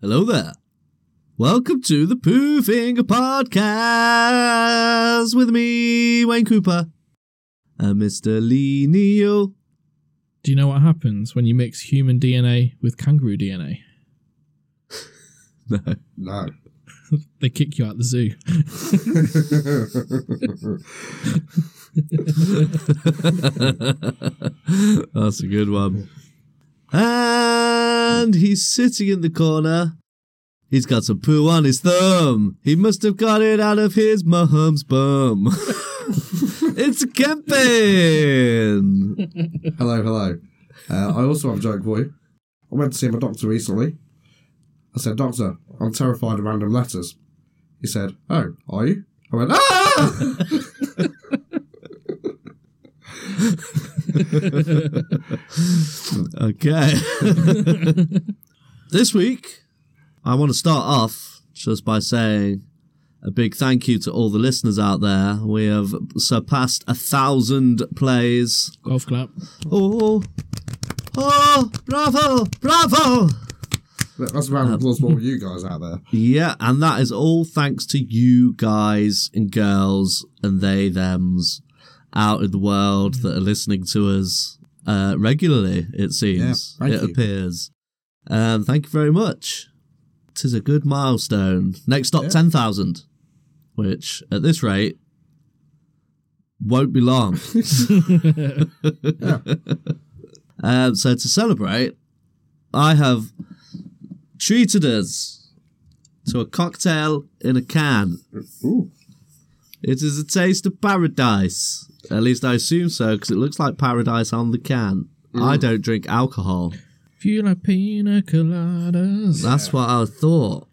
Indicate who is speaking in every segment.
Speaker 1: Hello there. Welcome to the Pooh Finger Podcast with me, Wayne Cooper, and Mr. Lee Neal.
Speaker 2: Do you know what happens when you mix human DNA with kangaroo DNA?
Speaker 1: No.
Speaker 3: No.
Speaker 2: They kick you out the zoo.
Speaker 1: That's a good one. And he's sitting in the corner. He's got some poo on his thumb. He must have got it out of his mum's bum. it's Kempin.
Speaker 3: hello, hello. Uh, I also have a joke for you. I went to see my doctor recently. I said, Doctor, I'm terrified of random letters. He said, Oh, are you? I went, Ah!
Speaker 1: Okay. this week, I want to start off just by saying a big thank you to all the listeners out there. We have surpassed a thousand plays
Speaker 2: Golf clap.
Speaker 1: Oh, oh, bravo, bravo.
Speaker 3: That- That's a round of applause for all you guys out there.
Speaker 1: Yeah, and that is all thanks to you guys and girls and they, thems out in the world that are listening to us uh, regularly, it seems.
Speaker 3: Yeah, thank
Speaker 1: it
Speaker 3: you.
Speaker 1: appears. Um, thank you very much. Tis a good milestone. Next up,
Speaker 3: Yeah.
Speaker 1: 10,000, which at this rate won't be long.
Speaker 3: Yeah.
Speaker 1: Um, so to celebrate, I have treated us to a cocktail in a can.
Speaker 3: Ooh.
Speaker 1: It is a taste of paradise. At least I assume so, because it looks like paradise on the can.
Speaker 3: Mm.
Speaker 1: I don't drink alcohol.
Speaker 2: Fula pina coladas.
Speaker 1: That's what I thought.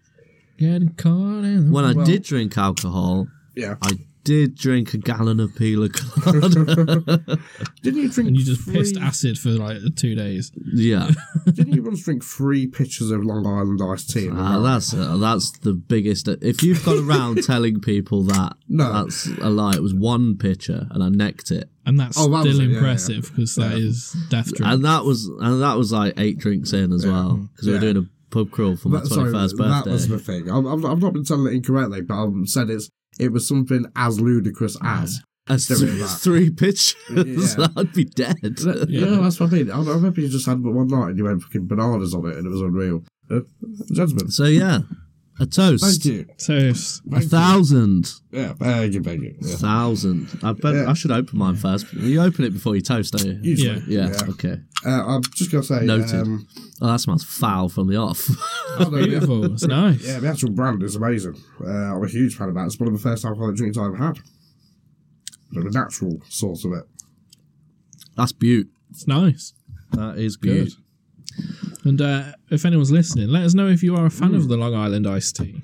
Speaker 2: Getting caught in the
Speaker 1: When I
Speaker 3: Well-
Speaker 1: did drink alcohol,
Speaker 3: Yeah.
Speaker 1: I did drink a gallon of pina colada.
Speaker 3: Didn't you drink
Speaker 2: and you just
Speaker 3: three,
Speaker 2: pissed acid for like two days.
Speaker 1: yeah,
Speaker 3: Didn't you once drink three pitchers of Long Island iced tea? in a
Speaker 1: Ah,
Speaker 3: row?
Speaker 1: that's that's the biggest. uh, If you've gone around telling people that,
Speaker 3: No.
Speaker 1: that's a lie. It was one pitcher, and I necked it.
Speaker 2: And that's
Speaker 3: Oh, that was
Speaker 2: still
Speaker 3: it, yeah, yeah.
Speaker 2: impressive because that is death drink.
Speaker 1: And that was and that was like eight drinks in as well because we
Speaker 3: Yeah.
Speaker 1: were doing a pub crawl for my
Speaker 3: That-
Speaker 1: twenty
Speaker 3: sorry,
Speaker 1: first
Speaker 3: that was
Speaker 1: birthday.
Speaker 3: the thing. I've, I've I've not been telling it incorrectly, but I've said it's, it was something as ludicrous as.
Speaker 1: As
Speaker 3: Don't
Speaker 1: three,
Speaker 3: do that.
Speaker 1: three pitchers,
Speaker 3: Yeah.
Speaker 1: I'd be dead.
Speaker 3: Yeah, that's what I mean. I, I remember you just had one night and you went fucking bananas on it and it was unreal. Uh, gentlemen,
Speaker 1: So yeah, a
Speaker 3: thank
Speaker 1: toast,
Speaker 3: you.
Speaker 2: Toast.
Speaker 1: a thousand,
Speaker 3: Yeah, thank you, thank you. Yeah.
Speaker 1: thousand. I bet
Speaker 3: Yeah.
Speaker 1: I should open mine first. You open it before you toast, don't you?
Speaker 3: Usually,
Speaker 2: Yeah.
Speaker 1: yeah. Okay.
Speaker 3: Uh, I'm just going to say,
Speaker 1: Noted.
Speaker 3: um,
Speaker 1: Oh, that smells foul from the off.
Speaker 3: I don't know, yeah,
Speaker 2: Beautiful. It's nice.
Speaker 3: yeah, the actual brand is amazing. Uh, I'm a huge fan of that. It's one of the first alcoholic drinks I've had. The natural source of it.
Speaker 1: That's beaut.
Speaker 2: It's nice.
Speaker 1: That is
Speaker 3: Good.
Speaker 1: good.
Speaker 2: And uh, if anyone's listening, let us know if you are a fan of the Long Island iced tea.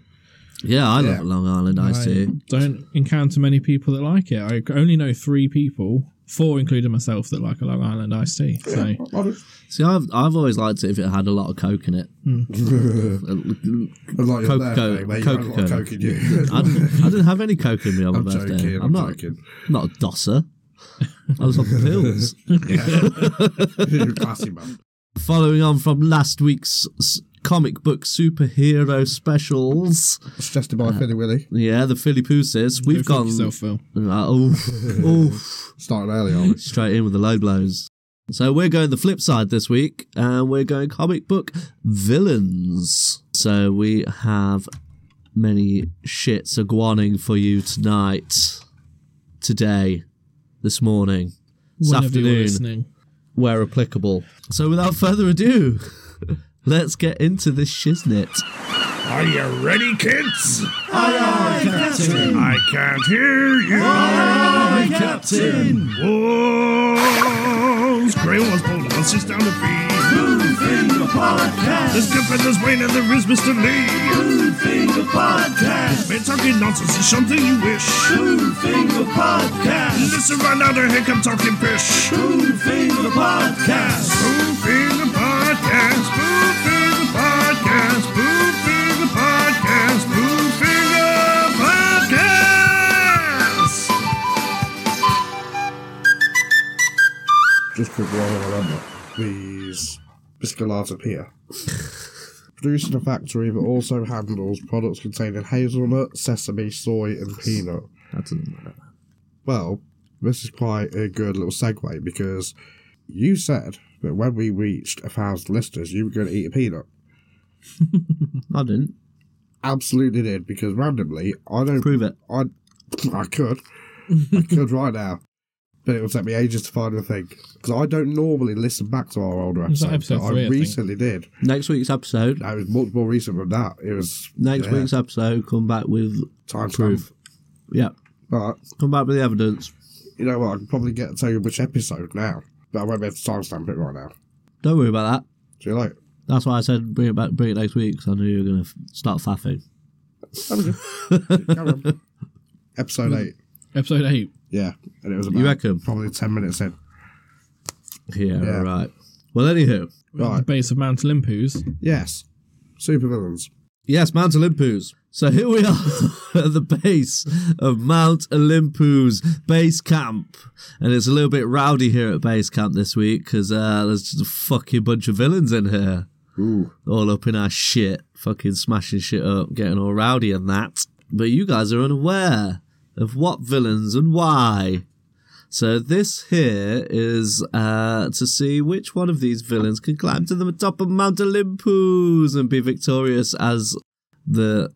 Speaker 1: Yeah, I
Speaker 3: Yeah.
Speaker 1: love Long Island iced
Speaker 2: I
Speaker 1: tea.
Speaker 2: don't encounter many people that like it. I only know three people, four including myself, that like a Long Island iced tea. So
Speaker 3: Honest.
Speaker 1: See, I've I've always liked it if it had a lot of coke in it.
Speaker 3: Hmm. And like your
Speaker 1: Coca-Cola.
Speaker 3: birthday, mate, you had a lot of
Speaker 1: Coca-Cola.
Speaker 3: coke in you.
Speaker 1: I didn't, I didn't have any coke in me on
Speaker 3: I'm
Speaker 1: my birthday.
Speaker 3: joking,
Speaker 1: I'm,
Speaker 3: I'm
Speaker 1: not
Speaker 3: joking.
Speaker 1: not a dosser. I was on pills.
Speaker 3: You're a classy man.
Speaker 1: Following on from last week's s- comic book superhero specials,
Speaker 3: Suggested by Philly Willy.
Speaker 1: yeah, the Philly Pooses,
Speaker 2: go
Speaker 1: we've
Speaker 2: fuck
Speaker 1: gone
Speaker 2: yourself, Phil.
Speaker 1: Uh, oh, oh,
Speaker 3: Starting early, are we?
Speaker 1: straight in with the low blows. So we're going the flip side this week, and we're going comic book villains. So we have many shits a guaning for you tonight, today, this morning, this
Speaker 2: Whenever you're
Speaker 1: afternoon,
Speaker 2: listening.
Speaker 1: where applicable. So without further ado, let's get into this shiznit.
Speaker 4: Are you ready, kids? I can't hear you. Aye, Captain. Wolves. Grey Wolves, Bold Wolves, Sits down to feed. Blue Finger Podcast. There's Skip and there's Wayne and there is Mr. Lee. Blue Finger Podcast. Man talking nonsense is something you wish. Blue Finger Podcast. Listen right now to here come talking fish. Blue Finger Podcast. Blue Finger Podcast. Blue Finger Podcast. Blue Finger Podcast. Blue Finger Podcast.
Speaker 3: Just quick while I remember. These biscuit latte here. produced in a factory that also handles products containing hazelnut, sesame, soy, and peanut.
Speaker 1: That doesn't matter.
Speaker 3: Well, this is quite a good little segue because you said that when we reached a thousand listeners, you were going to eat a peanut.
Speaker 1: I didn't.
Speaker 3: Absolutely did because randomly, I don't.
Speaker 1: Prove it.
Speaker 3: I, I could, I could right now, but it will take me ages to find the thing because I don't normally listen back to our older
Speaker 2: was
Speaker 3: episodes.
Speaker 2: like episode
Speaker 3: but
Speaker 2: three, I
Speaker 3: I
Speaker 2: think.
Speaker 3: recently did.
Speaker 1: Next week's episode.
Speaker 3: That was much more recent than that. It was
Speaker 1: Next
Speaker 3: yeah,
Speaker 1: week's episode, come back with.
Speaker 3: time
Speaker 1: proof.
Speaker 3: proof.
Speaker 1: Yeah.
Speaker 3: But
Speaker 1: Come back with the evidence.
Speaker 3: you know what? I can probably get tell you which episode now, but I won't be able to timestamp it right now.
Speaker 1: Don't worry about that.
Speaker 3: Do you like?
Speaker 1: That's why I said bring it back, bring it next week because I knew you were going to start faffing.
Speaker 3: Carry on. episode eight.
Speaker 2: Episode 8.
Speaker 3: Yeah, and it was about
Speaker 1: You reckon?
Speaker 3: probably ten minutes in.
Speaker 1: Yeah,
Speaker 3: Yeah.
Speaker 1: right. Well, anywho,
Speaker 3: Right.
Speaker 2: The base of Mount Olympus.
Speaker 3: Yes. Super villains.
Speaker 1: yes, Mount Olympus. So here we are at the base of Mount Olympus base camp, and it's a little bit rowdy here at base camp this week because uh, there's just a fucking bunch of villains in here,
Speaker 3: Ooh.
Speaker 1: all up in our shit, fucking smashing shit up, getting all rowdy and that. But you guys are unaware of what villains and why. So this here is uh, to see which one of these villains can climb to the top of Mount Olympus and be victorious as the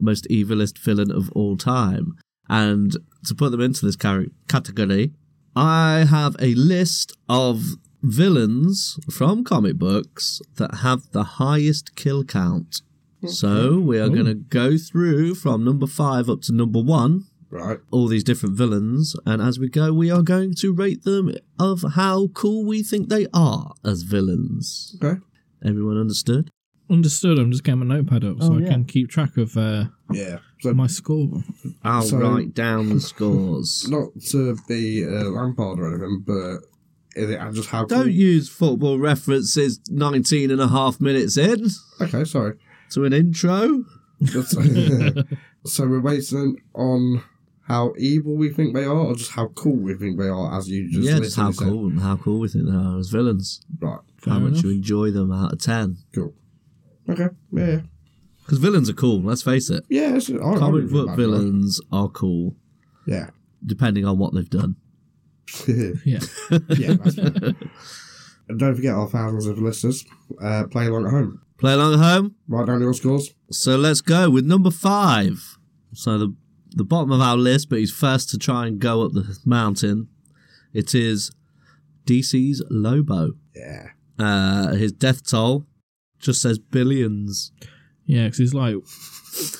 Speaker 1: most evilest villain of all time. And to put them into this car- category, I have a list of villains from comic books that have the highest kill count. So we are going to go through from number five up to number one
Speaker 3: Right.
Speaker 1: all these different villains, and as we go, we are going to rate them of how cool we think they are as villains.
Speaker 3: Okay.
Speaker 1: Everyone understood?
Speaker 2: Understood. I'm just getting my notepad up so
Speaker 1: Oh,
Speaker 2: I
Speaker 1: yeah.
Speaker 2: can keep track of uh,
Speaker 3: Yeah. So
Speaker 2: my score.
Speaker 1: I'll
Speaker 3: So-
Speaker 1: write down the scores.
Speaker 3: not to be a Lampard or anything, but is it I just how
Speaker 1: Don't use football references 19 and a half minutes in
Speaker 3: Okay, sorry.
Speaker 1: to an intro.
Speaker 3: Just- so we're waiting on how evil we think they are, or just how cool we think they are, as you just
Speaker 1: yeah, just how
Speaker 3: literally
Speaker 1: cool
Speaker 3: said.
Speaker 1: how cool we think they are as villains.
Speaker 3: Right.
Speaker 1: how
Speaker 2: Fair
Speaker 1: much
Speaker 2: enough.
Speaker 1: you enjoy them out of 10.
Speaker 3: Cool. Okay. Yeah. Yeah.
Speaker 1: Because villains are cool, let's face it.
Speaker 3: yeah it's, I, I
Speaker 1: Comic
Speaker 3: wouldn't feel
Speaker 1: book
Speaker 3: bad,
Speaker 1: villains are cool,
Speaker 3: right? Yeah.
Speaker 1: depending on what they've done.
Speaker 2: Yeah.
Speaker 3: yeah. That's fair. and don't forget our thousands of listeners uh, play along at home.
Speaker 1: Play along at home.
Speaker 3: Write down your scores.
Speaker 1: So let's go with number five. So the the bottom of our list, but he's first to try and go up the mountain. It is DC's Lobo.
Speaker 3: Yeah.
Speaker 1: Uh, his death toll just says billions.
Speaker 2: Yeah, because he's like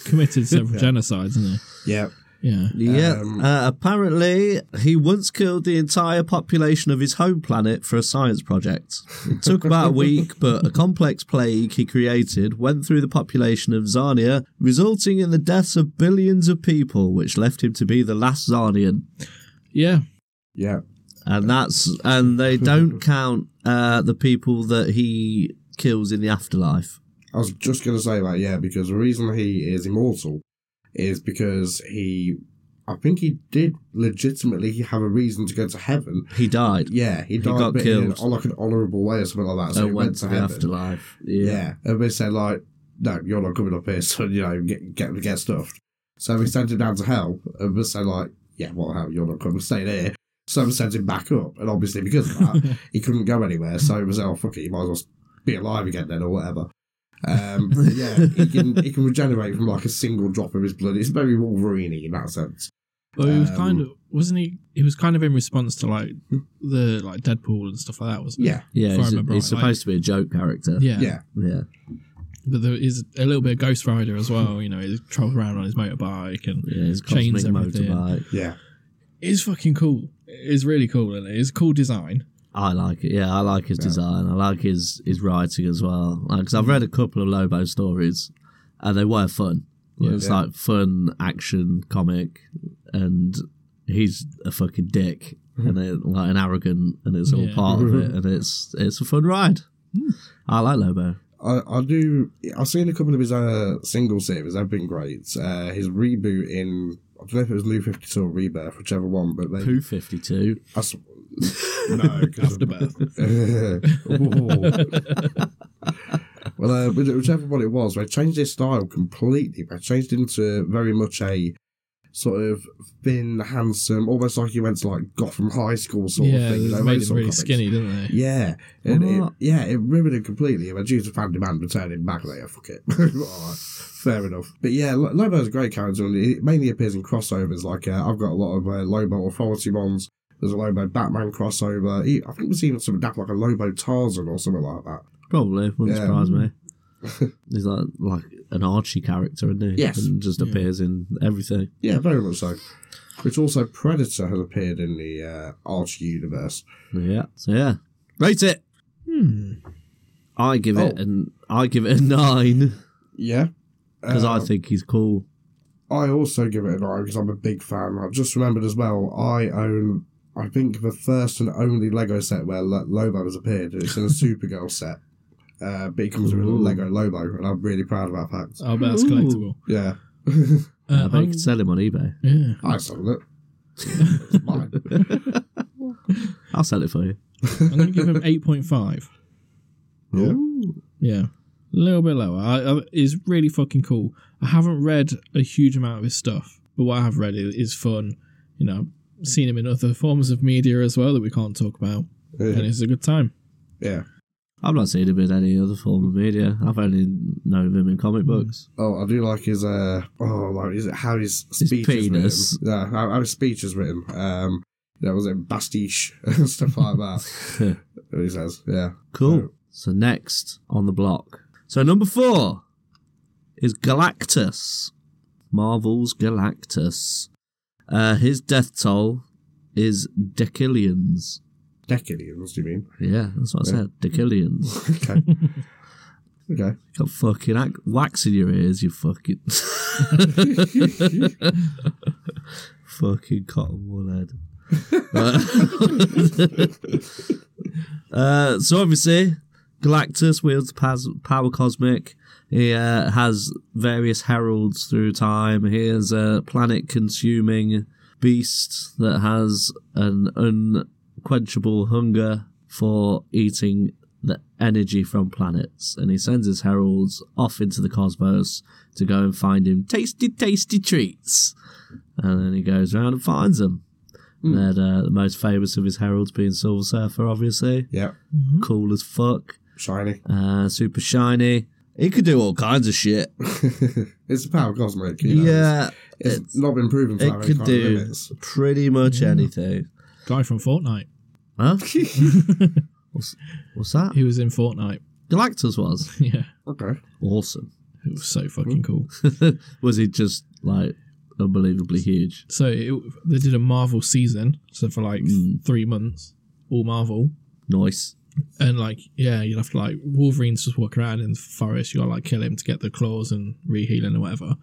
Speaker 2: committed several genocides, isn't
Speaker 3: Yeah.
Speaker 2: he? Yeah.
Speaker 1: Yeah.
Speaker 3: Um,
Speaker 1: uh, apparently, he once killed the entire population of his home planet for a science project. It took about a week, but a complex plague he created went through the population of Zarnia, resulting in the deaths of billions of people, which left him to be the last Zarnian.
Speaker 2: Yeah.
Speaker 3: Yeah.
Speaker 1: and that's and they don't count uh, the people that he kills in the afterlife.
Speaker 3: I was just going to say that, yeah, because the reason he is immortal is because he, I think he did legitimately have a reason to go to heaven.
Speaker 1: He died
Speaker 3: Yeah, he died
Speaker 1: got
Speaker 3: but in an-
Speaker 1: killed.
Speaker 3: on like an honourable way or something like that. So
Speaker 1: and
Speaker 3: he
Speaker 1: went,
Speaker 3: went
Speaker 1: to
Speaker 3: to
Speaker 1: the
Speaker 3: heaven.
Speaker 1: afterlife.
Speaker 3: Yeah.
Speaker 1: Yeah.
Speaker 3: and they said like, no, you're not coming up here, so you know, get get get stuffed. So we sent him down to hell, and they said like, yeah, well, hell, you're not coming, stay there. So we sent him back up, and obviously because of that, he couldn't go anywhere. So he was like, oh fuck it, you might as well be alive again then or whatever. Um, but yeah, he can he can regenerate from like a single drop of his blood. It's very Wolverine in that sense.
Speaker 2: Well, he was
Speaker 3: Um,
Speaker 2: kind of wasn't he? He was kind of in response to like the like Deadpool and stuff like that, wasn't
Speaker 3: Yeah,
Speaker 1: Yeah,
Speaker 2: If I
Speaker 1: he's,
Speaker 2: remember
Speaker 1: he's
Speaker 2: right,
Speaker 1: supposed to be a joke character.
Speaker 2: it? Yeah.
Speaker 3: yeah,
Speaker 1: yeah.
Speaker 2: But there is a little bit of Ghost Rider as well. You know, he travels around on his motorbike and
Speaker 1: Yeah, his cosmic
Speaker 2: Chains everything.
Speaker 1: motorbike.
Speaker 3: yeah.
Speaker 2: it's fucking cool. It's really cool, and it? it's cool design.
Speaker 1: I like it. Yeah, I like his
Speaker 3: Yeah. Mm-hmm.
Speaker 1: design. I like his his writing as well. Because I've read a couple of Lobo stories, and they were fun.
Speaker 2: Yeah.
Speaker 1: it's
Speaker 3: Yeah.
Speaker 1: like fun action comic, and he's a fucking dick
Speaker 3: Mm-hmm.
Speaker 1: and it, like an arrogant, and it's all
Speaker 2: Yeah.
Speaker 1: part of it, and it's it's a fun ride.
Speaker 3: Hmm.
Speaker 1: I like Lobo.
Speaker 3: I, I do. I've seen a couple of his uh, single series. They've been great. Uh, his reboot in I don't know if it was New Fifty Two or Rebirth, whichever one. But they,
Speaker 1: Poo fifty two.
Speaker 3: I s- no, 'cause-
Speaker 2: Afterbirth.
Speaker 3: Ooh. Well, uh, which- whichever one it was, they changed their style completely. They changed into very much a sort of thin, handsome, almost like you went to like Gotham High School sort
Speaker 2: yeah,
Speaker 3: of thing. you
Speaker 2: they
Speaker 3: know,
Speaker 2: made
Speaker 3: those
Speaker 2: it
Speaker 3: sort of
Speaker 2: really
Speaker 3: comics.
Speaker 2: skinny, didn't they?
Speaker 3: Yeah, and it,
Speaker 1: What?
Speaker 3: yeah, it ruined it completely. And due to fan demand returning back later, fuck it. All right, fair enough. But yeah, Lo- Lobo's a great character, and it mainly appears in crossovers. Like uh, I've got a lot of uh, Lobo Authority ones. There's a Lobo Batman crossover. He, I think there's even some adapt like a Lobo Tarzan or something like that.
Speaker 1: Probably wouldn't
Speaker 3: Yeah.
Speaker 1: surprise me. He's like like an Archie character, isn't he?
Speaker 3: Yes.
Speaker 1: and just
Speaker 2: Yeah.
Speaker 1: appears in everything.
Speaker 3: Yeah, very much so. Which also Predator has appeared in the uh, Archie universe.
Speaker 1: Yeah, so yeah, rate it.
Speaker 2: Hmm.
Speaker 1: I give it
Speaker 3: Oh.
Speaker 1: an I give it a nine
Speaker 3: Yeah,
Speaker 1: because I
Speaker 3: Um,
Speaker 1: think he's cool.
Speaker 3: I also give it a nine because I'm a big fan. I've just remembered as well, I own, I think, the first and only Lego set where Lo- Lobo has appeared. It's in a Supergirl set. Uh, but he comes with a
Speaker 1: Ooh. Uh.
Speaker 3: Lego Lobo, and I'm really proud of that fact.
Speaker 2: I'll bet that's
Speaker 1: Ooh.
Speaker 2: collectible.
Speaker 3: Yeah.
Speaker 1: Uh,
Speaker 2: Uh,
Speaker 1: they
Speaker 2: I'm-
Speaker 1: could sell him on eBay.
Speaker 2: yeah.
Speaker 3: I sold it. It's mine.
Speaker 1: I'll sell it for you.
Speaker 2: I'm going to give him 8.5.
Speaker 3: Yeah.
Speaker 1: Ooh.
Speaker 2: Yeah. A little bit lower. I, I, it's really fucking cool. I haven't read a huge amount of his stuff, but what I have read is, is fun. You know, seen him in other forms of media as well that we can't talk about.
Speaker 3: Yeah.
Speaker 2: And it's a good time.
Speaker 3: yeah.
Speaker 1: I've not seen him in any other form of media. I've only known him in comic books.
Speaker 3: Oh, I do like his uh oh like is it how his
Speaker 1: His
Speaker 3: speech
Speaker 1: penis.
Speaker 3: is written. Yeah, how, how his speech is written. Um you know, was it Bastiche and stuff like that. he says, yeah.
Speaker 1: Cool.
Speaker 3: So-
Speaker 1: So next on the block. So number four is Galactus. Marvel's Galactus. Uh, his death toll is decillions.
Speaker 3: Decadians, do you mean?
Speaker 1: Yeah, that's what I
Speaker 3: Yeah.
Speaker 1: said. Decillions.
Speaker 3: Okay. okay.
Speaker 1: Got fucking ac- wax in your ears, you fucking. fucking cotton wool head. uh, so obviously, Galactus wields pas- power cosmic. He uh, has various heralds through time. He is a planet consuming beast that has an unquenchable hunger for eating the energy from planets. And he sends his heralds off into the cosmos to go and find him tasty, tasty treats. And then he goes around and finds them. And uh, the most famous of his heralds being Silver Surfer, obviously.
Speaker 3: Yeah.
Speaker 2: Mm-hmm.
Speaker 1: Cool as fuck.
Speaker 3: Shiny.
Speaker 1: Uh, super shiny. He could do all kinds of shit.
Speaker 3: it's the power of cosmic. You know.
Speaker 1: yeah,
Speaker 3: It's,
Speaker 1: it's-
Speaker 3: not been proven to
Speaker 1: it
Speaker 3: have any
Speaker 1: could
Speaker 3: kind
Speaker 1: do
Speaker 3: of limits.
Speaker 1: pretty much
Speaker 2: Yeah.
Speaker 1: anything.
Speaker 2: Guy from Fortnite.
Speaker 1: Huh? what's, what's that?
Speaker 2: He was in Fortnite.
Speaker 1: Galactus was
Speaker 2: Yeah.
Speaker 3: Okay.
Speaker 1: awesome.
Speaker 2: It was so fucking cool.
Speaker 1: was he just like unbelievably huge?
Speaker 2: So it, they did a Marvel season. So for like
Speaker 1: Mm.
Speaker 2: three months, all Marvel.
Speaker 1: Nice.
Speaker 2: And like, yeah, you'd have to like Wolverine's just walk around in the forest. You gotta like kill him to get the claws and rehealing or whatever.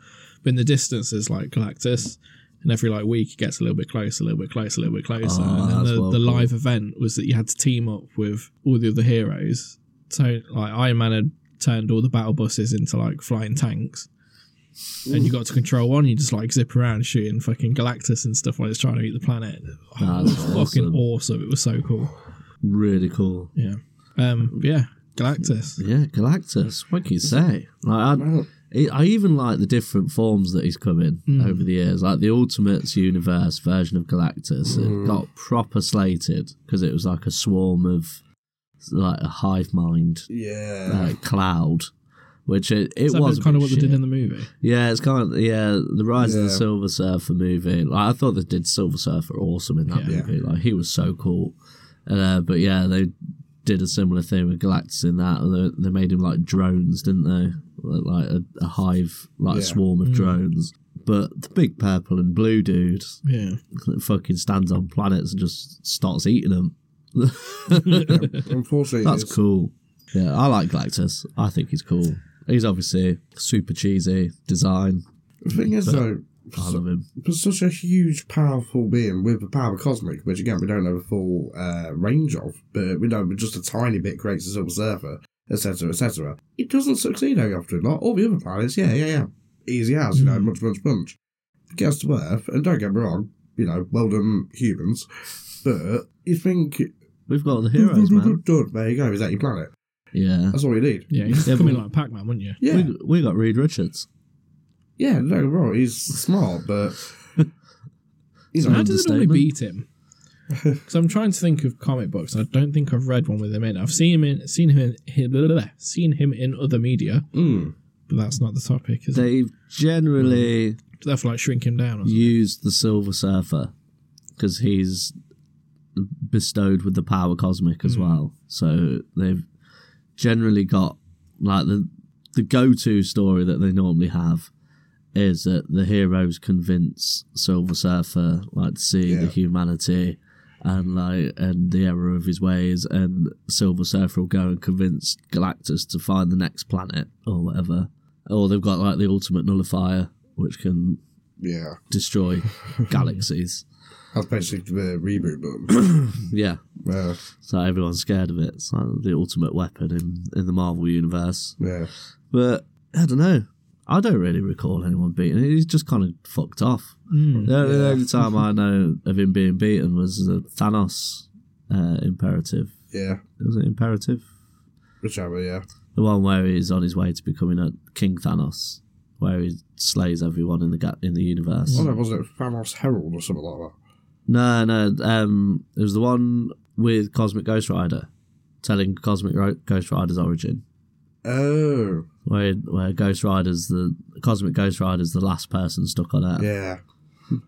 Speaker 2: But in the distance, there's like Galactus, and every like week he gets a little bit closer, a little bit closer, a little bit closer.
Speaker 1: Oh,
Speaker 2: and then
Speaker 1: that's
Speaker 2: the,
Speaker 1: well
Speaker 2: the
Speaker 1: cool.
Speaker 2: live event was that you had to team up with all the other heroes. So like Iron Man had turned all the battle buses into like flying tanks. And you got to control one, you just like zip around shooting fucking Galactus and stuff while it's trying to eat the planet. Oh, it was
Speaker 1: That's
Speaker 2: fucking
Speaker 1: awesome.
Speaker 2: awesome. It was so cool.
Speaker 1: Really cool.
Speaker 2: Yeah. Um. Yeah. Galactus.
Speaker 1: Yeah, Galactus. What can you say? Like, I,
Speaker 3: Well,
Speaker 1: I- I even like the different forms that he's come in
Speaker 2: Mm.
Speaker 1: over the years, like the Ultimates Universe version of Galactus. It
Speaker 2: Hmm.
Speaker 3: Mm.
Speaker 1: got proper slated because it was like a swarm of like a hive mind
Speaker 3: yeah.
Speaker 1: uh, cloud, which it, it
Speaker 2: Is that
Speaker 1: was a
Speaker 2: kind of
Speaker 1: bit
Speaker 2: what they did
Speaker 1: shit.
Speaker 2: in the movie.
Speaker 1: Yeah, it's kind of yeah. The Rise of the
Speaker 3: Yeah.
Speaker 1: Silver Surfer movie. Like, I thought they did Silver Surfer awesome in that
Speaker 2: Yeah.
Speaker 1: movie. Like he was so cool. And, uh, but yeah, they did a similar thing with Galactus in that. and They, they made him like drones, didn't they? Like a, a hive, like a
Speaker 3: Yeah.
Speaker 1: swarm of
Speaker 2: Mm.
Speaker 1: drones. But the big purple and blue dude
Speaker 2: Yeah.
Speaker 1: that fucking stands on planets and just starts eating them.
Speaker 3: Unfortunately,
Speaker 1: That's
Speaker 3: it's-
Speaker 1: cool. Yeah, I like Galactus. I think he's cool. He's obviously super cheesy design.
Speaker 3: The thing is,
Speaker 1: But-
Speaker 3: though,
Speaker 1: I love him.
Speaker 3: for such a huge, powerful being with the power of cosmic, which again we don't know the full uh, range of, but we know just a tiny bit creates a silver surfer, etc., etc. It doesn't succeed very often. Like all the other planets, yeah, yeah, yeah, easy as you know,
Speaker 1: Hmm.
Speaker 2: Mm.
Speaker 3: much, much, much. It gets to Earth, and don't get me wrong, you know, well done humans, but you think
Speaker 1: We've got all the heroes, man.
Speaker 3: Done. There you go. Is that your planet?
Speaker 1: Yeah.
Speaker 3: That's all you need.
Speaker 2: Yeah, you'd
Speaker 1: Yeah,
Speaker 2: come in
Speaker 1: but-
Speaker 2: like Pac Man, wouldn't you?
Speaker 3: Yeah,
Speaker 1: We, we got Reed Richards.
Speaker 3: yeah. No, right. He's smart, but he's
Speaker 2: How
Speaker 3: not.
Speaker 2: do they normally
Speaker 1: understatement.
Speaker 2: beat him? Because I'm trying to think of comic books. and I don't think I've read one with him in. I've seen him in, seen him in, he- blah, blah, blah, seen him in other media,
Speaker 3: Mm.
Speaker 2: but that's not the topic. Is it?
Speaker 1: They've generally
Speaker 2: They have to like shrink him down. Or something.
Speaker 1: used the Silver Surfer because he's bestowed with the power cosmic
Speaker 2: Hmm.
Speaker 1: as well. So they've generally got like the the go to story that they normally have is that the heroes convince Silver Surfer like to see the
Speaker 3: Yeah.
Speaker 1: humanity and like and the error of his ways and Silver Surfer will go and convince Galactus to find the next planet or whatever. Or they've got like the ultimate nullifier which can
Speaker 3: Yeah,
Speaker 1: destroy galaxies.
Speaker 3: that's basically the reboot button.
Speaker 1: Yeah.
Speaker 3: yeah,
Speaker 1: So everyone's scared of it. It's like the ultimate weapon in, in the Marvel universe.
Speaker 3: yeah.
Speaker 1: But I don't know. I don't really recall anyone beating it. He's just kind of fucked off.
Speaker 2: Mm.
Speaker 1: The only- the
Speaker 3: Yeah.
Speaker 1: only time I know of him being beaten was the Thanos uh, imperative.
Speaker 3: Yeah,
Speaker 1: Was it imperative?
Speaker 3: whichever. Yeah,
Speaker 1: The one where he's on his way to becoming a King Thanos, where he slays everyone in the ga- in the universe.
Speaker 3: oh no, was it Thanos Herald or something like that?
Speaker 1: No, no. Um, it was the one with Cosmic Ghost Rider, telling Cosmic Ro- Ghost Rider's origin.
Speaker 3: Oh,
Speaker 1: Where, where Ghost Rider's the Cosmic Ghost Rider's the last person stuck on Earth.
Speaker 3: yeah,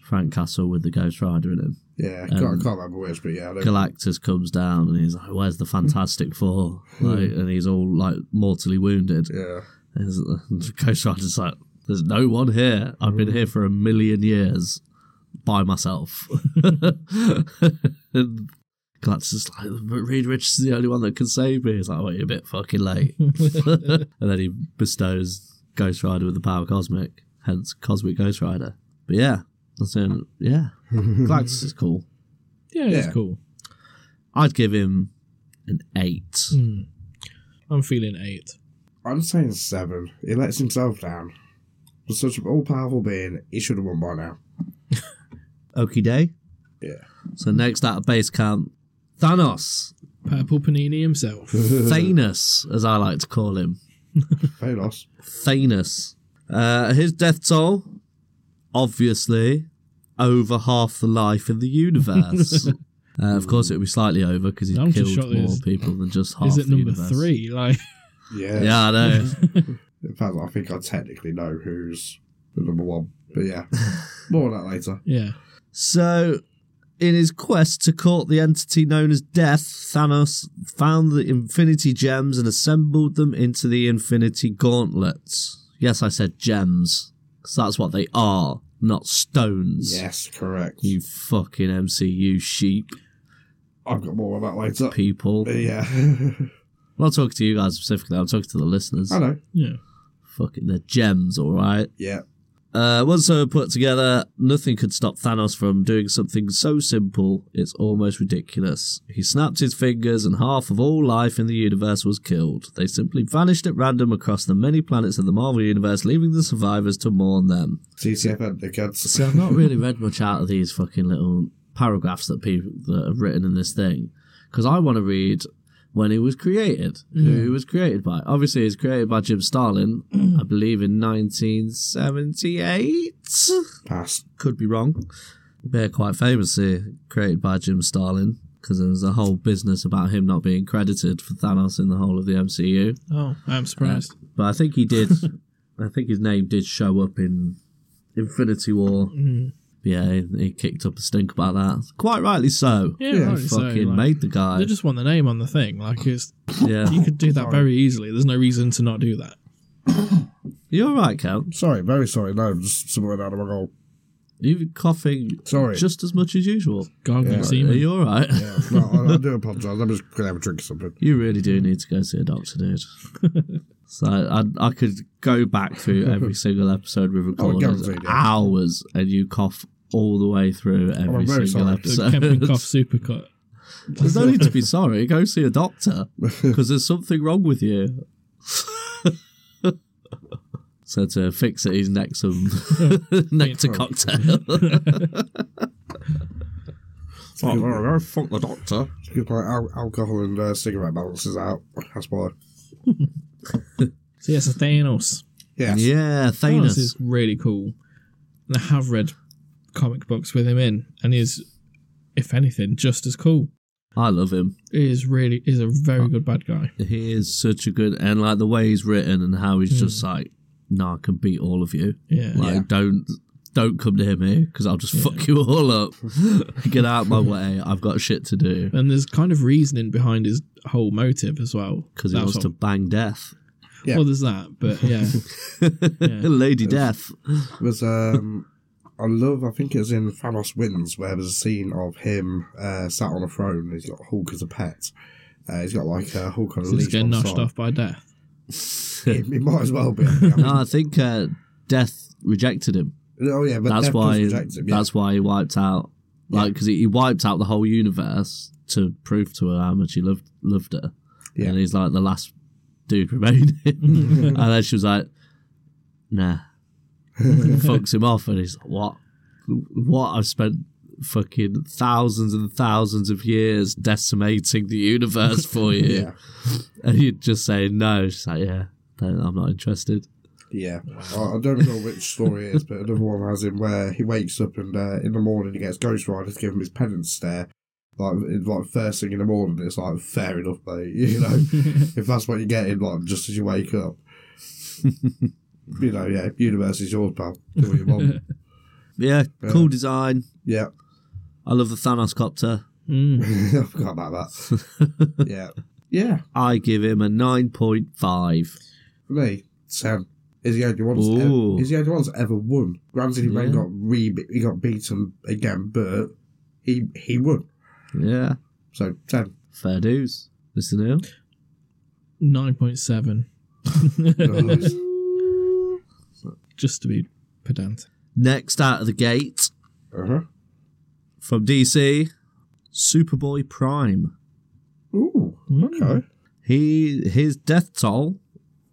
Speaker 1: Frank Castle with the Ghost Rider in him.
Speaker 3: yeah. I
Speaker 1: Um,
Speaker 3: can't, can't remember which, but yeah, I don't-
Speaker 1: Galactus comes down and he's like, "Where's the Fantastic Four? Like, and he's all like mortally wounded.
Speaker 3: yeah,
Speaker 1: And the Ghost Rider's like, "There's no one here. I've been here for a million years by myself." and Galactus is like, "But Reed Richards is the only one that can save me." He's like, "Well, you're a bit fucking late." and then he bestows Ghost Rider with the power cosmic, hence Cosmic Ghost Rider. But yeah, that's him. Yeah,
Speaker 3: Mm-hmm.
Speaker 1: Galactus is cool.
Speaker 2: Yeah, it's
Speaker 3: Yeah.
Speaker 2: cool.
Speaker 1: I'd give him an eight.
Speaker 2: Mm. I'm feeling eight.
Speaker 3: I'm saying seven. He lets himself down. For such an all-powerful being, he should have won by now.
Speaker 1: Okie day.
Speaker 3: Yeah.
Speaker 1: So next out of base camp, Thanos.
Speaker 2: Purple Panini himself.
Speaker 1: Thanos, as I like to call him.
Speaker 3: Thanos.
Speaker 1: Thanos. Uh, his death toll, obviously, over half the life in the universe. uh, of course, it would be slightly over because he's
Speaker 2: I'm just
Speaker 1: killed
Speaker 2: shocked
Speaker 1: more
Speaker 2: it's-
Speaker 1: people than just half
Speaker 2: Is it
Speaker 1: the
Speaker 2: number
Speaker 1: universe.
Speaker 2: three? Like,
Speaker 3: Yeah.
Speaker 1: Yeah, I know.
Speaker 3: In fact, I think I technically know who's the number one. But yeah, more on that later.
Speaker 2: yeah.
Speaker 1: So, in his quest to court the entity known as Death, Thanos found the Infinity Gems and assembled them into the Infinity Gauntlets. Yes, I said gems, because that's what they are, not stones.
Speaker 3: Yes, correct.
Speaker 1: You fucking MCU sheep
Speaker 3: I've got more on that later.
Speaker 1: people.
Speaker 3: But yeah.
Speaker 1: I'm not talking to you guys specifically, I'm talking to the listeners.
Speaker 3: I know.
Speaker 2: Yeah.
Speaker 1: Fucking, they're gems, alright?
Speaker 3: Yeah.
Speaker 1: Uh, once they were put together, nothing could stop Thanos from doing something so simple it's almost ridiculous. He snapped his fingers, and half of all life in the universe was killed. They simply vanished at random across the many planets of the Marvel Universe, leaving the survivors to mourn them.
Speaker 3: TCFN, dickheads.
Speaker 1: See, I've not really read much out of these fucking little paragraphs that people that have written in this thing because I want to read when it was created, who it was created by. Obviously, it was created by Jim Starlin, I believe, in 1978
Speaker 3: Pass.
Speaker 1: could be wrong. They're quite famously created by Jim Starlin because there was a whole business about him not being credited for Thanos in the whole of the MCU.
Speaker 2: Oh, I'm surprised.
Speaker 1: But I think he did. I think his name did show up in Infinity War.
Speaker 2: Mm.
Speaker 1: Yeah, he, he kicked up a stink about that. Quite rightly so.
Speaker 2: Yeah,
Speaker 3: Yeah,
Speaker 2: right,
Speaker 1: Fucking
Speaker 2: so, like,
Speaker 1: made the guy.
Speaker 2: They just want the name on the thing. Like, it's,
Speaker 1: yeah,
Speaker 2: you could do that very easily. There's no reason to not do that.
Speaker 1: you're right, Cal.
Speaker 3: Sorry, very sorry. No, just somewhere down my goal.
Speaker 1: You're coughing
Speaker 3: Sorry.
Speaker 1: just as much as usual.
Speaker 2: Gargle
Speaker 3: Yeah.
Speaker 1: Are
Speaker 2: semen.
Speaker 1: you all right?
Speaker 3: Yeah, no, I, I do apologise. I'm just going to have a drink or something.
Speaker 1: You really do need to go see a doctor, dude. so I, I could go back through every single episode we've recorded
Speaker 3: guaranteed, yeah.
Speaker 1: hours, and you cough all the way through every
Speaker 3: I'm very
Speaker 1: single
Speaker 3: sorry.
Speaker 2: The Kempen Cough
Speaker 1: episode.
Speaker 2: Supercut.
Speaker 1: There's no need to be sorry. Go see a doctor because there's something wrong with you. so to fix it, he's next some nectar
Speaker 3: Peanut
Speaker 1: cocktail.
Speaker 3: Oh, fuck the doctor. It's because my al- alcohol and uh, cigarette balances out. That's why.
Speaker 2: So yes, it's Thanos.
Speaker 3: Yes. Oh,
Speaker 1: Yeah,
Speaker 2: Thanos
Speaker 1: Thanos.
Speaker 2: is really cool. And I have read comic books with him in, and he's, if anything, just as cool.
Speaker 1: I love him.
Speaker 2: He is really is a very good bad guy.
Speaker 1: He is such a good and like the way he's written and how he's just like, nah, I can beat all of you.
Speaker 2: Hmm. Yeah.
Speaker 1: Like,
Speaker 3: Yeah.
Speaker 1: don't don't come near me because I'll just fuck you all up. Get out my way. I've got shit to do
Speaker 2: And there's kind of reasoning behind his whole motive as well.
Speaker 1: because he
Speaker 2: That's
Speaker 1: wants
Speaker 2: what-
Speaker 1: to bang death,
Speaker 3: Yeah.
Speaker 2: Well, there's that, but yeah. Yeah.
Speaker 1: Lady Death.
Speaker 3: was um I love I think it was in Thanos Wins where there's a scene of him uh, sat on a throne and he's got Hulk as a pet. Uh, he's got like uh, Hulk on a
Speaker 2: So he's
Speaker 3: leash.
Speaker 2: getting
Speaker 3: on the
Speaker 2: noshed
Speaker 3: side.
Speaker 2: off by death.
Speaker 3: It, it might as well be. I mean,
Speaker 1: No, I think uh, Death rejected him.
Speaker 3: oh yeah, but
Speaker 1: that's
Speaker 3: Deadpool
Speaker 1: why.
Speaker 3: rejects him, yeah.
Speaker 1: That's why he wiped out. Like, because he, he wiped out the whole universe to prove to her how much he loved loved her.
Speaker 3: Yeah.
Speaker 1: And he's like the last dude remaining. and then she was like, "Nah," fucks him off, and he's like, "What? What? I've spent." Fucking thousands and thousands of years decimating the universe for you,
Speaker 3: yeah,
Speaker 1: and you'd just say no. She's like, "Yeah, don't, I'm not interested."
Speaker 3: yeah. I, I don't know which story it is, but another one has him where he wakes up and uh, in the morning he gets Ghost Rider to give him his penance stare. Like, it's like first thing in the morning, it's like fair enough, mate. You know, if that's what you're getting, like just as you wake up, you know, yeah, universe is yours, pal. Do what you want.
Speaker 1: Yeah,
Speaker 3: Yeah.
Speaker 1: cool design.
Speaker 3: Yeah,
Speaker 1: I love the Thanos copter.
Speaker 2: Mm.
Speaker 3: I forgot about that. yeah, yeah.
Speaker 1: I give him a 9.5.
Speaker 3: For me, Sam is the only one. that's
Speaker 1: Ooh.
Speaker 3: Ever, is the only one that's ever won. Granted, he
Speaker 1: Yeah.
Speaker 3: then got re he got beaten again, but he he won.
Speaker 1: Yeah,
Speaker 3: So ten.
Speaker 1: fair dues. Mr. Neil?
Speaker 2: 9.7.
Speaker 3: Nice.
Speaker 2: Just to be pedantic.
Speaker 1: Next out of the gate
Speaker 3: uh-huh.
Speaker 1: from DC, Superboy Prime.
Speaker 3: Ooh. Okay.
Speaker 1: He His death toll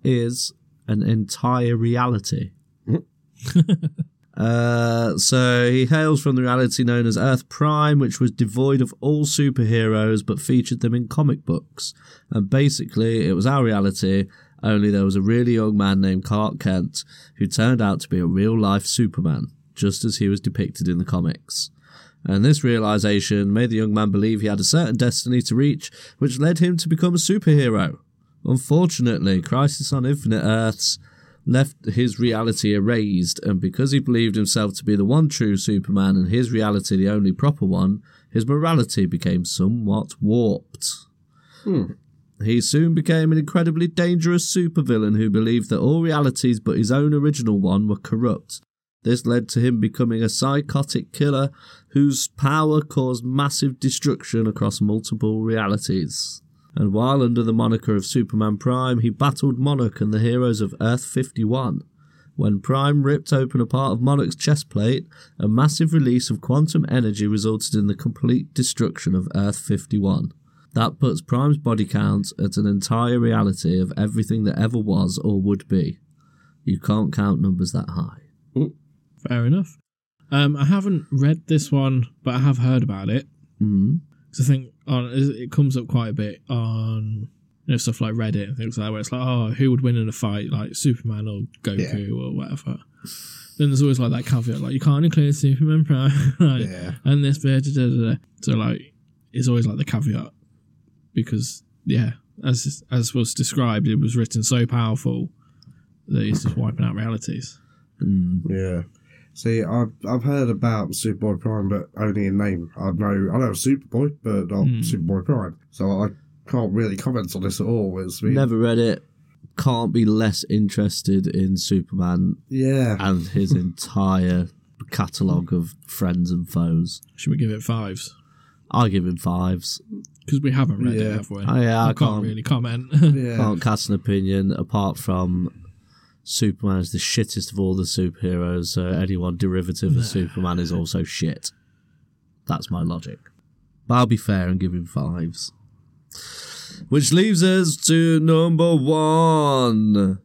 Speaker 1: is an entire reality. Uh, so he hails from the reality known as Earth Prime, which was devoid of all superheroes but featured them in comic books. And basically, it was our reality, only there was a really young man named Clark Kent who turned out to be a real life Superman, just as he was depicted in the comics. And this realization made the young man believe he had a certain destiny to reach, which led him to become a superhero. Unfortunately, Crisis on Infinite Earths left his reality erased, and because he believed himself to be the one true Superman and his reality the only proper one, his morality became somewhat warped. He soon became an incredibly dangerous supervillain who believed that all realities but his own original one were corrupt. This led to him becoming a psychotic killer whose power caused massive destruction across multiple realities. And while under the moniker of Superman Prime, he battled Monarch and the heroes of Earth 51. When Prime ripped open a part of Monarch's chest plate, a massive release of quantum energy resulted in the complete destruction of Earth 51. That puts Prime's body count at an entire reality of everything that ever was or would be. You can't count numbers that high.
Speaker 2: Fair enough. Um, I haven't read this one, but I have heard about it.
Speaker 1: Mm.
Speaker 2: 'Cause I think on it comes up quite a bit on you know, stuff like Reddit and things like that, where it's like, oh, who would win in a fight, like Superman or Goku or whatever. Then there's always like that caveat, like you can't include Superman Prime, like,
Speaker 3: Yeah.
Speaker 2: and this bit, da, da, da, da. so like it's always like the caveat because yeah, as as was described, it was written so powerful that it's just wiping out realities.
Speaker 1: Mm.
Speaker 3: Yeah. See, I've I've heard about Superboy Prime, but only in name. I know I know Superboy, but not
Speaker 2: Hmm.
Speaker 3: Superboy Prime. So I can't really comment on this at all. It's been,
Speaker 1: Never read it. Can't be less interested in Superman
Speaker 3: Yeah.
Speaker 1: and his entire catalogue of friends and foes.
Speaker 2: Should we give it fives?
Speaker 1: I give him fives.
Speaker 2: Because we haven't read it,
Speaker 3: Yeah.
Speaker 2: have we?
Speaker 1: I, yeah, I
Speaker 2: We
Speaker 1: can't,
Speaker 2: really comment.
Speaker 3: yeah.
Speaker 1: can't cast an opinion apart from Superman is the shittest of all the superheroes, so anyone derivative of Superman is also shit. That's my logic. But I'll be fair and give him fives. Which leaves us to number one.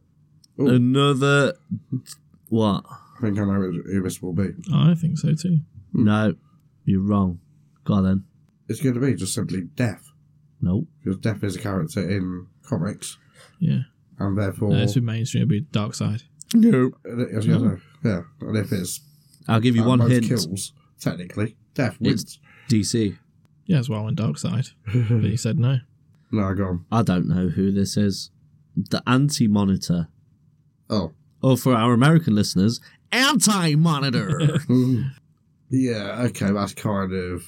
Speaker 3: Ooh.
Speaker 1: Another. What?
Speaker 3: I think I know who who this will be.
Speaker 2: I think so too.
Speaker 1: No, you're wrong. Go on then.
Speaker 3: It's going to be just simply Death.
Speaker 1: Nope.
Speaker 3: because Death is a character in comics.
Speaker 2: Yeah.
Speaker 3: and therefore. uh,
Speaker 2: No, it's been mainstream. It'd be Dark Side.
Speaker 3: no. Yeah, and if it's
Speaker 1: I'll give you
Speaker 3: uh,
Speaker 1: one
Speaker 3: most
Speaker 1: hint.
Speaker 3: kills, technically, death wins.
Speaker 1: DC.
Speaker 2: Yeah, that's why I went Dark Side. but he said no.
Speaker 3: No, gone.
Speaker 1: I don't know who this is. The Anti Monitor.
Speaker 3: Oh.
Speaker 1: Or for our American listeners, Anti Monitor.
Speaker 3: Mm. Yeah, okay, that's kind of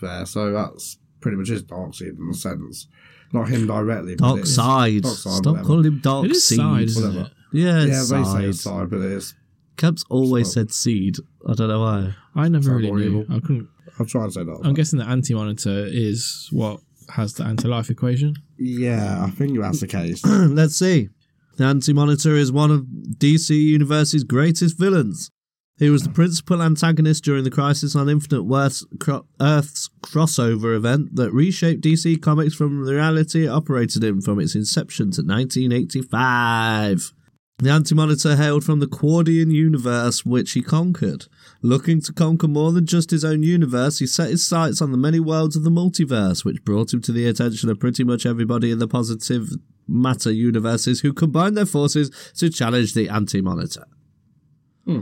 Speaker 3: fair. So that's pretty much his dark side in a sense. Not him directly. but
Speaker 1: Dark
Speaker 3: it is-
Speaker 1: Side.
Speaker 3: Dark Side,
Speaker 1: Stop
Speaker 3: whatever.
Speaker 1: calling him Dark
Speaker 2: it is
Speaker 1: Seed.
Speaker 2: Side, isn't
Speaker 3: Whatever.
Speaker 2: it?
Speaker 1: Yeah,
Speaker 3: Yeah,
Speaker 1: it's
Speaker 3: they say
Speaker 1: Side.
Speaker 3: it's side, but it is.
Speaker 1: Kemp's always
Speaker 3: Stop.
Speaker 1: said Seed. I don't know why.
Speaker 2: I never
Speaker 3: Sound
Speaker 2: really
Speaker 3: more
Speaker 2: knew.
Speaker 3: evil.
Speaker 2: I couldn't.
Speaker 3: I'm trying to say that.
Speaker 2: I'm guessing the anti-monitor is what has the anti-life equation.
Speaker 3: yeah, I think that's the case.
Speaker 1: Let's see. The Anti Monitor is one of DC Universe's greatest villains. He was the principal antagonist during the Crisis on Infinite Earth's, cro- Earth's crossover event that reshaped DC Comics from the reality it operated in from its inception to 1985. The Anti Monitor hailed from the Quadian universe, which he conquered. Looking to conquer more than just his own universe, he set his sights on the many worlds of the multiverse, which brought him to the attention of pretty much everybody in the positive matter universes who combined their forces to challenge the Anti Monitor.
Speaker 3: Hmm.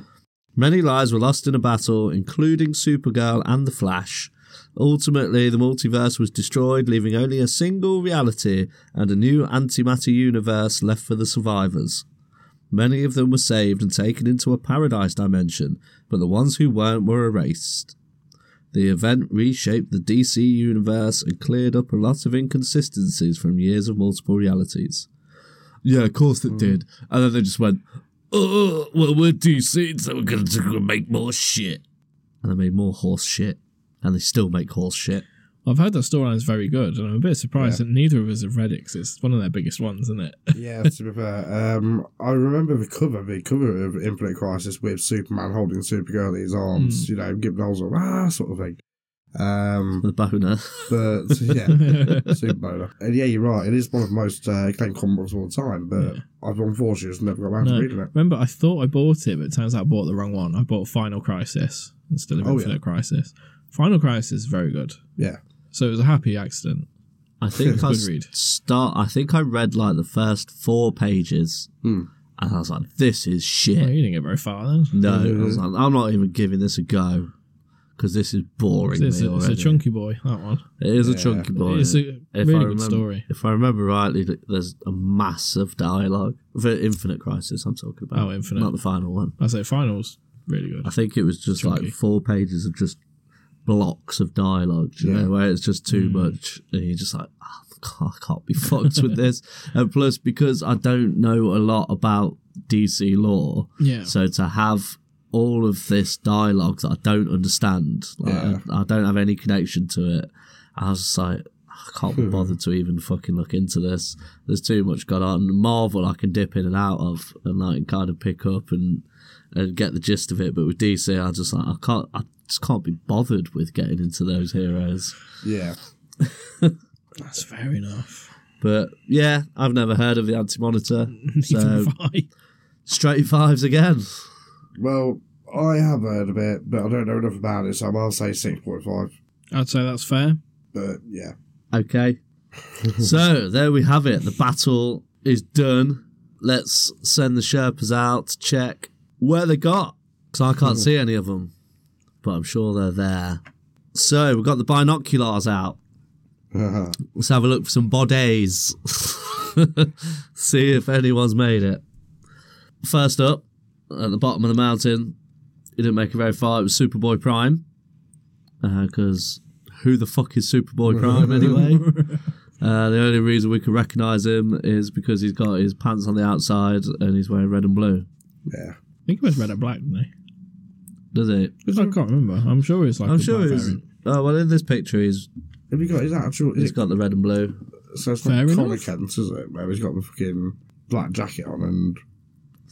Speaker 1: Many lives were lost in a battle, including Supergirl and the Flash. Ultimately, the multiverse was destroyed, leaving only a single reality and a new antimatter universe left for the survivors. Many of them were saved and taken into a paradise dimension, but the ones who weren't were erased. The event reshaped the DC universe and cleared up a lot of inconsistencies from years of multiple realities. Hmm. Yeah, of course it did. And then they just went, oh, well, we're DC, so we're going to make more shit. And they made more horse shit. And they still make horse shit.
Speaker 2: I've heard that storyline is very good, and I'm a bit surprised that neither of us have read it 'cause it's one of their biggest ones, isn't it?
Speaker 3: yeah, to be fair, um, I remember the cover, the cover of Infinite Crisis with Superman holding Supergirl in his arms, you know, giving holes of ah sort of thing. Um,
Speaker 1: The boner.
Speaker 3: but yeah, Superman. And yeah, you're right. It is one of the most uh, acclaimed comic books of all time, but I've unfortunately just never got around
Speaker 2: No.
Speaker 3: to reading it.
Speaker 2: Remember, I thought I bought it, but it turns out I bought the wrong one. I bought Final Crisis instead of
Speaker 3: Oh,
Speaker 2: Infinite Crisis. Final Crisis is very good.
Speaker 3: Yeah.
Speaker 2: So it was a happy accident.
Speaker 1: I think I
Speaker 2: Good
Speaker 1: s-
Speaker 2: read.
Speaker 1: start. I think I read like the first four pages,
Speaker 3: Hmm.
Speaker 1: and I was like, "This is
Speaker 2: Well,
Speaker 1: shit."
Speaker 2: you didn't get very far then.
Speaker 1: No, I
Speaker 3: Mhm.
Speaker 1: was like, "I'm not even giving this a go because this is boring."
Speaker 2: It's,
Speaker 1: me
Speaker 2: a, it's a
Speaker 1: already."
Speaker 2: chunky boy, that one.
Speaker 1: It is a
Speaker 3: Yeah.
Speaker 1: chunky boy.
Speaker 2: it's a
Speaker 1: I
Speaker 2: really good
Speaker 1: remember-
Speaker 2: story.
Speaker 1: If I remember rightly, th- there's a mass of dialogue for Infinite Crisis. I'm talking about.
Speaker 2: Oh, Infinite.
Speaker 1: not the final one.
Speaker 2: I say finals really good.
Speaker 1: I think it was just
Speaker 2: Chunky.
Speaker 1: like four pages of just blocks of dialogue, do you
Speaker 3: Yeah.
Speaker 1: know, where it's just too
Speaker 2: Mm.
Speaker 1: much. And you're just like, oh, I can't be fucked with this. And plus, because I don't know a lot about DC law,
Speaker 2: Yeah.
Speaker 1: so to have all of this dialogue that I don't understand, like,
Speaker 3: Yeah.
Speaker 1: I, I don't have any connection to it, I was just like, I can't be bothered to even fucking look into this. There's too much going on. Marvel, I can dip in and out of and like kind of pick up and and get the gist of it. But with DC, I just like I can't, I just can't be bothered with getting into those heroes.
Speaker 3: Yeah.
Speaker 2: That's fair enough.
Speaker 1: But yeah, I've never heard of the Anti Monitor. So
Speaker 2: Fine.
Speaker 1: straight fives again.
Speaker 3: Well, I have heard of it, but I don't know enough about it, so I'll say 6.5.
Speaker 2: I'd say that's fair.
Speaker 3: But yeah.
Speaker 1: Okay. so there we have it. The battle is done. Let's send the Sherpas out to check where they got. Because I can't see any of them. But I'm sure they're there. So we've got the binoculars out. Let's have a look for some bodies. see if anyone's made it. First up, at the bottom of the mountain, it didn't make it very far. It was Superboy Prime. Because who the fuck is Superboy Prime anyway? Uh, the only reason we could recognise him is because he's got his pants on the outside and he's wearing red and blue.
Speaker 3: yeah.
Speaker 2: I think it was red and black, didn't he?
Speaker 1: Does it?
Speaker 2: I can't remember. I'm sure it's like
Speaker 1: I'm
Speaker 2: a
Speaker 1: sure
Speaker 2: black
Speaker 1: he's.
Speaker 2: variant.
Speaker 1: Oh well, in this picture, he's
Speaker 3: Have you got his actual. Is
Speaker 1: he's
Speaker 3: it,
Speaker 1: got the red and blue.
Speaker 3: so it's
Speaker 2: Fair
Speaker 3: not
Speaker 2: enough.
Speaker 3: Connor Kent, is it? Where he's got the fucking black jacket on and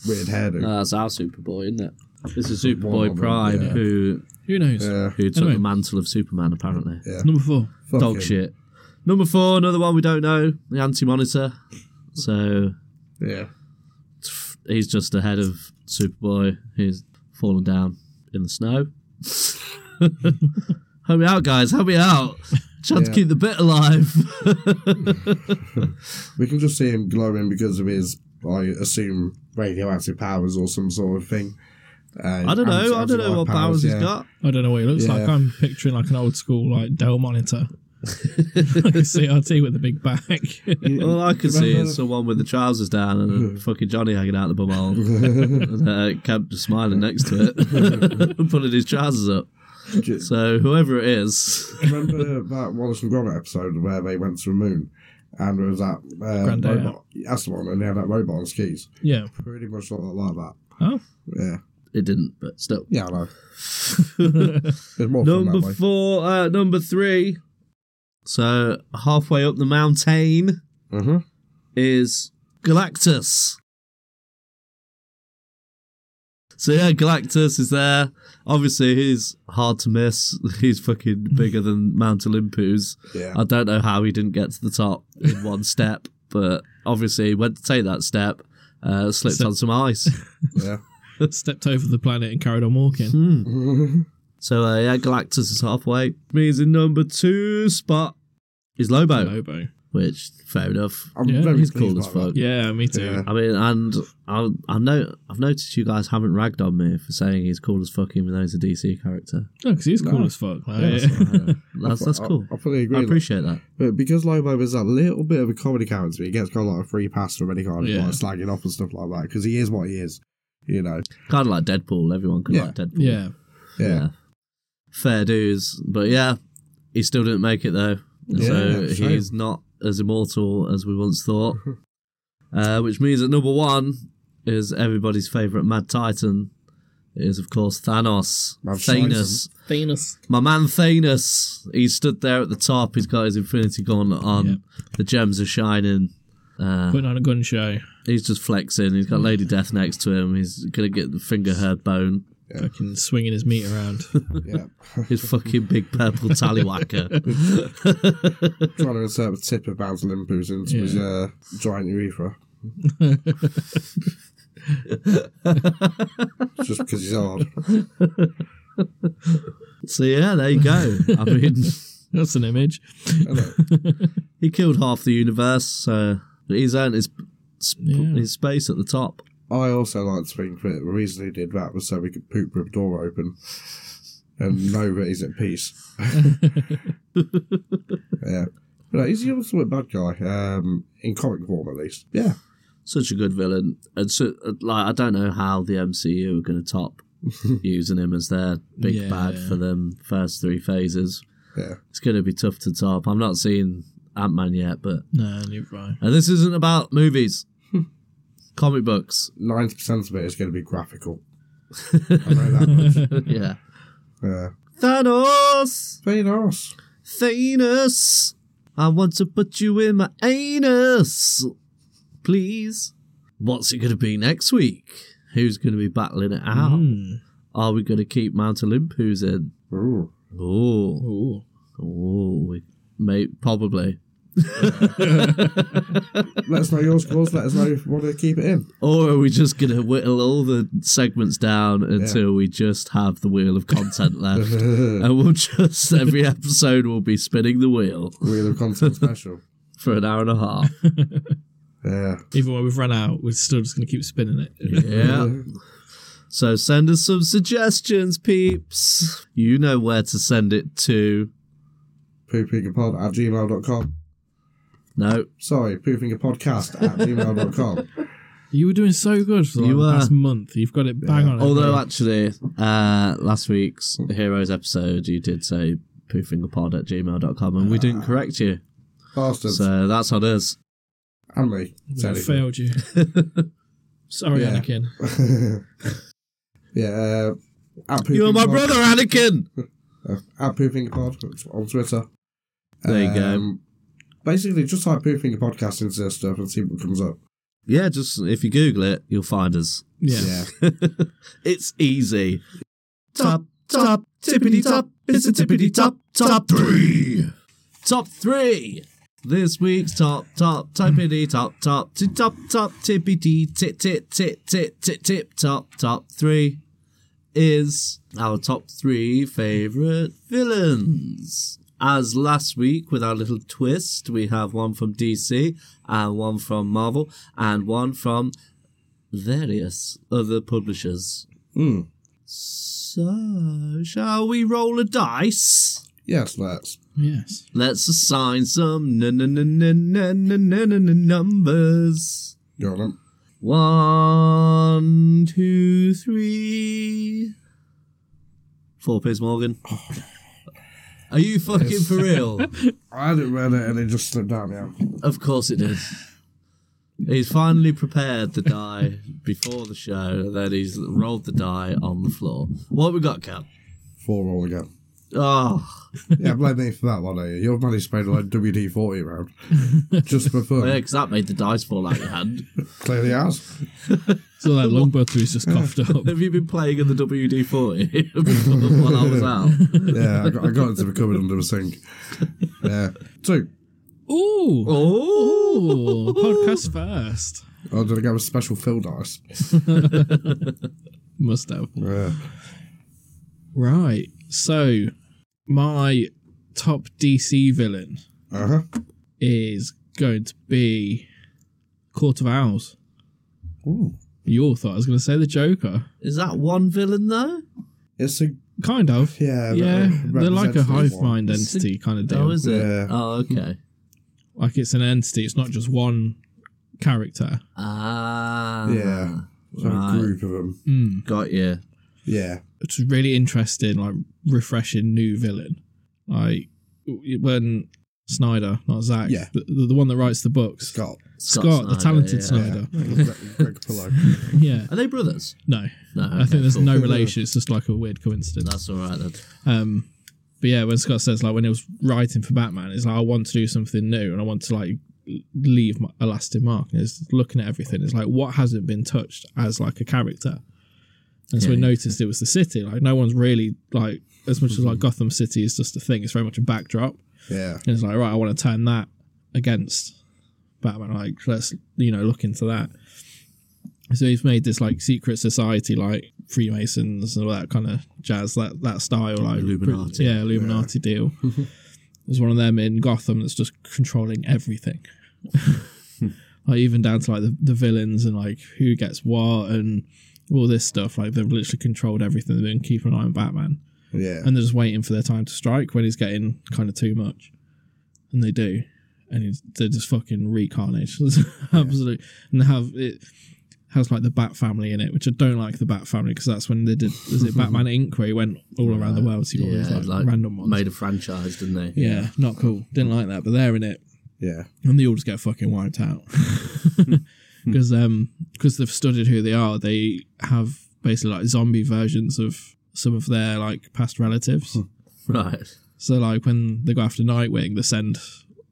Speaker 3: weird hairdo.
Speaker 1: No, Ah, that's our Superboy, isn't it? This is
Speaker 3: One of
Speaker 1: Superboy
Speaker 3: them,
Speaker 1: Prime
Speaker 3: yeah.
Speaker 1: who
Speaker 2: Who knows?
Speaker 3: yeah.
Speaker 1: who took
Speaker 2: Anyway.
Speaker 1: the mantle of Superman apparently.
Speaker 3: Yeah.
Speaker 2: Number four.
Speaker 3: Fuck
Speaker 1: Dog
Speaker 3: him.
Speaker 1: shit. Number four, another one we don't know, the Anti Monitor. So
Speaker 3: Yeah.
Speaker 1: he's just ahead of Superboy. He's fallen down in the snow. help me out, guys. Help me out. Trying to
Speaker 3: Yeah.
Speaker 1: keep the bit alive.
Speaker 3: We can just see him glowing because of his, I assume, radioactive powers or some sort of thing. Uh,
Speaker 1: I don't know.
Speaker 3: anti-
Speaker 1: I don't know what powers
Speaker 3: yeah.
Speaker 1: he's got.
Speaker 2: I don't know what it looks
Speaker 3: Yeah.
Speaker 2: like. I'm picturing like an old school like Dell monitor, like a CRT with a big back.
Speaker 1: All I can see
Speaker 3: remember-
Speaker 1: is someone with the trousers down and a fucking Johnny hanging out the bumhole. and uh, Camp just smiling next to it, pulling his trousers up.
Speaker 3: Do you
Speaker 1: So whoever it is,
Speaker 3: remember that Wallace and Gromit episode where they went to the moon and there was that
Speaker 2: Grande,
Speaker 3: uh, robot, astronaut, and they had that robot on skis?
Speaker 2: yeah.
Speaker 3: Pretty much like, like that.
Speaker 2: Oh,
Speaker 3: Yeah.
Speaker 1: it didn't, but still.
Speaker 3: Yeah, I know. It's more fun
Speaker 1: number
Speaker 3: that way.
Speaker 1: four, uh, number three. So halfway up the mountain
Speaker 3: Mm-hmm.
Speaker 1: is Galactus. So yeah, Galactus is there. Obviously, he's hard to miss. He's fucking bigger than Mount Olympus.
Speaker 3: Yeah.
Speaker 1: I don't know how he didn't get to the top in one step, but obviously he went to take that step, uh, slipped
Speaker 2: So-
Speaker 1: on some ice.
Speaker 3: yeah.
Speaker 2: stepped over the planet and carried on walking.
Speaker 1: Hmm.
Speaker 3: Mhm.
Speaker 1: So uh, yeah, Galactus is halfway. Means in number two spot is Lobo,
Speaker 2: Lobo.
Speaker 1: which fair enough.
Speaker 3: I'm
Speaker 2: Yeah,
Speaker 3: very
Speaker 1: he's
Speaker 3: pleased
Speaker 1: cool as
Speaker 3: by
Speaker 1: fuck.
Speaker 3: that.
Speaker 2: Yeah, me too.
Speaker 3: Yeah.
Speaker 1: I mean, and I, I know I've noticed you guys haven't ragged on me for saying he's cool as fuck, even though he's a DC character.
Speaker 2: No, because he's cool
Speaker 3: No.
Speaker 2: as fuck. Like,
Speaker 3: Yeah, that's
Speaker 2: yeah.
Speaker 1: That's that's
Speaker 3: I-
Speaker 1: cool.
Speaker 3: I, fully agree.
Speaker 1: I
Speaker 3: with that.
Speaker 1: appreciate that.
Speaker 3: But because Lobo is a little bit of a comedy character, he gets kind of like a free pass from any kind of
Speaker 2: Yeah.
Speaker 3: like slagging off and stuff like that because he is what he is, you know.
Speaker 1: Kind of like Deadpool. Everyone could
Speaker 3: Yeah.
Speaker 1: like Deadpool.
Speaker 2: yeah.
Speaker 3: Yeah,
Speaker 1: Fair dues. But yeah, he still didn't make it though.
Speaker 3: Yeah,
Speaker 1: so
Speaker 3: shame.
Speaker 1: he's not as immortal as we once thought. uh, which means that number one is everybody's favourite Mad Titan. Is of course Thanos.
Speaker 3: Mad
Speaker 1: Thanos.
Speaker 2: Thanos.
Speaker 1: My man Thanos. He stood there at the top. He's got his Infinity Gauntlet on.
Speaker 2: Yeah.
Speaker 1: The gems are shining. Uh,
Speaker 2: Putting on a gun show.
Speaker 1: he's just flexing. He's
Speaker 3: Mm.
Speaker 1: got Lady Death next to him. He's gonna get the finger hurt bone.
Speaker 2: Fucking swinging his meat around.
Speaker 3: yeah.
Speaker 1: His fucking big purple tallywhacker.
Speaker 3: Trying to insert the tip of Bowser Limpus into his uh, giant urethra. Just because he's hard.
Speaker 1: So yeah, there you go. I mean,
Speaker 2: That's an image.
Speaker 1: he killed half the universe, so he's earned his sp-
Speaker 2: Yeah.
Speaker 1: his space at the top.
Speaker 3: I also like to think that the reason he did that was so we could poop with the door open and know that he's at peace. yeah. But no, he's the ultimate bad guy, um, in comic form at least. Yeah.
Speaker 1: Such a good villain, and so uh, like I don't know how the MCU are going to top using him as their big
Speaker 2: Yeah.
Speaker 1: bad for them first three phases.
Speaker 3: Yeah.
Speaker 1: It's going to be tough to top. I'm not seeing Ant Man yet, but
Speaker 2: No, you're right.
Speaker 1: and this isn't about movies, comic books.
Speaker 3: 90% of it is going to be graphical. I know that much.
Speaker 1: yeah,
Speaker 3: Yeah.
Speaker 1: Thanos.
Speaker 3: Thanos.
Speaker 1: Thanos, I want to put you in my anus. Please. What's it going to be next week? Who's going to be battling it
Speaker 3: Oh.
Speaker 1: out?
Speaker 2: Mm.
Speaker 1: Are we going to keep Mount Olympus in?
Speaker 3: Ooh.
Speaker 1: Oh,
Speaker 2: Ooh.
Speaker 1: oh, we may probably.
Speaker 3: Let us know your scores. Let us know if you want to keep it in.
Speaker 1: Or are we just going to whittle all the segments down until we just have the wheel of content left? and we'll just, every episode, we'll be spinning the wheel
Speaker 3: Wheel of Content Special.
Speaker 1: for an hour and a half.
Speaker 3: Yeah.
Speaker 2: Even when we've run out, we're still just going to keep spinning it.
Speaker 1: Yeah. So send us some suggestions, peeps. You know where to send it to.
Speaker 3: Poopingapod at gmail.com.
Speaker 1: No,
Speaker 3: Sorry, poopingapodcast at gmail.com.
Speaker 2: You were doing so good for like,
Speaker 1: You
Speaker 2: the
Speaker 1: were.
Speaker 2: past month. You've got it bang on.
Speaker 1: although actually, uh, last week's Heroes episode, you did say poofingerpod at gmail.com and we didn't correct you.
Speaker 3: Bastards.
Speaker 1: So that's on us.
Speaker 3: And me.
Speaker 2: I
Speaker 3: Technically.
Speaker 2: failed you. Sorry,
Speaker 3: Yeah.
Speaker 2: Anakin.
Speaker 3: yeah. Uh, at
Speaker 1: You are my
Speaker 3: Pooping Pod-
Speaker 1: brother, Anakin!
Speaker 3: Uh, at poopingapod on Twitter.
Speaker 1: There you go.
Speaker 3: Um, Basically, just type Pooping Podcast into this stuff and see what comes up.
Speaker 1: Yeah, just if you Google it, you'll find us.
Speaker 2: Yeah.
Speaker 1: it's easy. Top, top, tippity top. It's a tippity top, top three. Top three. This week's top, top, tippity top, top, ti- top, top, tippity tit, tit, tit, tit, tit, tip, top, top three is our top three favorite villains. As last week, with our little twist, we have one from DC and one from Marvel and one from various other publishers.
Speaker 3: Mm.
Speaker 1: So, shall we roll a dice?
Speaker 3: Yes, let's.
Speaker 2: Yes.
Speaker 1: Let's assign some n- n- n- n- n- n- n- n- numbers.
Speaker 3: Got them.
Speaker 1: One, two, three. Four, Piers Morgan. Are you fucking for real?
Speaker 3: I hadn't read it and it just slipped out now.
Speaker 1: Of course it did. He's finally prepared the die before the show, and then he's rolled the die on the floor. What have we got, Cap?
Speaker 3: Four roll again.
Speaker 1: Oh,
Speaker 3: Yeah, blame me for that one, eh? You've managed to play like WD 40 round. Just for fun.
Speaker 1: Oh, yeah, because that made the dice fall out of your hand.
Speaker 3: Clearly has.
Speaker 2: So that longbow is just coughed up.
Speaker 1: have you been playing in the WD 40 while I was out?
Speaker 3: Yeah, I got, I got into the cupboard under the sink. Yeah. Two.
Speaker 2: Ooh.
Speaker 1: Oh,
Speaker 2: Ooh. Podcast first.
Speaker 3: Oh, did I go with special fill dice?
Speaker 2: Must have.
Speaker 3: Yeah.
Speaker 2: Right. So my top DC villain
Speaker 3: Uh huh.
Speaker 2: is going to be Court of Owls.
Speaker 3: Ooh.
Speaker 2: You all thought I was going to say the Joker.
Speaker 1: is that one villain though?
Speaker 3: It's a.
Speaker 2: Kind of.
Speaker 3: Yeah.
Speaker 2: Yeah, they're like a
Speaker 3: representative
Speaker 2: hive
Speaker 3: one.
Speaker 2: mind entity kind of deal.
Speaker 1: Oh, is it?
Speaker 3: Yeah.
Speaker 1: Oh, okay.
Speaker 2: like it's an entity. It's not just one character.
Speaker 1: Ah,
Speaker 3: Yeah. It's like
Speaker 1: Right.
Speaker 3: a group of them.
Speaker 2: Mm.
Speaker 1: got you.
Speaker 3: Yeah.
Speaker 2: It's a really interesting, like refreshing new villain. Like when Snyder, not Zach,
Speaker 3: Yeah.
Speaker 2: the, the, the one that writes the books,
Speaker 3: Scott.
Speaker 2: Scott,
Speaker 1: Snyder,
Speaker 2: the
Speaker 1: yeah.
Speaker 2: talented Snyder.
Speaker 3: Yeah. Greg Pillow.
Speaker 2: Yeah,
Speaker 1: Are they brothers?
Speaker 2: no,
Speaker 1: No,
Speaker 2: I think there's
Speaker 1: cool.
Speaker 2: no relation. It's just like a weird coincidence.
Speaker 1: That's all right then.
Speaker 2: Um, but yeah, when Scott says like when he was writing for Batman, it's like I want to do something new and I want to like leave my, a lasting mark. And it's looking at everything. It's like what hasn't been touched as like a character. And so we
Speaker 1: Yeah.
Speaker 2: noticed it was the city. Like no one's really like as much as
Speaker 1: Mm-hmm.
Speaker 2: like Gotham City is just a thing. It's very much a backdrop.
Speaker 3: Yeah.
Speaker 2: And it's like right, I want to turn that against Batman. Like let's you know look into that. So he's made this like secret society, like Freemasons and all that kind of jazz, that that style, like
Speaker 1: Illuminati.
Speaker 2: yeah, Illuminati deal. There's one of them in Gotham that's just controlling everything, like even down to like the, the villains and like who gets what and all this stuff. Like they've literally controlled everything. They've been keeping an eye on Batman
Speaker 3: Yeah.
Speaker 2: and they're just waiting for their time to strike when he's getting kind of too much, and they do, and he's, they're just fucking reincarnation, It's absolute, and they have it has like the Bat Family in it, which I don't like the Bat Family because that's when they did was it Batman Inc. where he went all around the world, so you got all
Speaker 1: Yeah,
Speaker 2: these like,
Speaker 1: like,
Speaker 2: random ones.
Speaker 1: Made a franchise, didn't they?
Speaker 2: yeah, not cool. Didn't like that, but they're in it,
Speaker 3: Yeah.
Speaker 2: and they all just get fucking wiped out because um because they've studied who they are. They have basically like zombie versions of some of their like past
Speaker 1: Hmm.
Speaker 2: relatives.
Speaker 1: Right.
Speaker 2: So like when they go after Nightwing, they send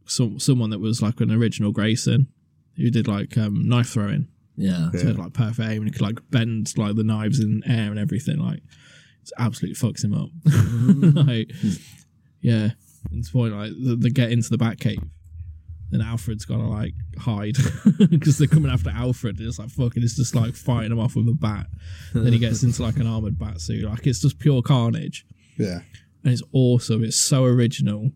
Speaker 2: some someone that was like an original Grayson who did like um, knife throwing.
Speaker 1: Yeah.
Speaker 2: So he had like perfect aim and he could like bend like the knives in air and everything. Like it absolutely fucks him up. like yeah, it's point like they, they get into the Batcave. And Alfred's gotta like hide because they're coming after Alfred. It's like fucking, it's just like fighting him off with a bat. Then he gets into like an armored bat suit. Like it's just pure carnage
Speaker 3: Yeah.
Speaker 2: and it's awesome. It's so original,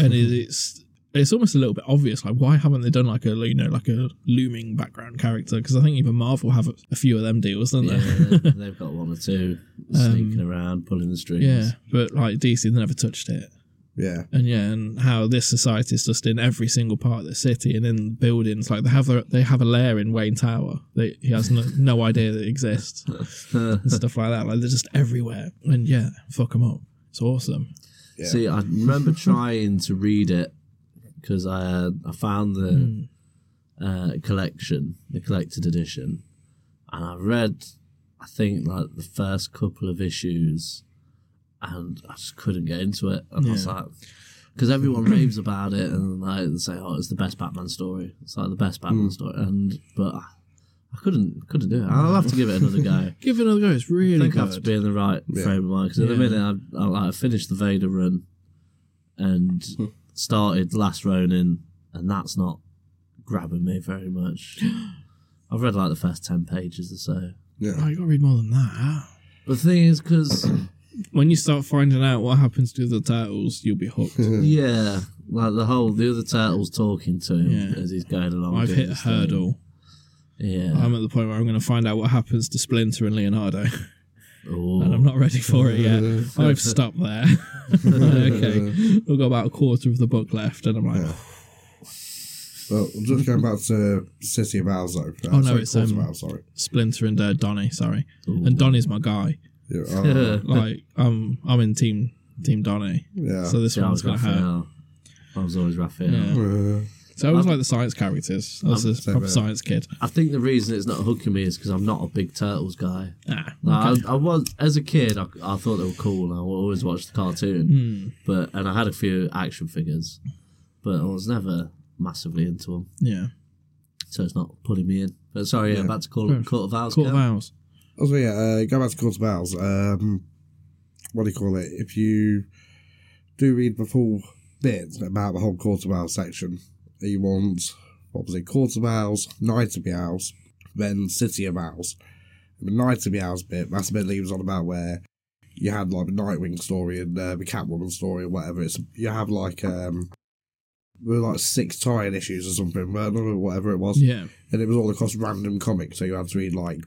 Speaker 2: and it, it's it's almost a little bit obvious. Like, why haven't they done like a you know like a looming background character? Because I think even Marvel have a, a few of them deals, don't
Speaker 1: Yeah,
Speaker 2: they?
Speaker 1: they- they've got one or two sneaking around, pulling the strings.
Speaker 2: Um, Yeah, but like DC, they never touched it.
Speaker 3: Yeah.
Speaker 2: And yeah, and how this society is just in every single part of the city and in buildings. Like they have their, they have a lair in Wayne Tower. They, he has no, no idea that it exists and stuff like that. Like they're just everywhere. And yeah, fuck them up. It's awesome.
Speaker 3: Yeah.
Speaker 1: See, I remember trying to read it because I uh, I found the uh, collection, the collected edition, and I read, I think like the first couple of issues, and I just couldn't get into it. And I was
Speaker 2: Yeah.
Speaker 1: like, because everyone raves about it and like they say, oh, it's the best Batman story. It's like the best Batman story, and but I, I couldn't couldn't do it. I'll have to give it another go.
Speaker 2: Give it another go. It's really
Speaker 1: I think
Speaker 2: good.
Speaker 1: I have to be in the right frame of mind because at the
Speaker 2: Yeah.
Speaker 1: minute I, I, like, I finished the Vader run and started Last Ronin, and that's not grabbing me very much. I've read like the first 10 pages or so.
Speaker 3: Yeah.
Speaker 2: Oh, you gotta read more than that.
Speaker 1: But the thing is, because
Speaker 2: when you start finding out what happens to the turtles, you'll be hooked.
Speaker 1: Yeah, like the whole the other turtle's talking to him
Speaker 2: Yeah.
Speaker 1: as he's going along.
Speaker 2: I've
Speaker 1: doing
Speaker 2: hit a
Speaker 1: his thing.
Speaker 2: hurdle.
Speaker 1: Oh, Yeah,
Speaker 2: I'm at the point where I'm going to find out what happens to Splinter and Leonardo,
Speaker 1: Ooh.
Speaker 2: and I'm not ready for it yet. I've stopped there. okay, we've got about a quarter of the book left, and I'm like,
Speaker 3: Well, just going back to City of Alzo.
Speaker 2: Oh, no, it's,
Speaker 3: Court
Speaker 2: um,
Speaker 3: of Alzo, sorry.
Speaker 2: Splinter and uh, Donnie, sorry, and Donnie's my guy.
Speaker 3: Yeah, oh,
Speaker 2: Like, I'm I'm in team team Donnie,
Speaker 3: yeah.
Speaker 2: so this
Speaker 1: Yeah, I was
Speaker 2: one's going to hurt.
Speaker 1: Raphael. I was always Raphael.
Speaker 2: Yeah.
Speaker 3: Uh,
Speaker 2: So I was like the science characters. I was a proper
Speaker 3: bad.
Speaker 2: science kid.
Speaker 1: I think the reason it's not hooking me is because I'm not a big turtles guy.
Speaker 2: Ah,
Speaker 1: Like, I, I was as a kid. I, I thought they were cool. and I always watched the
Speaker 2: Hmm,
Speaker 1: cartoon, but and I had a few action figures, but I was never massively into them.
Speaker 2: yeah.
Speaker 1: So it's not putting me in. But sorry, yeah, back to Court,
Speaker 2: Fair.
Speaker 1: court of Owls.
Speaker 2: Hmm. Court of
Speaker 1: Gav.
Speaker 2: Owls.
Speaker 3: Also, yeah, uh, go back to Court of Owls. Um, what do you call it? If you do read the full bit about the whole Court of Owls section, you want, what was it, Court of Owls, Night of the Owls, then City of Owls. The Night of the Owls bit, that's the bit that he was on about where you had like the Nightwing story and uh, the Catwoman story or whatever. It's You have like, um, there were like six tie-in issues or something, weren't there, or whatever it was.
Speaker 2: Yeah.
Speaker 3: And it was all across random comics, so you had to read like,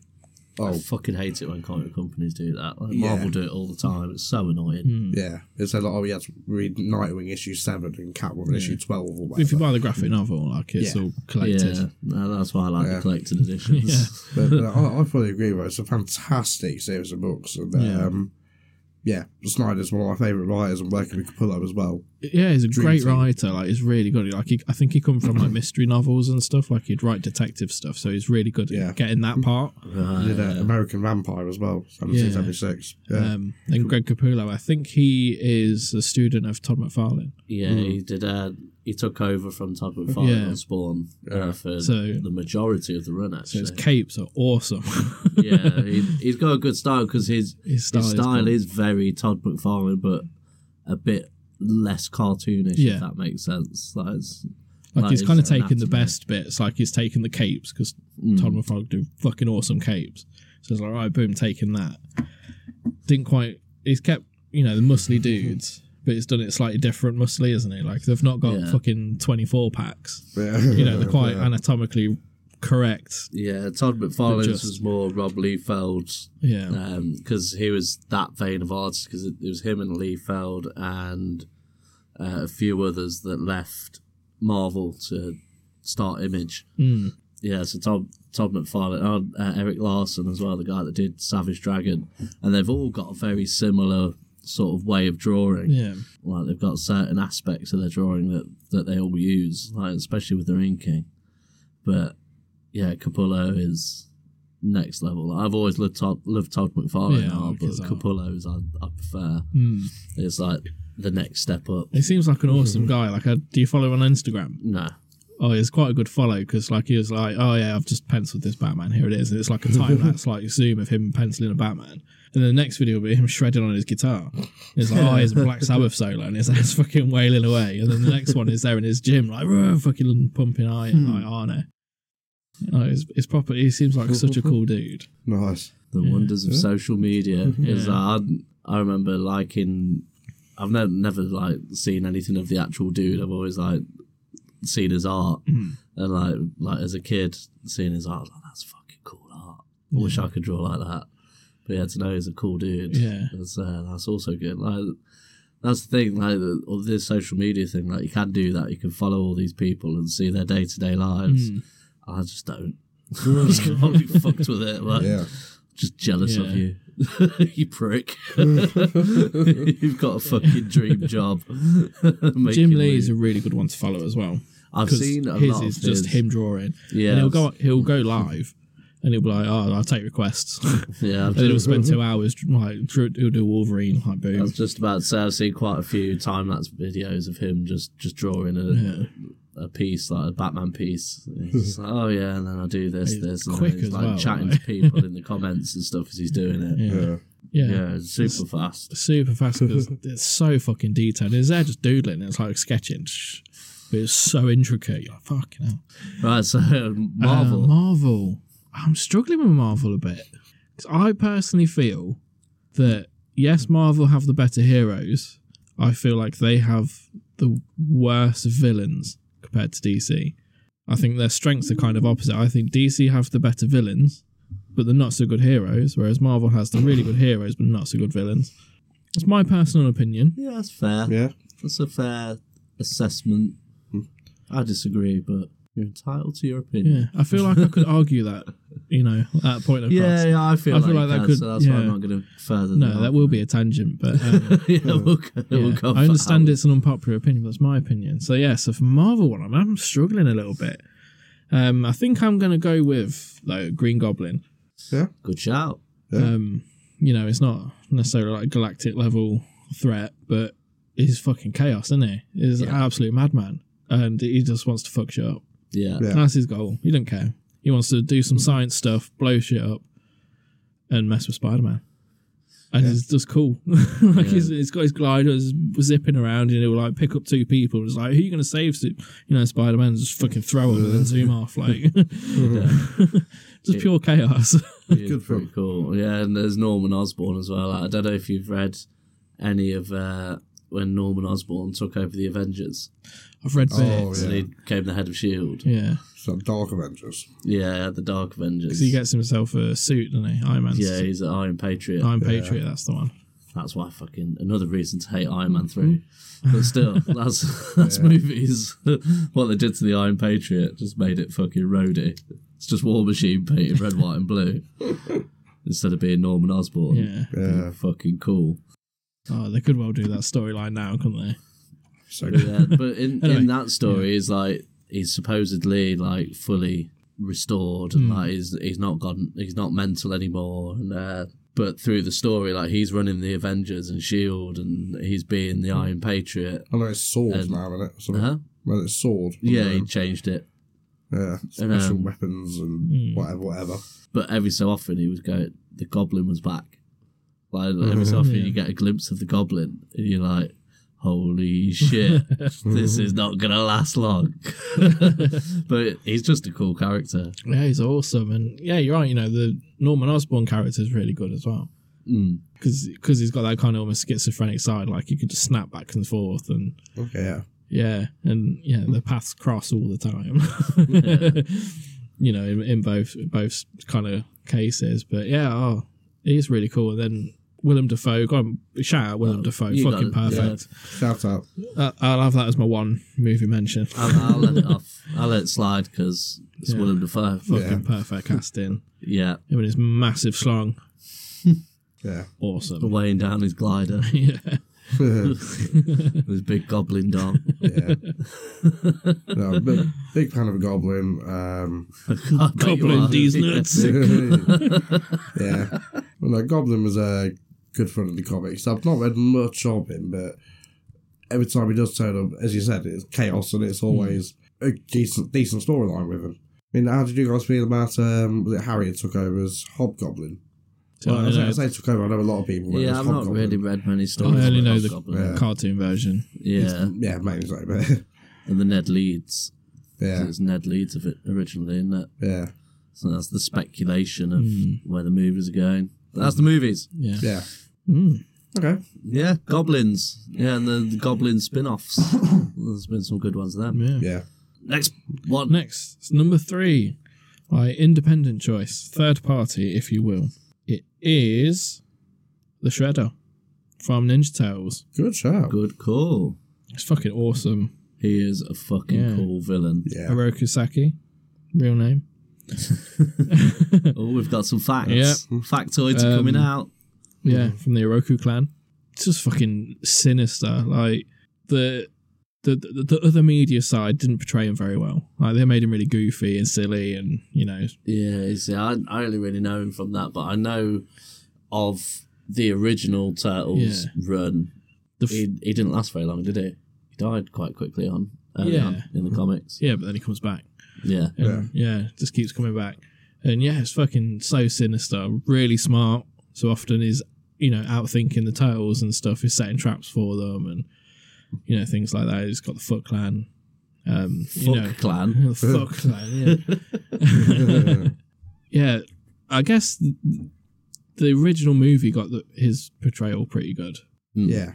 Speaker 1: I
Speaker 3: oh,
Speaker 1: fucking hate it when comic companies do that. Like
Speaker 3: Yeah.
Speaker 1: Marvel do it all the time. It's so annoying.
Speaker 2: Mm.
Speaker 3: Yeah, it said like, oh, we had to read Nightwing issue seven and Catwoman issue twelve or whatever.
Speaker 2: If you buy the graphic novel, like it's
Speaker 3: Yeah.
Speaker 2: all collected.
Speaker 1: Yeah, no, that's why I like
Speaker 3: Yeah.
Speaker 1: the collected editions.
Speaker 3: but,
Speaker 2: uh,
Speaker 3: but I, I fully agree with it. It's a fantastic series of books, and
Speaker 2: Yeah.
Speaker 3: um, yeah, Snyder's one of my favorite writers, and working with Capullo as well.
Speaker 2: Yeah, he's a
Speaker 3: Dream
Speaker 2: great
Speaker 3: team.
Speaker 2: writer. Like he's really good. Like he, I think he come from like mystery novels and stuff. Like he'd write detective stuff, so he's really good
Speaker 3: Yeah.
Speaker 2: at getting that part.
Speaker 3: He
Speaker 1: Right.
Speaker 3: did uh, American Vampire as well, seventeen seventy six. Yeah.
Speaker 2: Um, and Greg Capullo, I think he is a student of Todd McFarlane.
Speaker 1: Yeah, he did. Uh, he took over from Todd McFarlane
Speaker 2: mm. Yeah.
Speaker 1: on Spawn uh, for
Speaker 2: So-
Speaker 1: the majority of the run.
Speaker 2: So
Speaker 1: Actually,
Speaker 2: his capes are awesome.
Speaker 1: yeah, he, he's got a good style because his
Speaker 2: His style is
Speaker 1: his style
Speaker 2: cool.
Speaker 1: is, very Todd McFarlane, but a bit less cartoonish.
Speaker 2: Yeah.
Speaker 1: if that makes sense. That is,
Speaker 2: like
Speaker 1: that
Speaker 2: he's
Speaker 1: is
Speaker 2: kind of
Speaker 1: an
Speaker 2: taken the
Speaker 1: anatomy.
Speaker 2: best bits. Like he's taken the capes because
Speaker 1: mm.
Speaker 2: Todd McFarlane do fucking awesome capes. So it's like right, boom, taking that. Didn't quite. He's kept you know the muscly dudes, but he's done it slightly different muscly, isn't he? Like they've not got
Speaker 1: Yeah.
Speaker 2: fucking twenty four packs.
Speaker 3: yeah.
Speaker 2: You know they're
Speaker 3: uh,
Speaker 2: quite anatomically correct.
Speaker 1: Yeah, Todd McFarlane's
Speaker 2: just- Oh.
Speaker 1: was more Rob Liefeld
Speaker 2: Yeah,
Speaker 1: because he was that vein of artist because it, it was him and Lee Feld and uh, a few others that left Marvel to start Image.
Speaker 2: Mm.
Speaker 1: Yeah, so Tom Todd McFarlane, oh, uh, Eric Larson as well, the guy that did Savage Dragon, and they've all got a very similar sort of way of drawing.
Speaker 2: yeah,
Speaker 1: Like they've got certain aspects of their drawing that, that they all use, like especially with their inking. But yeah, Capullo is next level. I've always loved Todd, loved Todd McFarlane
Speaker 2: Yeah,
Speaker 1: art, but
Speaker 2: because, uh,
Speaker 1: Capullo is I, I prefer. It's like the next step up.
Speaker 2: Hmm. he seems like an awesome guy. Like, I, do you follow him on Instagram?
Speaker 1: No,
Speaker 2: Oh, he's quite a good follow because like he was like, oh yeah, I've just penciled this Batman. Here it is, and it's like a time lapse like zoom of him penciling a Batman. And then the next video will be him shredding on his guitar. It's like, oh, here's a Black Sabbath solo, and his ass fucking wailing away. And then the next one is there in his gym, like "Rah," fucking pumping iron,
Speaker 1: Hmm.
Speaker 2: like Arne. Like, it's, it's proper. He seems like such a cool dude.
Speaker 3: nice.
Speaker 1: the wonders of social media is I, I remember liking. I've never never like seen anything of the actual dude. I've always like seen his art, and like like as a kid, seeing his art, I was like that's fucking cool art. I wish I could draw like that. But yeah, to know he's a cool dude.
Speaker 2: Yeah.
Speaker 1: that's uh, that's also good. Like that's the thing, like the- all this social media thing. Like you can do that. You can follow all these people and see their day to day
Speaker 2: Hmm.
Speaker 1: lives. I just don't. I just can't be fucked with it. Like,
Speaker 3: Yeah.
Speaker 1: just jealous of
Speaker 2: Yeah.
Speaker 1: you. you prick. You've got a fucking dream job.
Speaker 2: Jim Lee is a really good one to follow as well.
Speaker 1: I've
Speaker 2: because
Speaker 1: seen a
Speaker 2: his
Speaker 1: lot
Speaker 2: is
Speaker 1: of
Speaker 2: just
Speaker 1: his.
Speaker 2: him drawing.
Speaker 1: Yeah.
Speaker 2: and he'll go he'll go live, and he'll be like, "Oh, I'll take requests."
Speaker 1: Yeah, I've
Speaker 2: and he'll
Speaker 1: just,
Speaker 2: spend two hours like drew, he'll do Wolverine, like
Speaker 1: I
Speaker 2: boom.
Speaker 1: was just about to say I've seen quite a few time lapse videos of him just just drawing a. A piece like a Batman piece. It's like, oh yeah, and then I do this,
Speaker 2: He's
Speaker 1: this, and
Speaker 2: quick
Speaker 1: then he's
Speaker 2: as
Speaker 1: like
Speaker 2: well,
Speaker 1: chatting
Speaker 2: like.
Speaker 1: to people in the comments and stuff as he's doing it. Yeah,
Speaker 2: Yeah.
Speaker 3: Yeah.
Speaker 2: Yeah.
Speaker 1: it's super fast.
Speaker 2: Super fast because it's so fucking detailed. It's there just doodling. It's like sketching. But it's so intricate. You're like, fucking hell.
Speaker 1: Right, so
Speaker 2: Uh,
Speaker 1: Marvel.
Speaker 2: Marvel. I'm struggling with Marvel a bit. 'Cause I personally feel that yes, Marvel have the better heroes. I feel like they have the worse villains compared to DC. I think their strengths are kind of opposite. I think DC have the better villains, but the not so good heroes, whereas Marvel has the really good heroes but not so good villains. It's my personal opinion.
Speaker 1: Yeah, that's fair.
Speaker 3: Yeah.
Speaker 1: That's a fair assessment.
Speaker 3: Hmm.
Speaker 1: I disagree, but you're entitled to your opinion.
Speaker 2: Yeah, I feel like I could argue that, you know, at point of
Speaker 1: Yeah, yeah, I feel
Speaker 2: I
Speaker 1: like,
Speaker 2: feel
Speaker 1: you
Speaker 2: like that
Speaker 1: can,
Speaker 2: could-
Speaker 1: so that's why I'm
Speaker 2: yeah.
Speaker 1: not going to further.
Speaker 2: No, that will be a tangent, but um,
Speaker 1: yeah, we'll go, we'll
Speaker 2: Yeah.
Speaker 1: go
Speaker 2: I understand
Speaker 1: it.
Speaker 2: it's an unpopular opinion, but that's my opinion. So yeah, so for Marvel one, I'm, I'm struggling a little bit. Um, I think I'm gonna go with like Green Goblin.
Speaker 1: Good shout.
Speaker 3: Yeah.
Speaker 2: Um, you know, it's not necessarily like galactic level threat, but he's fucking chaos, isn't he? He's an
Speaker 1: Yeah.
Speaker 2: absolute madman, and he just wants to fuck shit up.
Speaker 1: Yeah.
Speaker 3: Yeah.
Speaker 2: That's his goal. He don't care. He wants to do some science stuff, blow shit up, and mess with Spider Man. And
Speaker 3: Yeah.
Speaker 2: it's just cool. like
Speaker 1: Yeah.
Speaker 2: he's, he's got his gliders zipping around, and he'll like pick up two people. It's like, who you gonna save? Su-? You know, Spider Man just fucking throw him and then zoom off. Like, just pure chaos.
Speaker 1: He is
Speaker 3: Good
Speaker 1: pretty
Speaker 3: film.
Speaker 1: cool. Yeah, and there's Norman Osborn as well. I don't know if you've read any of uh, when Norman Osborn took over the Avengers
Speaker 2: I've read
Speaker 3: Oh,
Speaker 2: bits.
Speaker 1: and
Speaker 3: Yeah.
Speaker 1: he became the head of Shield.
Speaker 2: yeah,
Speaker 3: So Dark Avengers.
Speaker 1: E Yeah, the Dark Avengers.
Speaker 2: because he gets himself a suit, doesn't he? Iron Man.
Speaker 1: yeah, he's an Iron Patriot.
Speaker 2: Iron Patriot. That's the one.
Speaker 1: That's why I fucking another reason to hate Iron Man three.
Speaker 2: Mm-hmm.
Speaker 1: But still, that's that's movies. what they did to the Iron Patriot just made it fucking roadie. It's just War Machine painted red, white, and blue instead of being Norman Osborn.
Speaker 2: Yeah.
Speaker 1: Mm-hmm.
Speaker 3: Yeah.
Speaker 1: Fucking cool.
Speaker 2: Oh, they could well do that storyline now, couldn't they?
Speaker 3: So
Speaker 1: But yeah, but in,
Speaker 2: Anyway,
Speaker 1: in that story, he's like he's supposedly like fully restored and
Speaker 2: Mm.
Speaker 1: like he's he's not gone he's not mental anymore and uh, but through the story like he's running the Avengers and Shield E and he's being the
Speaker 2: Mm.
Speaker 1: Iron Patriot.
Speaker 3: I know it's sword
Speaker 1: Um,
Speaker 3: now, isn't it? Something.
Speaker 1: Huh?
Speaker 3: Well, it's sword.
Speaker 1: Yeah, he
Speaker 3: Um,
Speaker 1: changed it,
Speaker 3: yeah. Special
Speaker 1: um,
Speaker 3: weapons and whatever, whatever.
Speaker 1: but every so often he was going. The Goblin was back. Like
Speaker 2: Mm-hmm.
Speaker 1: every so often you get a glimpse of the Goblin, and you're like, "Holy shit,
Speaker 2: Mm-hmm.
Speaker 1: this is not gonna last long." but he's just a cool character.
Speaker 2: Yeah, he's awesome, and yeah, you're right. You know, the Norman Osborn character is really good as well
Speaker 1: Mm.
Speaker 2: because he's got that kind of almost schizophrenic side. Like you could just snap back and forth, and
Speaker 3: Okay, yeah.
Speaker 2: yeah, and yeah, the paths cross all the time. you know, in, in both both kind of cases, but yeah, oh, he's really cool. And then Willem Dafoe, go on, shout out Willem Dafoe,
Speaker 1: you
Speaker 2: fucking
Speaker 1: got it, yeah.
Speaker 2: perfect.
Speaker 3: Shout out.
Speaker 2: Uh, I'll have that as my one movie mention.
Speaker 1: I'll, I'll let it off. I'll let it slide because it's
Speaker 2: Yeah.
Speaker 1: Willem Dafoe.
Speaker 2: fucking perfect casting.
Speaker 1: Yeah,
Speaker 2: I mean, his massive slung,
Speaker 3: Yeah.
Speaker 2: awesome.
Speaker 1: weighing down his glider,
Speaker 2: yeah.
Speaker 1: his big goblin dog.
Speaker 3: yeah. No, big, big fan of a goblin. Um,
Speaker 2: Goblin these nuts.
Speaker 3: yeah. Well, no, Goblin was a good friend of the comics. I've not read much of him, but every time he does turn up, as you said, it's chaos and it's always a decent decent storyline with him. I mean, how did you guys feel about um, was it Harry that took over as Hobgoblin?
Speaker 2: So
Speaker 3: well,
Speaker 2: I
Speaker 3: I, say,
Speaker 2: know-
Speaker 3: I say took over. I know a lot of people. went as
Speaker 1: Yeah, I've not
Speaker 3: Hobgoblin.
Speaker 1: really read many stories.
Speaker 2: I only
Speaker 1: about
Speaker 2: know the
Speaker 1: Hobgoblin.
Speaker 3: Yeah.
Speaker 2: cartoon version.
Speaker 1: Yeah,
Speaker 3: Yeah, mainly so, but
Speaker 1: and the Ned Leeds.
Speaker 3: yeah,
Speaker 1: It's Ned Leeds of it originally, isn't it?
Speaker 3: yeah,
Speaker 1: So that's the speculation of where the movies are going. Hmm. That's the movies.
Speaker 2: Yeah.
Speaker 3: yeah.
Speaker 2: Mm.
Speaker 3: Okay.
Speaker 1: Yeah, goblins. Yeah, and the, the goblin spin-offs. There's been some good ones there.
Speaker 2: yeah.
Speaker 3: Yeah.
Speaker 1: Next one.
Speaker 2: Next, it's number three. My independent choice, third party, if you will. It is the Shredder from Ninja Turtles.
Speaker 3: Good shout.
Speaker 1: Good call.
Speaker 2: It's fucking awesome.
Speaker 1: He is a fucking
Speaker 2: Yeah.
Speaker 1: cool villain.
Speaker 3: Yeah.
Speaker 2: Hiroku Saki, real name.
Speaker 1: Oh, we've got some facts.
Speaker 2: Yeah.
Speaker 1: Factoids are
Speaker 2: Um,
Speaker 1: coming out.
Speaker 2: Yeah, from the Oroku clan. It's just fucking sinister. Like the the the, the other media side didn't portray him very well. Like they made him really goofy and silly, and you know,
Speaker 1: Yeah, you see, I, I only really know him from that, but I know of the original Turtles
Speaker 2: Yeah.
Speaker 1: run.
Speaker 2: the f-
Speaker 1: He, he didn't last very long, did he? He died quite quickly on, early
Speaker 2: Yeah.
Speaker 1: on in the comics.
Speaker 2: yeah. But then he comes back.
Speaker 1: Yeah.
Speaker 2: And, yeah, just keeps coming back, and yeah, it's fucking so sinister. Really smart. So often is you know outthinking the turtles and stuff. Is setting traps for them, and you know things like that. He's got the Foot Clan. Um,
Speaker 1: Fuck
Speaker 2: you know,
Speaker 1: Clan. Hmm.
Speaker 2: The Foot Clan. Yeah. yeah, I guess the original movie got the, his portrayal pretty good.
Speaker 1: Mm.
Speaker 3: Yeah.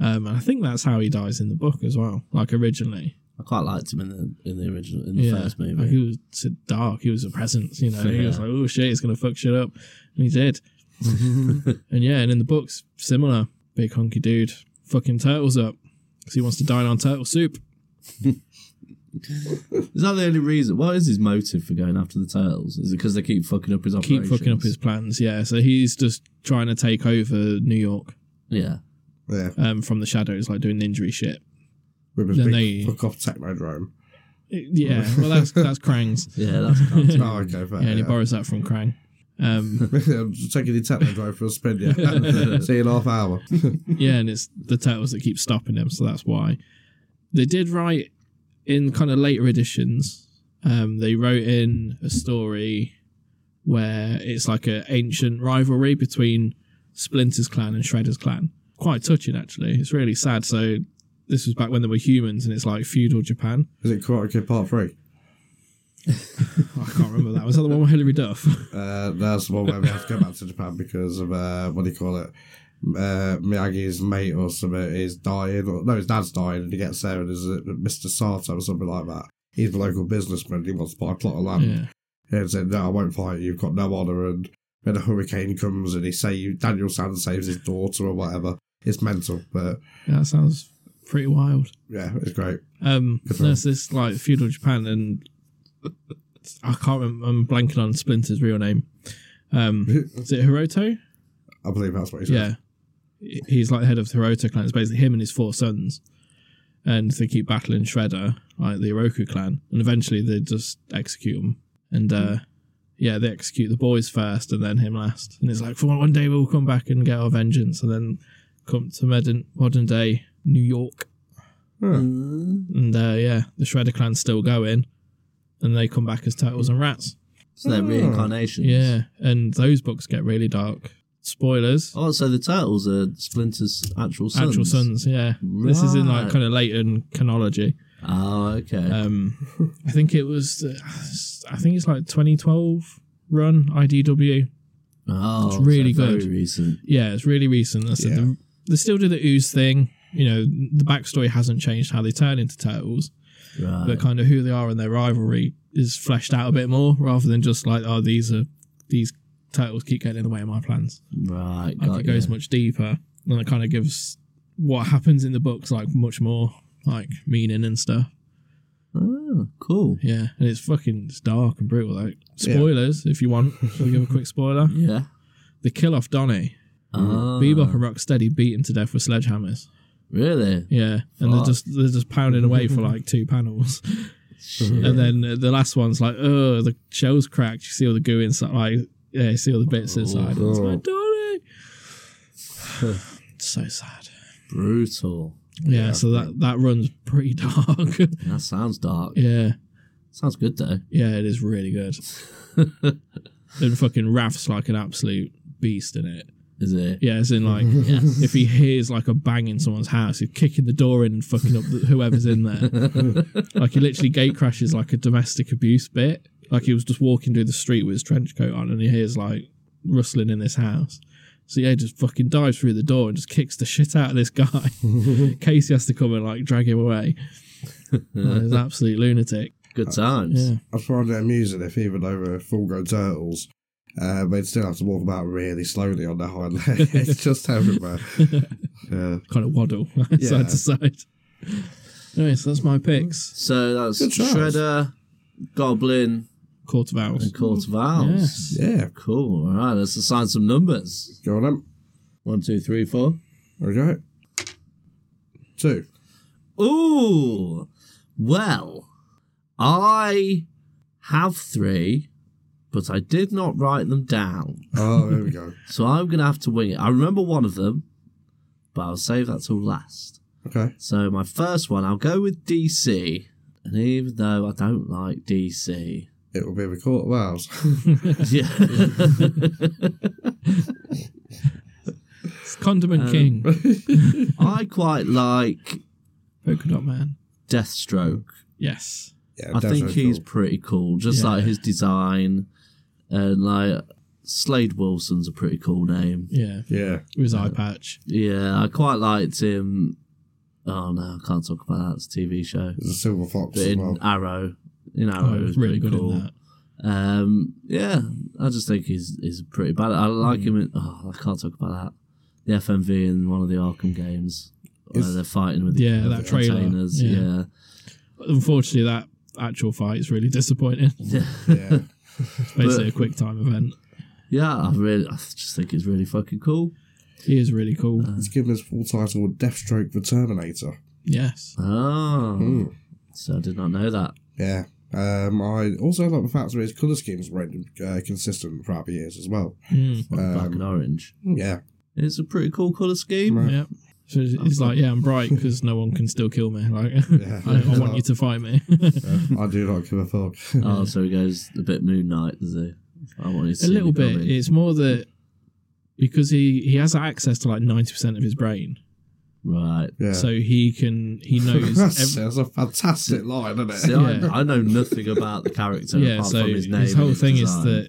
Speaker 2: Um, and I think that's how he dies in the book as well. Like originally,
Speaker 1: I quite liked him in the in the original in the
Speaker 2: yeah,
Speaker 1: first
Speaker 2: Like,
Speaker 1: movie.
Speaker 2: he was so dark. He was a presence, you know. He was
Speaker 1: Yeah.
Speaker 2: like, oh shit, he's gonna fuck shit up, and he did. And yeah, and in the books, similar big honky dude fucking turtles up because he wants to dine on turtle soup.
Speaker 1: Is that the only reason? What is his motive for going after the turtles? Is it because they keep fucking up his
Speaker 2: Keep
Speaker 1: operations?
Speaker 2: fucking up his plans. Yeah, so he's just trying to take over New York
Speaker 1: yeah.
Speaker 3: Yeah.
Speaker 2: um, from the shadows, like doing ninja shit.
Speaker 3: With his
Speaker 2: Then
Speaker 3: big
Speaker 2: they-
Speaker 3: fuck off technodrome.
Speaker 2: Yeah, well that's that's Krang's.
Speaker 1: Yeah, that's kind
Speaker 3: Oh, okay, fair.
Speaker 2: Yeah, and he
Speaker 3: yeah.
Speaker 2: borrows that from Krang. Um,
Speaker 3: Taking the technodrome for a spin, yeah. See you in half hour.
Speaker 2: yeah, and it's the turtles that keep stopping him, so that's why. They did write in kind of later editions. Um, they wrote in a story where it's like an ancient rivalry between Splinter's clan and Shredder's clan. Quite touching, actually. It's really sad. So this was back when there were humans, and it's like feudal Japan.
Speaker 3: Is it Karate Kid Part 3?
Speaker 2: I can't remember that. Was that the one with Hilary Duff?
Speaker 3: Uh, that's the one where we have to go back to Japan because of, uh, what do you call it? Uh, Miyagi's mate or something is dying. Or, no, his dad's dying and he gets there and is uh, Mr. Sato or something like that. He's a local businessman. He wants to buy a plot of land.
Speaker 2: yeah.
Speaker 3: and said, "No, I won't fight you. You've got no honor." And then a hurricane comes, and he save Daniel San saves his daughter or whatever. It's mental, but
Speaker 2: yeah, that sounds pretty wild.
Speaker 3: yeah, it's great.
Speaker 2: Um,
Speaker 3: Good film.
Speaker 2: there's this like feudal Japan, and I can't remember. I'm blanking on Splinter's real name. Um,
Speaker 3: I
Speaker 2: is it Hiroto?
Speaker 3: believe that's what he said.
Speaker 2: Yeah, He- he's like the head of the Hiroto clan. It's basically him and his four sons, and they keep battling Shredder, like the Iroku clan, and eventually they just execute him. And uh, yeah, they execute the boys first, and then him last. And it's like, for one day we'll come back and get our vengeance, and then come to modern modern day New York.
Speaker 3: Huh.
Speaker 1: of.
Speaker 2: And uh, yeah, the Shredder clan's still going, and they come back as turtles and rats.
Speaker 1: So they're
Speaker 3: Oh.
Speaker 1: reincarnations.
Speaker 2: Yeah, and those books get really dark. Spoilers.
Speaker 1: Oh, so the turtles are Splinter's actual sons.
Speaker 2: Actual sons, yeah. This is in like
Speaker 1: Right.
Speaker 2: kind of late in chronology.
Speaker 1: Oh, okay.
Speaker 2: Um, I think it was, uh, I think it's like 2012 run IDW.
Speaker 1: oh,
Speaker 2: it's really
Speaker 1: so very
Speaker 2: good.
Speaker 1: recent.
Speaker 2: Yeah, it's really recent. That's
Speaker 3: Yeah.
Speaker 2: the, they still do the ooze thing. You know, the backstory hasn't changed how they turn into turtles.
Speaker 1: Right.
Speaker 2: but kind of who they are and their rivalry is fleshed out a bit more rather than just like oh these are these turtles keep getting in the way of my plans
Speaker 1: right.
Speaker 2: like
Speaker 1: Got
Speaker 2: it
Speaker 1: you.
Speaker 2: goes much deeper and it kind of gives what happens in the books like much more like meaning and stuff
Speaker 1: Oh, cool.
Speaker 2: yeah and it's fucking it's dark and brutal like spoilers if you want shall we give a quick spoiler
Speaker 1: Yeah.
Speaker 2: they kill off donnie
Speaker 1: Ah,
Speaker 2: bebop and rocksteady beat him to death with sledgehammers
Speaker 1: Really?
Speaker 2: yeah and they're
Speaker 1: Fuck.
Speaker 2: just they're just pounding away for like two panels And then uh, the last one's like, oh, the shell's cracked. You see all the goo inside. Like, yeah, you see all the bits inside. It's like, Donnie. It's so sad.
Speaker 1: Brutal.
Speaker 2: Yeah, so that, that run's pretty dark.
Speaker 1: That sounds dark.
Speaker 2: yeah,
Speaker 1: Sounds good though.
Speaker 2: yeah, it is really good. and fucking Raph's like an absolute beast in it.
Speaker 1: Is it?
Speaker 2: Yeah, as in like, if he hears like a bang in someone's house, he's kicking the door in and fucking up the, whoever's in there. like he literally gate crashes like a domestic abuse bit. Like he was just walking through the street with his trench coat on, and he hears like rustling in this house. So yeah, he just fucking dives through the door and just kicks the shit out of this guy. Casey has to come and like drag him away. Like, he's an absolute lunatic.
Speaker 1: Good times.
Speaker 2: Yeah,
Speaker 3: I find it amusing if even though we're full grown turtles, uh, they'd still have to walk about really slowly on their hind legs. it's just everywhere. Uh, Yeah.
Speaker 2: kind of waddle
Speaker 3: Yeah.
Speaker 2: side to side. Anyway, so that's my picks.
Speaker 1: So that's
Speaker 3: Good times.
Speaker 1: Shredder, Goblin,
Speaker 2: Court of Owls.
Speaker 1: and Court of Owls.
Speaker 2: Yes.
Speaker 3: Yeah.
Speaker 1: Cool. All right. Let's assign some numbers.
Speaker 3: Go on then.
Speaker 1: One, two, three, four.
Speaker 3: There we go. Two.
Speaker 1: Ooh. Well, I have three, but I did not write them down.
Speaker 3: Oh, there we go.
Speaker 1: So I'm going to have to wing it. I remember one of them, but I'll save that till last.
Speaker 3: Okay.
Speaker 1: So my first one, I'll go with DC. And even though I don't like DC,
Speaker 3: It will be the Court of Owls.
Speaker 1: yeah,
Speaker 2: It's
Speaker 1: Um,
Speaker 2: Condiment King.
Speaker 1: I quite like
Speaker 2: Polka Dot Man.
Speaker 1: Deathstroke.
Speaker 2: Yes.
Speaker 3: yeah,
Speaker 1: I think
Speaker 3: definitely
Speaker 1: he's
Speaker 3: cool.
Speaker 1: pretty cool, just
Speaker 2: Yeah.
Speaker 1: like his design and like Slade Wilson's a pretty cool name.
Speaker 2: Yeah,
Speaker 3: Yeah.
Speaker 2: with his eye patch.
Speaker 1: Yeah, I quite liked him. Oh no, I can't talk about that. It's a TV show.
Speaker 3: There's a silver fox
Speaker 1: But
Speaker 3: as
Speaker 1: in
Speaker 3: well.
Speaker 1: Arrow, in Arrow,
Speaker 2: Mm. Oh,
Speaker 1: it
Speaker 2: he
Speaker 1: was
Speaker 2: was really
Speaker 1: pretty
Speaker 2: good
Speaker 1: cool.
Speaker 2: in that.
Speaker 1: Um, yeah, I just think he's he's pretty bad. I like
Speaker 2: Hmm.
Speaker 1: him. In, oh, I can't talk about that. The FMV in one of the Arkham games where
Speaker 3: Is-
Speaker 1: they're fighting with the,
Speaker 2: Yeah,
Speaker 1: with
Speaker 2: that
Speaker 1: the
Speaker 2: trailer,
Speaker 1: containers.
Speaker 2: yeah.
Speaker 1: Yeah.
Speaker 2: Unfortunately, that actual fight is really disappointing.
Speaker 3: yeah.
Speaker 2: It's basically a quick time event.
Speaker 1: yeah, I really, I just think it's really fucking cool.
Speaker 2: He is really cool.
Speaker 1: Uh,
Speaker 3: It's given his full title Deathstroke the Terminator.
Speaker 2: yes.
Speaker 1: Oh,
Speaker 3: Hmm.
Speaker 1: so I did not know that.
Speaker 3: Yeah. Um, I also like the fact that his colour schemes were uh, consistent throughout the years as well.
Speaker 2: Mm,
Speaker 1: Black and
Speaker 3: Um,
Speaker 1: orange.
Speaker 3: yeah.
Speaker 1: It's a pretty cool color scheme.
Speaker 3: Right.
Speaker 2: yeah. So he's he's like, yeah, I'm bright because no one can still kill me. Like, I, I want you to fight me.
Speaker 3: Yeah, I do not give a fuck.
Speaker 1: Oh, so he goes a bit Moon Knight, does he? I want you to
Speaker 2: a
Speaker 1: see
Speaker 2: little
Speaker 1: me
Speaker 2: bit.
Speaker 1: coming.
Speaker 2: It's more that because he he has access to like ninety percent of his brain,
Speaker 1: right.
Speaker 3: Yeah.
Speaker 2: so he can he knows.
Speaker 3: that's,
Speaker 2: ev-
Speaker 3: that's a fantastic line, isn't it?
Speaker 1: See,
Speaker 2: Yeah.
Speaker 1: I, I know nothing about the character
Speaker 2: yeah,
Speaker 1: apart
Speaker 2: so
Speaker 1: from his
Speaker 2: his,
Speaker 1: name. and
Speaker 2: whole thing
Speaker 1: design.
Speaker 2: is that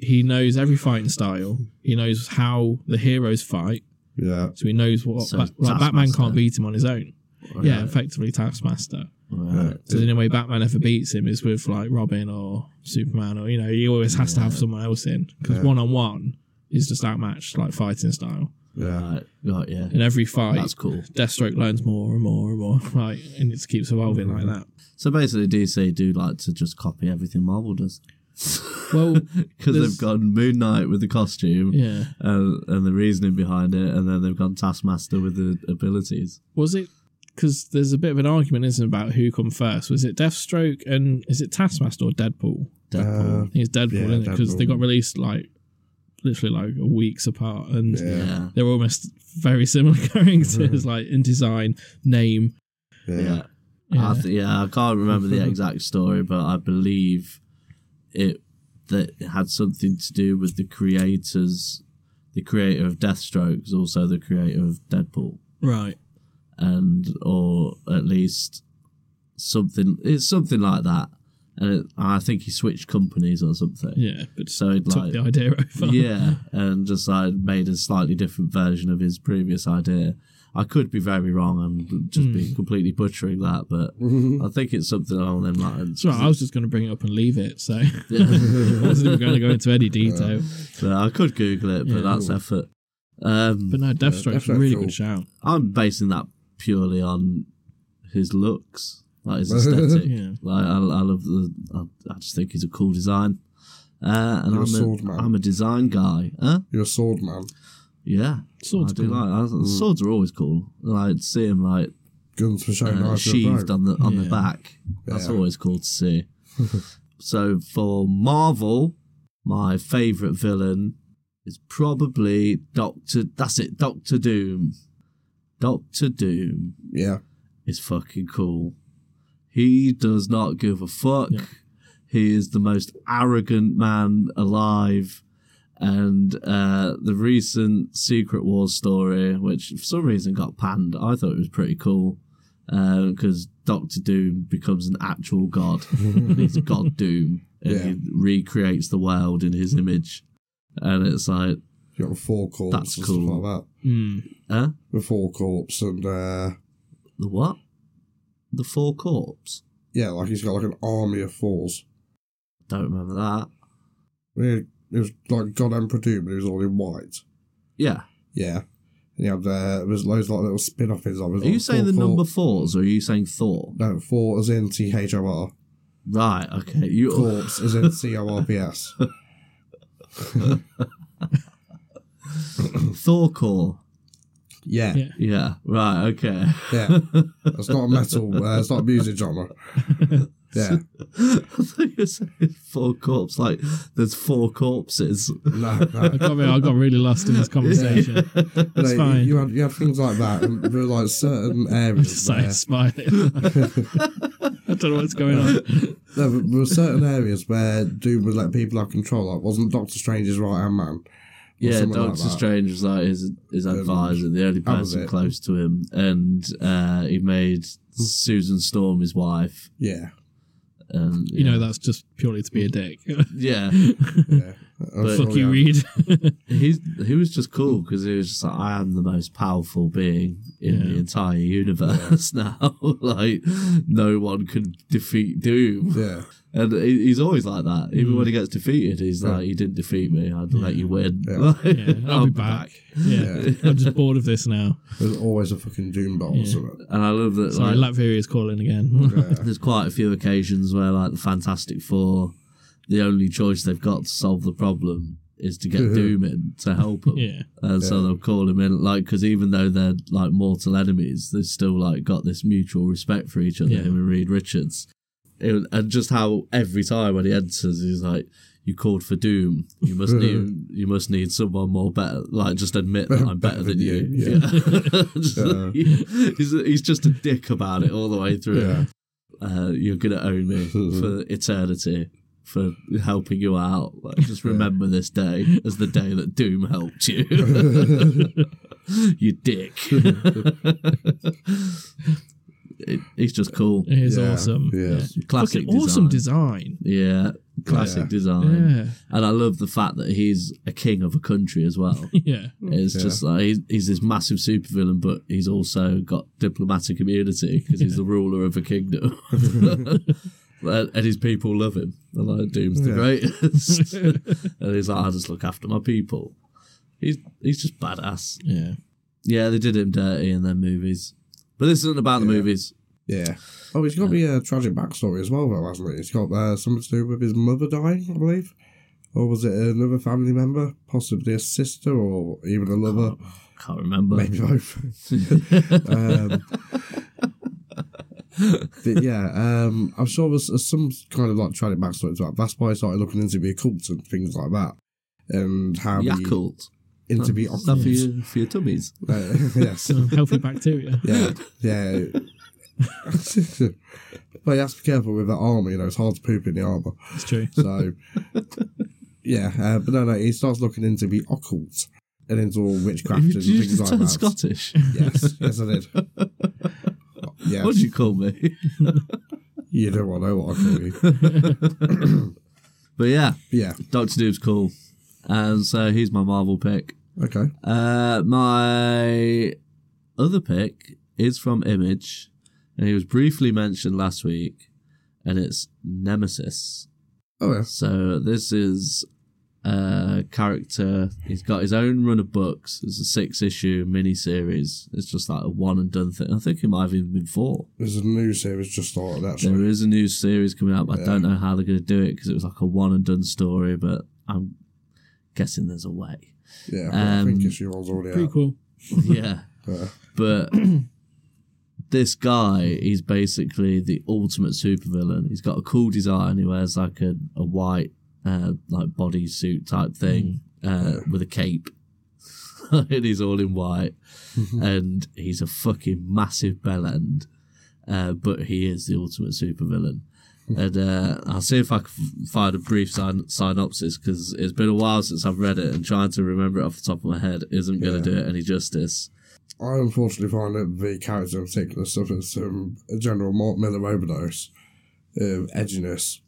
Speaker 3: yeah.
Speaker 2: he knows every fighting style. He knows how the heroes fight,
Speaker 3: Yeah.
Speaker 2: so he knows what
Speaker 1: So
Speaker 2: Ba-
Speaker 1: he's
Speaker 2: like Batman
Speaker 1: Taskmaster.
Speaker 2: can't beat him on his own.
Speaker 1: Right,
Speaker 3: uh,
Speaker 2: Yeah, effectively Taskmaster.
Speaker 1: right.
Speaker 2: So the only way Batman ever beats him is with like Robin or Superman, or you know, he always has to have someone else in because
Speaker 3: Yeah.
Speaker 2: one on one is just outmatched like fighting style.
Speaker 3: Yeah.
Speaker 1: Right, right, yeah.
Speaker 2: In every fight,
Speaker 1: That's cool.
Speaker 2: Deathstroke learns more and more and more, right? And it keeps evolving like that.
Speaker 1: So basically, DC do like to just copy everything Marvel does.
Speaker 2: Well,
Speaker 1: Because
Speaker 2: There's-
Speaker 1: they've gone Moon Knight with the costume
Speaker 2: yeah.
Speaker 1: and, and the reasoning behind it, and then they've gone Taskmaster with the abilities.
Speaker 2: Was it because there's a bit of an argument, isn't there, about who come first? Was it Deathstroke and is it Taskmaster or Deadpool?
Speaker 3: Uh,
Speaker 1: Deadpool.
Speaker 2: I think it's Deadpool,
Speaker 3: Yeah,
Speaker 2: isn't it? Because they
Speaker 3: Deadpool.
Speaker 2: got released like literally like a weeks apart, and
Speaker 3: Yeah.
Speaker 1: yeah.
Speaker 2: they're almost very similar characters, like in design, name. Uh,
Speaker 3: Yeah.
Speaker 1: Yeah.
Speaker 3: Yeah.
Speaker 1: I
Speaker 2: Yeah.
Speaker 1: th- yeah, I can't remember the exact story, but I believe it that it had something to do with the creators, the creator of Deathstroke is also the creator of Deadpool,
Speaker 2: right.
Speaker 1: and or at least something. It's something like that, and it, I think he switched companies or something.
Speaker 2: Yeah, but just
Speaker 1: So it
Speaker 2: took
Speaker 1: like
Speaker 2: the idea over.
Speaker 1: yeah, and just like made a slightly different version of his previous idea. I could be very wrong and just
Speaker 2: Hmm.
Speaker 1: be completely butchering that, but I think it's something along them lines.
Speaker 2: So I was just going to bring it up and leave it. So I wasn't even going to go into any detail.
Speaker 1: So I could Google it, but
Speaker 2: Yeah.
Speaker 1: that's effort. Um,
Speaker 2: But no, Deathstroke's a
Speaker 3: Deathstroke's
Speaker 2: really
Speaker 3: cool.
Speaker 2: good shout.
Speaker 1: I'm basing that purely on his looks, like his aesthetic.
Speaker 2: Yeah.
Speaker 1: Like I, I love the. I, I just think he's a cool design. Uh, and
Speaker 3: You're a sword
Speaker 1: I'm a,
Speaker 3: man.
Speaker 1: I'm a design guy. Huh?
Speaker 3: You're a sword man.
Speaker 1: Yeah.
Speaker 2: Swords
Speaker 1: I do
Speaker 2: cool.
Speaker 1: like I,
Speaker 3: Mm.
Speaker 1: swords are always cool. Like to see him like
Speaker 3: Guns for showing
Speaker 1: uh,
Speaker 3: knives to the
Speaker 1: sheathed
Speaker 3: throat.
Speaker 1: on the on the
Speaker 2: Yeah.
Speaker 1: back. That's
Speaker 3: Yeah.
Speaker 1: always cool to see. so for Marvel, my favorite villain is probably Doctor. That's it, Doctor Doom. Doctor Doom
Speaker 3: Yeah.
Speaker 1: is fucking cool. He does not give a fuck.
Speaker 2: Yeah.
Speaker 1: He is the most arrogant man alive. And uh, the recent Secret Wars story, which for some reason got panned, I thought it was pretty cool because Doctor Doom becomes an actual god. He's God Doom, and
Speaker 3: Yeah.
Speaker 1: he recreates the world in his image. And it's like,
Speaker 3: You got four corpse
Speaker 1: That's
Speaker 3: and
Speaker 1: cool.
Speaker 3: stuff like that.
Speaker 2: Mm.
Speaker 1: huh?
Speaker 3: The four corpse and uh
Speaker 1: The what? The Four Corpse?
Speaker 3: yeah, like he's got like an army of fours.
Speaker 1: Don't remember that.
Speaker 3: It was like God Emperor Doom, but he was all in white.
Speaker 1: Yeah.
Speaker 3: Yeah. And he had uh, there was loads of like little spin offs of it.
Speaker 1: Are you saying the number fours or are you saying Thor?
Speaker 3: No, four as in T H O R.
Speaker 1: Right, okay. You
Speaker 3: Corpse as in C O R P S.
Speaker 1: Thor core.
Speaker 3: Yeah.
Speaker 2: Yeah.
Speaker 1: Yeah, right, okay.
Speaker 3: Yeah. It's not a metal, uh, it's not a music genre. Yeah.
Speaker 1: I thought you were saying four corpse, like there's four corpses.
Speaker 3: No, no.
Speaker 2: I got, me- I got really lost in this conversation. That's
Speaker 3: No,
Speaker 2: fine.
Speaker 3: You had, you had things like that, and there were like certain
Speaker 2: I'm
Speaker 3: areas.
Speaker 2: just
Speaker 3: where-
Speaker 2: like smiling. I don't know what's going on.
Speaker 3: No, but there were certain areas where Doom would let people have control. Like, wasn't Doctor Strange's right hand man? Or
Speaker 1: Yeah,
Speaker 3: something
Speaker 1: Doctor
Speaker 3: like that. Um,
Speaker 1: Strange was like his, his advisor, the only
Speaker 3: that was
Speaker 1: person
Speaker 3: it. Hmm.
Speaker 1: close to him. And uh, he made Susan Storm his wife.
Speaker 3: Yeah,
Speaker 1: And,
Speaker 2: You know, that's just purely to be a dick.
Speaker 1: Yeah.
Speaker 3: yeah. Oh,
Speaker 2: Fuck
Speaker 3: sorry,
Speaker 2: you,
Speaker 3: I-
Speaker 2: Reed.
Speaker 1: He's, he was just cool because he was just like, I am the most powerful being in the
Speaker 2: Yeah.
Speaker 1: entire universe now. like, no one can defeat Doom.
Speaker 3: Yeah.
Speaker 1: And he, he's always like that. Even
Speaker 2: Mm.
Speaker 1: when he gets defeated, he's
Speaker 3: Yeah.
Speaker 1: like, You didn't defeat me. I'd let
Speaker 2: Yeah.
Speaker 1: you win.
Speaker 3: Yeah.
Speaker 1: Like,
Speaker 2: yeah, I'll, be back. Yeah. I'm just bored of this now.
Speaker 3: There's always a fucking doom bottle
Speaker 2: Yeah.
Speaker 3: somewhere.
Speaker 1: And I love that.
Speaker 2: Sorry,
Speaker 1: like,
Speaker 2: Latvia is calling again.
Speaker 3: Yeah.
Speaker 1: there's quite a few occasions where, like, the Fantastic Four, the only choice they've got to solve the problem is to get Doom in to help them.
Speaker 2: yeah.
Speaker 1: And so
Speaker 3: Yeah.
Speaker 1: they'll call him in, like, because even though they're like mortal enemies, they've still like got this mutual respect for each other.
Speaker 2: Yeah.
Speaker 1: Him and Reed Richards, It- and just how every time when he enters, he's like, "You called for doom. You must need, you must need someone more better. Like, just admit that I'm better than you."
Speaker 3: you,
Speaker 1: Yeah. Just-
Speaker 3: Yeah.
Speaker 1: he's, he's just a dick about it all the way through.
Speaker 3: Yeah.
Speaker 1: Uh, you're gonna own me for eternity. For helping you out, like, just remember this day as the day that Doom helped you. you dick. it, he's just cool.
Speaker 2: It is
Speaker 3: Yeah,
Speaker 2: awesome.
Speaker 3: yes.
Speaker 2: Yeah.
Speaker 1: Classic
Speaker 2: Fucking awesome
Speaker 1: design.
Speaker 2: design.
Speaker 1: Yeah, classic
Speaker 3: Yeah.
Speaker 1: design.
Speaker 2: Yeah.
Speaker 1: And I love the fact that he's a king of a country as well.
Speaker 2: Yeah.
Speaker 1: It's
Speaker 3: Yeah.
Speaker 1: just like he's, he's this massive supervillain, but he's also got diplomatic immunity because he's the ruler of a kingdom. And and his people love him. They're like, Doom's the
Speaker 3: Yeah.
Speaker 1: greatest. and he's like, I just look after my people. He's, he's just badass.
Speaker 2: Yeah.
Speaker 1: Yeah, they did him dirty in their movies. But this isn't about the
Speaker 3: Yeah.
Speaker 1: movies.
Speaker 3: yeah. Oh, he's got me a tragic backstory as well, though, hasn't he? It's got uh, something to do with his mother dying, I believe. Or was it another family member? Possibly a sister or even a lover?
Speaker 1: Can't remember.
Speaker 3: Maybe both. um, but yeah, um, I'm sure there's, there's some kind of like tragic backstory to that. That's why I started looking into the occult and things like that. And how the-
Speaker 1: Yakult.
Speaker 3: into the
Speaker 1: Stuff
Speaker 3: occult.
Speaker 1: for, your, for your tummies.
Speaker 3: Uh, yes.
Speaker 2: Some healthy bacteria.
Speaker 3: Yeah. Yeah. but you have to be careful with that armour, you know, it's hard to poop in the armour.
Speaker 2: It's true.
Speaker 3: So, yeah, uh, but no, no, he starts looking into the occult and into all witchcraft and
Speaker 1: Did you
Speaker 3: things
Speaker 1: just
Speaker 3: like
Speaker 1: turn
Speaker 3: that.
Speaker 1: Scottish?
Speaker 3: Yes, yes, I did. Yeah,
Speaker 1: What did you call me?
Speaker 3: you don't want to know what I call you.
Speaker 1: but yeah,
Speaker 3: Yeah,
Speaker 1: Doctor Doom's cool. And so he's my Marvel pick.
Speaker 3: okay.
Speaker 1: Uh, my other pick is from Image, and he was briefly mentioned last week, and it's Nemesis.
Speaker 3: Oh, yeah.
Speaker 1: So this is a character. He's got his own run of books. It's a six-issue mini-series. It's just like a one-and-done thing. I think it might have even been four.
Speaker 3: There's a new series just started,
Speaker 1: There
Speaker 3: actually.
Speaker 1: is a new series coming out, but I
Speaker 3: Yeah.
Speaker 1: don't know how they're going to do it because it was like a one-and-done story. But I'm guessing there's a way.
Speaker 3: Yeah, but I think
Speaker 1: Um,
Speaker 3: issue one's already uh,
Speaker 2: Pretty
Speaker 3: out.
Speaker 2: cool.
Speaker 1: yeah,
Speaker 3: Yeah.
Speaker 1: but. This guy is basically the ultimate supervillain. He's got a cool design. He wears like a, a white, uh, like bodysuit type thing uh, with a cape. and he's all in white, and he's a fucking massive bellend, uh, but he is the ultimate supervillain. And uh, I'll see if I can f- find a brief syn- synopsis because it's been a while since I've read it, and trying to remember it off the top of my head isn't going to do it any justice.
Speaker 3: I unfortunately find that the character in particular suffers from a general Mark Miller overdose of edginess.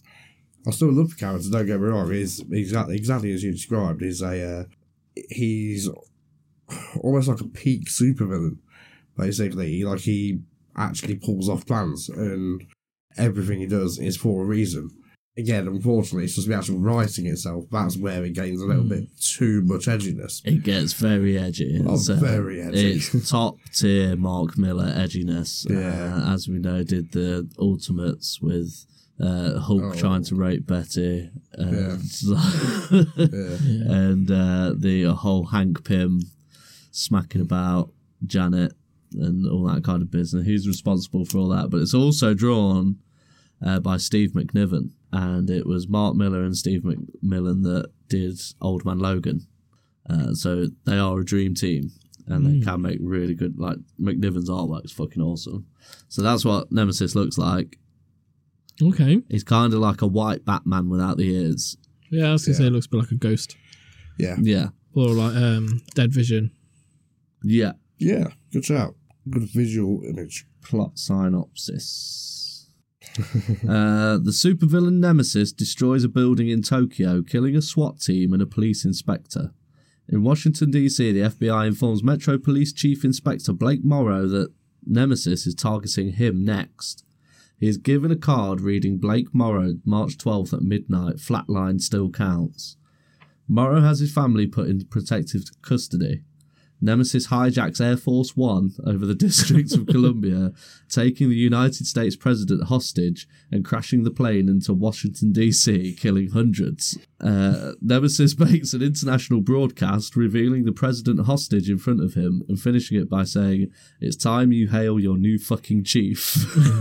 Speaker 3: I still love the character, don't get me wrong. He's exactly exactly as you described. He's a uh, he's almost like a peak supervillain, basically. Like he actually pulls off plans, and everything he does is for a reason. Again, unfortunately, it's just the actual writing itself. That's where it gains a little bit too much edginess.
Speaker 1: It gets very edgy.
Speaker 3: Oh,
Speaker 1: So
Speaker 3: very edgy.
Speaker 1: uh, It's top tier Mark Miller edginess.
Speaker 3: Yeah.
Speaker 1: Uh, as we know, did the Ultimates with uh, Hulk
Speaker 3: Oh.
Speaker 1: trying to rape Betty. And,
Speaker 3: Yeah.
Speaker 1: and uh, the whole Hank Pym smacking about Janet and all that kind of business. Who's responsible for all that? But it's also drawn uh, by Steve McNiven. And it was Mark Miller and Steve McMillan that did Old Man Logan. Uh, so they are a dream team and they can make really good like McNiven's artwork is fucking awesome. So that's what Nemesis looks like.
Speaker 2: Okay.
Speaker 1: He's kind of like a white Batman without the ears.
Speaker 2: Yeah, I was gonna say
Speaker 3: Yeah.
Speaker 2: it looks a bit like a ghost
Speaker 3: Yeah.
Speaker 1: Yeah.
Speaker 2: or like um Dead Vision.
Speaker 1: Yeah.
Speaker 3: Yeah, good shout. Good visual image.
Speaker 1: Plot synopsis. Uh, the supervillain Nemesis destroys a building in Tokyo, killing a SWAT team and a police inspector. In Washington, D.C., the FBI informs Metro Police Chief Inspector Blake Morrow that Nemesis is targeting him next. He is given a card reading Blake Morrow, March 12th at midnight, flatline still counts. Morrow has his family put in protective custody. Nemesis hijacks Air Force One over the District of Columbia, taking the United States president hostage and crashing the plane into Washington, D.C., killing hundreds. Uh, Nemesis makes an international broadcast revealing the president hostage in front of him and finishing it by saying, It's time you hail your new fucking chief.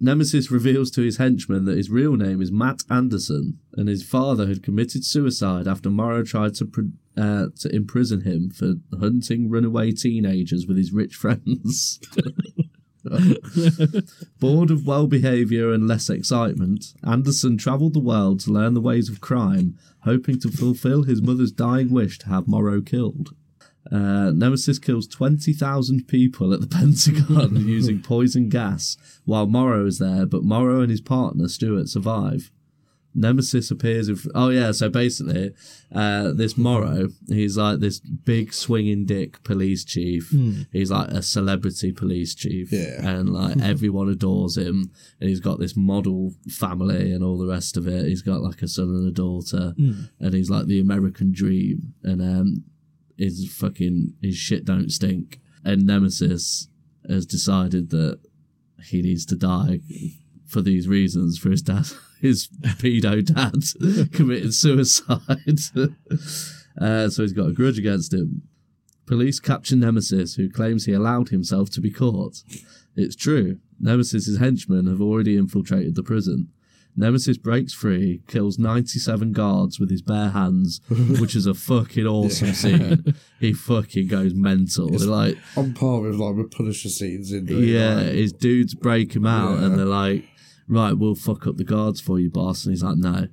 Speaker 1: Nemesis reveals to his henchmen that his real name is Matt Anderson, and his father had committed suicide after Morrow tried to pr uh, to imprison him for hunting runaway teenagers with his rich friends. Bored of well behaviour and less excitement, Anderson travelled the world to learn the ways of crime, hoping to fulfil his mother's dying wish to have Morrow killed. Uh, Nemesis kills 20,000 people at the Pentagon using poison gas while Morrow is there, but Morrow and his partner Stuart survive. Nemesis appears in. Fr- oh, yeah, so basically, uh, this Morrow, he's like this big swinging dick police chief. He's like a celebrity police chief.
Speaker 3: Yeah.
Speaker 1: And like everyone adores him. And he's got this model family and all the rest of it. He's got like a son and a daughter. And he's like the American dream. And um, his fucking his shit don't stink. And Nemesis has decided that he needs to die for these reasons for his dad, his pedo dad, committed suicide. uh, so he's got a grudge against him. Police capture Nemesis, who claims he allowed himself to be caught. It's true. Nemesis's henchmen have already infiltrated the prison. Nemesis breaks free, kills 97 guards with his bare hands, which is a fucking awesome scene. He fucking goes mental. They're like,
Speaker 3: On par with like the Punisher scenes in the
Speaker 1: yeah,
Speaker 3: like,
Speaker 1: his dudes break him out
Speaker 3: Yeah.
Speaker 1: and they're like, right, we'll fuck up the guards for you, boss. And he's like, no,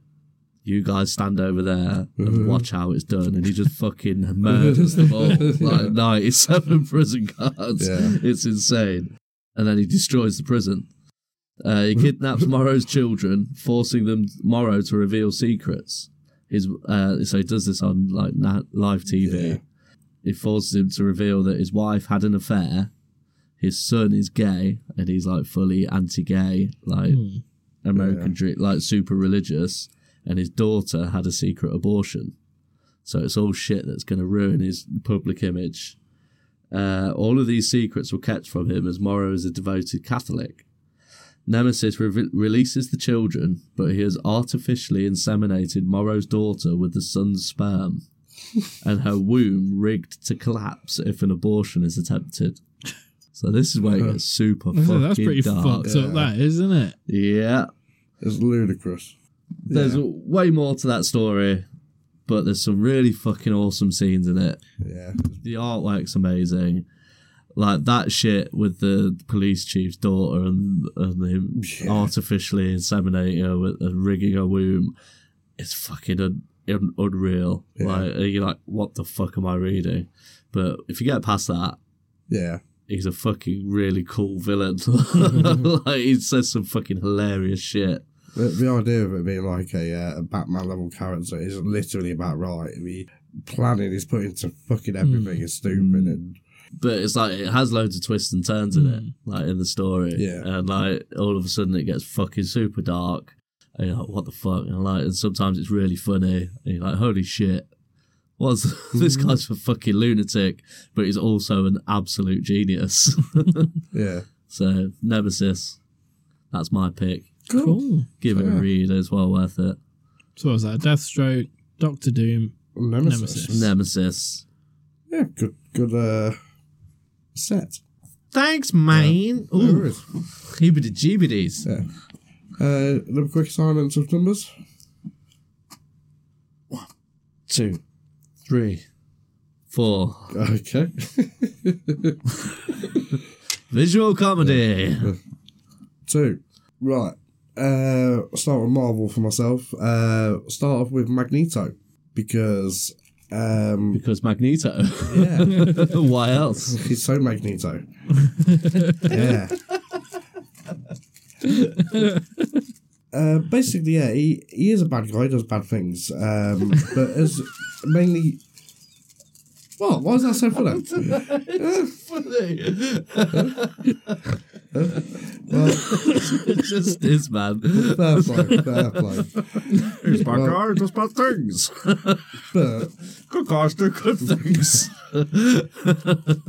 Speaker 1: you guys stand over there
Speaker 3: Mm-hmm.
Speaker 1: and watch how it's done. And he just fucking murders them all. Like 97 prison guards.
Speaker 3: Yeah.
Speaker 1: It's insane. And then he destroys the prison. Uh, he kidnaps Morrow's children, forcing them Morrow to reveal secrets. His uh, so he does this on like na- live TV.
Speaker 3: Yeah.
Speaker 1: It forces him to reveal that his wife had an affair. His son is gay, and he's like fully anti-gay, like American, dr- like super religious. And his daughter had a secret abortion. So it's all shit that's going to ruin his public image. Uh, all of these secrets were kept from him as Morrow is a devoted Catholic. Nemesis re- releases the children, but he has artificially inseminated Morrow's daughter with the son's sperm and her womb rigged to collapse if an abortion is attempted. So this is where it gets super
Speaker 2: So
Speaker 1: fucking
Speaker 2: that's pretty
Speaker 1: dark.
Speaker 2: fucked up, that isn't it?
Speaker 1: Yeah.
Speaker 3: It's ludicrous.
Speaker 1: There's way more to that story, but there's some really fucking awesome scenes in it.
Speaker 3: Yeah.
Speaker 1: the artwork's amazing. Like that shit with the police chief's daughter and, and him
Speaker 3: Yeah.
Speaker 1: artificially inseminating her with, and rigging her womb. It's fucking un, un, unreal.
Speaker 3: Yeah.
Speaker 1: Like and you're like, what the fuck am I reading? But if you get past that,
Speaker 3: Yeah.
Speaker 1: he's a fucking really cool villain. like he says some fucking hilarious shit.
Speaker 3: The, the idea of it being like a, uh, a Batman level character is literally about right. The planning is put into fucking everything
Speaker 1: Hmm.
Speaker 3: is stupid and
Speaker 1: but it's like it has loads of twists and turns in it, like in the story.
Speaker 3: Yeah.
Speaker 1: And like all of a sudden it gets fucking super dark. And you're like, what the fuck? And like and sometimes it's really funny. And you're like, holy shit. What's this
Speaker 3: Hmm.
Speaker 1: guy's a fucking lunatic, but he's also an absolute genius.
Speaker 3: yeah.
Speaker 1: so Nemesis. That's my pick.
Speaker 2: Cool.
Speaker 1: Give it a
Speaker 3: Fair.
Speaker 1: read, it's well worth it.
Speaker 2: So what was that? Deathstroke, Doctor Doom.
Speaker 3: Nemesis.
Speaker 2: Nemesis.
Speaker 1: Nemesis.
Speaker 3: Yeah, good good uh set.
Speaker 1: Thanks, man.
Speaker 3: There is.
Speaker 1: Hibbity jibbities.
Speaker 3: Yeah. Uh another quick silence of numbers.
Speaker 1: Two, three, four.
Speaker 3: Okay.
Speaker 1: Visual comedy.
Speaker 3: Two. Right. Uh start with Marvel for myself. Uh start off with Magneto because um
Speaker 1: Because Magneto.
Speaker 3: yeah.
Speaker 1: Why else?
Speaker 3: He's so Magneto. yeah. Uh, basically, yeah, he, he is a bad guy. He does bad things, um, but as mainly. Well, why is that so funny?
Speaker 1: Funny.
Speaker 3: Well,
Speaker 1: It just is, man.
Speaker 3: fair play, fair play.
Speaker 4: He's bad
Speaker 3: Well-
Speaker 4: guy, does bad things.
Speaker 3: But,
Speaker 4: Good guys do good things.
Speaker 3: but no,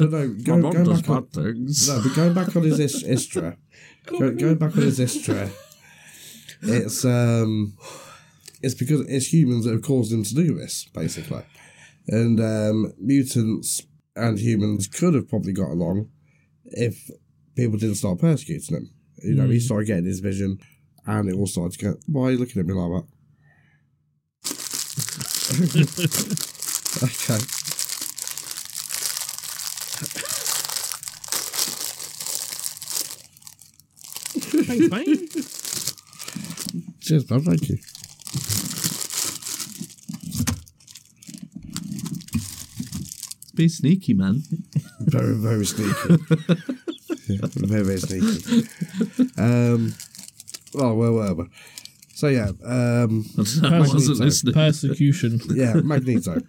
Speaker 4: My
Speaker 3: go,
Speaker 4: mum
Speaker 3: go
Speaker 4: does
Speaker 3: back on.
Speaker 4: bad things.
Speaker 3: No, but going back on his is- Istra, go, going back on his Istra, it's um, it's because it's humans that have caused him to do this, basically, and um, mutants and humans could have probably got along if people didn't start persecuting him. You know, he started getting his vision, and it all started to go. Why are you looking at me like that? okay.
Speaker 2: Thanks, mate.
Speaker 3: Cheers, man. Thank you.
Speaker 1: Be sneaky, man.
Speaker 3: Very, very sneaky. Yeah, very, very sneaky. Um, well, where were we? So, yeah, um,
Speaker 1: I don't know, I wasn't
Speaker 3: Magneto.
Speaker 1: listening.
Speaker 2: Persecution.
Speaker 3: yeah, Magneto.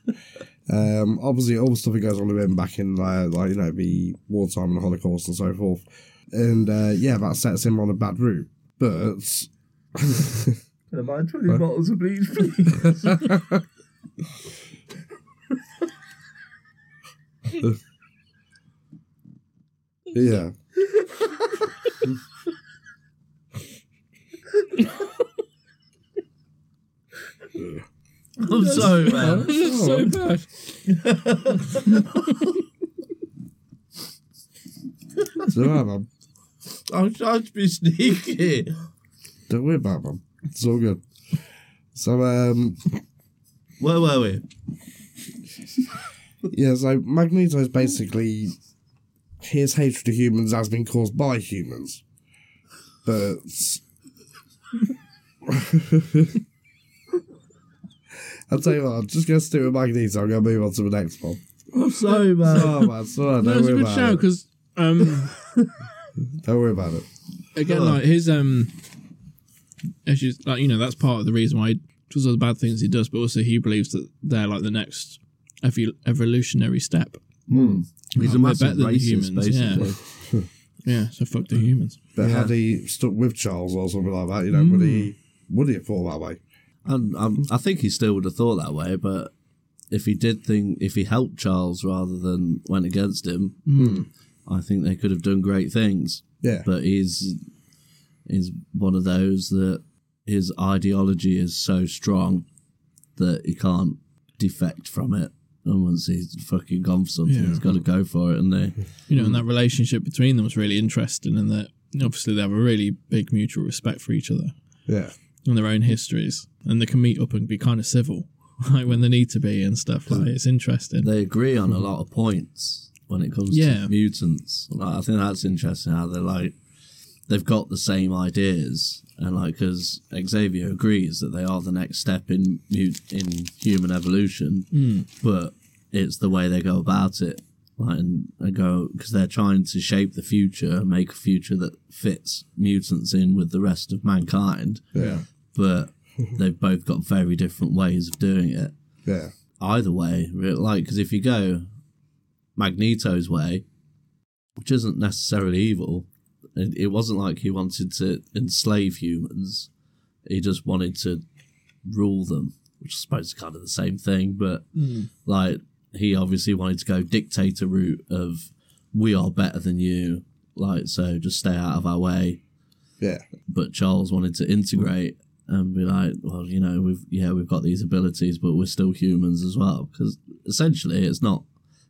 Speaker 3: Um, obviously, all the stuff that goes on with him back in, uh, like, you know, the wartime and the Holocaust and so forth. And, uh, yeah, that sets him on a bad route. But,
Speaker 4: Am I 20 bottles of bleach, please?
Speaker 3: yeah.
Speaker 1: I'm sorry, man.
Speaker 3: Oh.
Speaker 2: so bad.
Speaker 3: So, yeah, man.
Speaker 1: I'm trying to be sneaky.
Speaker 3: Don't worry about it, man. It's all good. So, um,
Speaker 1: Where were we?
Speaker 3: Yeah, so Magneto is basically his hatred of humans has been caused by humans. But I'll tell you what, I'm just gonna stick with Magneto, I'm gonna move on to the next one.
Speaker 1: I'm sorry, man.
Speaker 3: Oh man, it's alright,
Speaker 2: That
Speaker 3: don't
Speaker 2: was a
Speaker 3: worry
Speaker 2: good
Speaker 3: about
Speaker 2: show
Speaker 3: it.
Speaker 2: because um,
Speaker 3: Don't worry about it.
Speaker 2: again, like his um, issues, like you know, that's part of the reason why he does all the bad things he does, but also he believes that they're like the next evo- evolutionary step.
Speaker 1: Hmm. He's a
Speaker 2: We're better
Speaker 1: massive
Speaker 2: than
Speaker 1: racist,
Speaker 2: humans, yeah.
Speaker 1: basically. Hmm.
Speaker 2: Yeah, so fuck the humans.
Speaker 3: But
Speaker 1: Yeah.
Speaker 3: had he stuck with Charles or something like that, you know, would he would he have thought that way?
Speaker 1: And um, I think he still would have thought that way, but if he did think, if he helped Charles rather than went against him,
Speaker 2: Hmm.
Speaker 1: I think they could have done great things.
Speaker 3: Yeah.
Speaker 1: But he's he's one of those that his ideology is so strong that he can't defect from it. And once he's fucking gone for something,
Speaker 2: Yeah.
Speaker 1: he's got to go for it, and they
Speaker 2: You
Speaker 1: Hmm.
Speaker 2: know, and that relationship between them was really interesting, and that obviously they have a really big mutual respect for each other
Speaker 3: yeah.
Speaker 2: and their own histories, and they can meet up and be kind of civil. Like when they need to be and stuff.
Speaker 1: Hmm.
Speaker 2: Like it's interesting.
Speaker 1: they agree on a lot of points when it comes
Speaker 2: Yeah.
Speaker 1: to mutants. Like, I think that's interesting how they're like they've got the same ideas and like because Xavier agrees that they are the next step in mu- in human evolution, but it's the way they go about it. Like, and they go because they're trying to shape the future and make a future that fits mutants in with the rest of mankind,
Speaker 3: Yeah.
Speaker 1: but they've both got very different ways of doing it
Speaker 3: Yeah.
Speaker 1: either way, really. Like, because if you go Magneto's way, which isn't necessarily evil, it, it wasn't like he wanted to enslave humans. He just wanted to rule them, which I suppose is kind of the same thing. But like, he obviously wanted to go dictator route of we are better than you, like so just stay out of our way
Speaker 3: Yeah.
Speaker 1: but Charles wanted to integrate and be like, well, you know, we've yeah, we've got these abilities, but we're still humans as well. Because essentially, it's not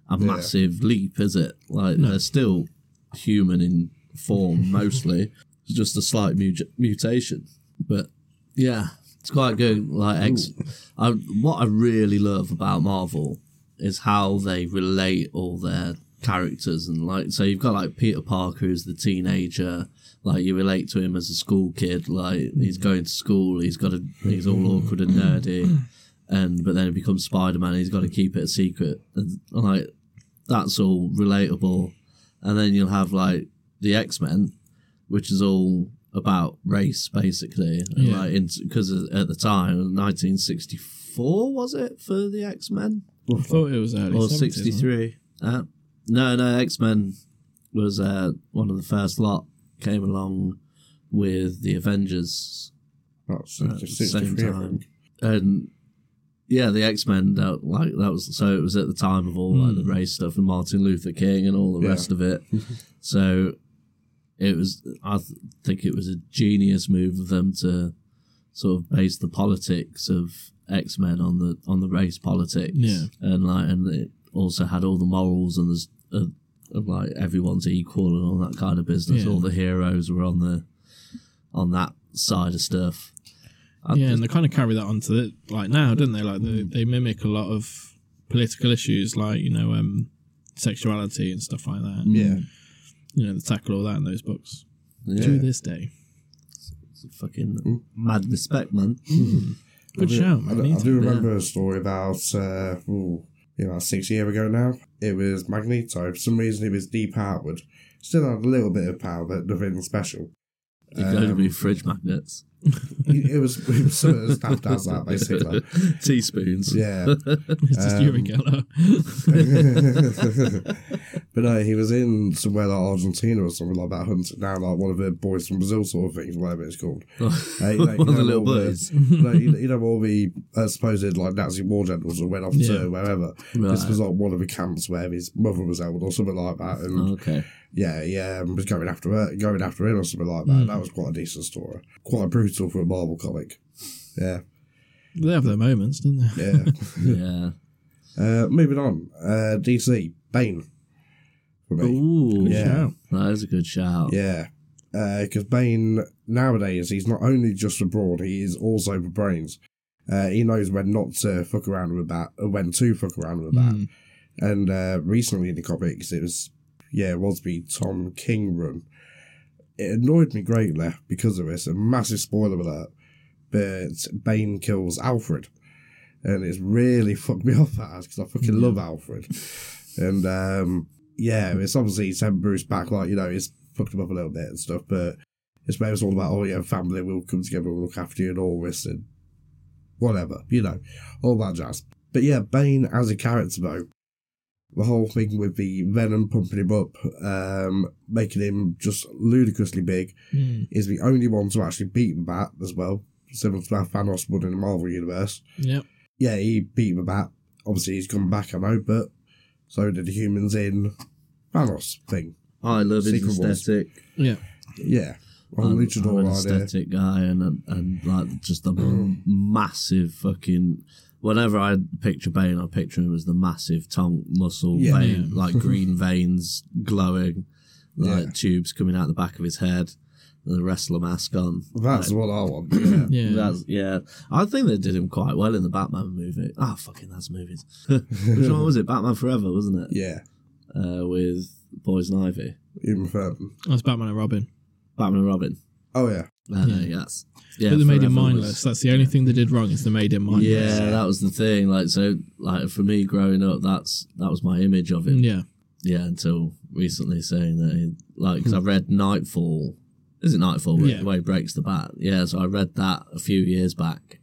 Speaker 1: a massive leap, is it? Like they're still human in form mostly. It's just a slight mut- mutation, but yeah, it's quite good. Like ex- I, what I really love about Marvel is how they relate all their characters and like so you've got like Peter Parker who's the teenager like you relate to him as a school kid like he's going to school he's got a he's all awkward and nerdy and but then he becomes Spider-Man he's got to keep it a secret and like that's all relatable and then you'll have like the X-Men which is all about race, basically.
Speaker 2: Yeah.
Speaker 1: Because at the time, 1964 was it for the X Men
Speaker 2: I thought it was early.
Speaker 1: or
Speaker 2: 70s, wasn't it?
Speaker 1: 63? Uh, no, no, X Men was uh, one of the first lot came along with the Avengers
Speaker 3: That's
Speaker 1: at the same
Speaker 3: 63, I
Speaker 1: time.
Speaker 3: think.
Speaker 1: And yeah, the X Men that like that was so it was at the time of all like,
Speaker 2: Hmm.
Speaker 1: the race stuff and Martin Luther King and all the
Speaker 3: Yeah.
Speaker 1: rest of it. so it was I th- think it was a genius move of them to sort of base the politics of X Men on the on the race politics.
Speaker 2: Yeah.
Speaker 1: and like and it also had all the morals and there's of, of like everyone's equal and all that kind of business.
Speaker 2: Yeah.
Speaker 1: All the heroes were on the on that side of stuff. I Hmm.
Speaker 2: yeah, and they kind of carry that on to the, like now, don't they? Like they, they mimic a lot of political issues, like you know, um, sexuality and stuff like that.
Speaker 1: Hmm.
Speaker 3: Yeah.
Speaker 2: You know, they tackle all that in those books
Speaker 1: Yeah,
Speaker 2: to this day.
Speaker 1: it's a fucking mad respect, man. Hmm.
Speaker 2: Good
Speaker 3: I do,
Speaker 2: shout.
Speaker 3: I do, I do remember a story about uh, ooh, yeah, about six year ago now. It was Magneto. For some reason, he was depowered. Still had a little bit of power, but nothing special.
Speaker 1: You're going to
Speaker 3: Um,
Speaker 1: be fridge magnets,
Speaker 3: It it was, it was sort of staffed as uh, that, basically.
Speaker 1: teaspoons.
Speaker 3: Yeah.
Speaker 2: it's just
Speaker 3: Um,
Speaker 2: Yuri Geller.
Speaker 3: but no, he was in somewhere like Argentina or something like that, hunting down like one of the boys from Brazil sort of thing, whatever it's called. Uh, you know- you
Speaker 1: One of the
Speaker 3: know,
Speaker 1: little
Speaker 3: all the-
Speaker 1: boys.
Speaker 3: like, you, you know, all the uh, supposed like Nazi war generals that went off
Speaker 2: Yeah.
Speaker 3: to wherever. This
Speaker 1: Right.
Speaker 3: was like one of the camps where his mother was held or something like that, and
Speaker 1: Okay.
Speaker 3: yeah, yeah, um, was going after her, going after him or something like that.
Speaker 2: Mm.
Speaker 1: Hmm.
Speaker 3: That was quite a decent story, quite brutal for a Marvel comic. Yeah,
Speaker 2: they have their moments, don't they?
Speaker 3: yeah.
Speaker 1: Yeah.
Speaker 3: uh, moving on, uh, DC Bane for me.
Speaker 1: Ooh.
Speaker 3: Yeah.
Speaker 1: That is a good shout.
Speaker 3: Yeah. Because Bane, nowadays, he's not only just for broad, he is also for brains. Uh, he knows when not to fuck around with that, uh, when to fuck around with that.
Speaker 2: Mm.
Speaker 3: And uh, recently in the comics, it was, yeah, it was the Tom King run. It annoyed me greatly because of this. A massive spoiler alert. But Bane kills Alfred. And it's really fucked me off that because I fucking love Alfred. And um, yeah, it's obviously sent Bruce back, like, you know, it's fucked him up a little bit and stuff, but it's where it's all about, oh yeah, family, we'll come together, we'll look after you and all this and whatever, you know, all that jazz. But yeah, Bane as a character though, the whole thing with the Venom pumping him up, um, making him just ludicrously big,
Speaker 2: Mm.
Speaker 3: is the only one to actually beat the bat as well, similar to how Thanos would in the Marvel universe
Speaker 2: Yep.
Speaker 3: yeah, he beat him about. Obviously, he's come back, I know, but so did the humans in Thanos thing.
Speaker 1: Oh, I love his
Speaker 3: Secret Wars.
Speaker 1: aesthetic.
Speaker 2: Yeah.
Speaker 3: Yeah.
Speaker 1: I'm,
Speaker 3: On
Speaker 1: I'm an
Speaker 3: Luchador idea.
Speaker 1: aesthetic guy and, and and like just a
Speaker 3: Mm.
Speaker 1: massive fucking. Whenever I picture Bane, I picture him as the massive tongue muscle,
Speaker 3: Yeah.
Speaker 1: vein, like green veins glowing, like
Speaker 3: Yeah.
Speaker 1: tubes coming out the back of his head, and the wrestler mask on.
Speaker 3: That's what I want. Yeah.
Speaker 2: Yeah.
Speaker 1: That's yeah. I think they did him quite well in the Batman movie. Ah, fucking that's movies. Which one was it? Batman Forever, wasn't it?
Speaker 3: yeah.
Speaker 1: Uh, with Poison Ivy,
Speaker 3: Even further.
Speaker 2: That's Batman and Robin.
Speaker 1: Batman and Robin.
Speaker 3: Oh, yeah.
Speaker 1: Uh,
Speaker 2: Yeah.
Speaker 1: Yes. Yeah,
Speaker 2: but they made him
Speaker 1: Forever was-
Speaker 2: mindless. That's the only thing they did wrong is they made him mindless.
Speaker 1: Yeah, that was the thing. Like so, like for me growing up, that's that was my image of him. Yeah,
Speaker 2: Yeah.
Speaker 1: until recently saying that, he, like, because I read Nightfall. Is it Nightfall? where-
Speaker 2: Hmm. Yeah.
Speaker 1: where he breaks the bat. Yeah, so I read that a few years back.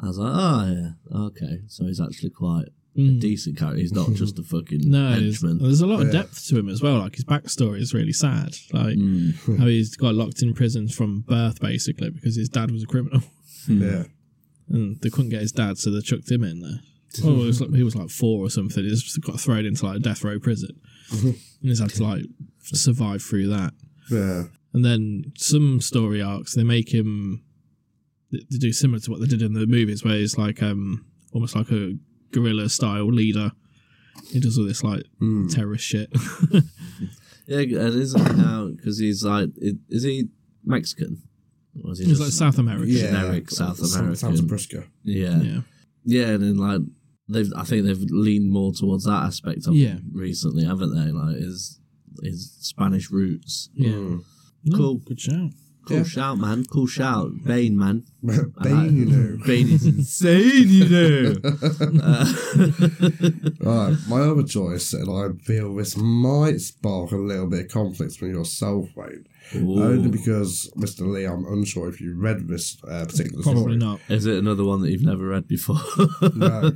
Speaker 1: I was like, oh yeah, okay. So he's actually quite
Speaker 2: Mm.
Speaker 1: decent character. He's not just a fucking
Speaker 2: No, there's,
Speaker 1: henchman.
Speaker 2: there's a lot of
Speaker 3: Yeah.
Speaker 2: depth to him as well. Like his backstory is really sad. Like
Speaker 1: Mm.
Speaker 2: how he's got locked in prison from birth, basically, because his dad was a criminal
Speaker 1: Hmm.
Speaker 3: Yeah.
Speaker 2: and they couldn't get his dad, so they chucked him in there. Oh, it was like, he was like four or something. He just got thrown into like a death row prison, and he's had to like survive through that.
Speaker 3: Yeah.
Speaker 2: And then some story arcs, they make him they they do similar to what they did in the movies, where he's like um almost like a guerrilla style leader. He does all this like
Speaker 3: Mm.
Speaker 2: terrorist shit.
Speaker 1: Yeah, it is now because he's like, i- is he Mexican? Or is he
Speaker 2: He's like
Speaker 1: just
Speaker 2: South America.
Speaker 3: Yeah.
Speaker 1: generic South
Speaker 3: Sam- Sam's
Speaker 1: American?
Speaker 3: Prisca.
Speaker 1: yeah.
Speaker 2: yeah.
Speaker 1: Yeah, and then like they've, I think they've leaned more towards that aspect of
Speaker 2: Yeah.
Speaker 1: it recently, haven't they? Like his his Spanish roots.
Speaker 2: Yeah.
Speaker 3: Mm.
Speaker 2: No,
Speaker 1: Cool.
Speaker 2: Good shout.
Speaker 1: Cool shout, man. Cool shout. Bane, man.
Speaker 3: Bane, you know.
Speaker 1: Bane is insane, you know.
Speaker 3: Right, my other choice, and I feel this might spark a little bit of conflict from yourself, Wayne. Only because, Mr. Lee, I'm unsure if you read this uh, particular
Speaker 2: Probably
Speaker 3: story.
Speaker 2: not.
Speaker 1: Is it another one that you've never read before?
Speaker 3: No.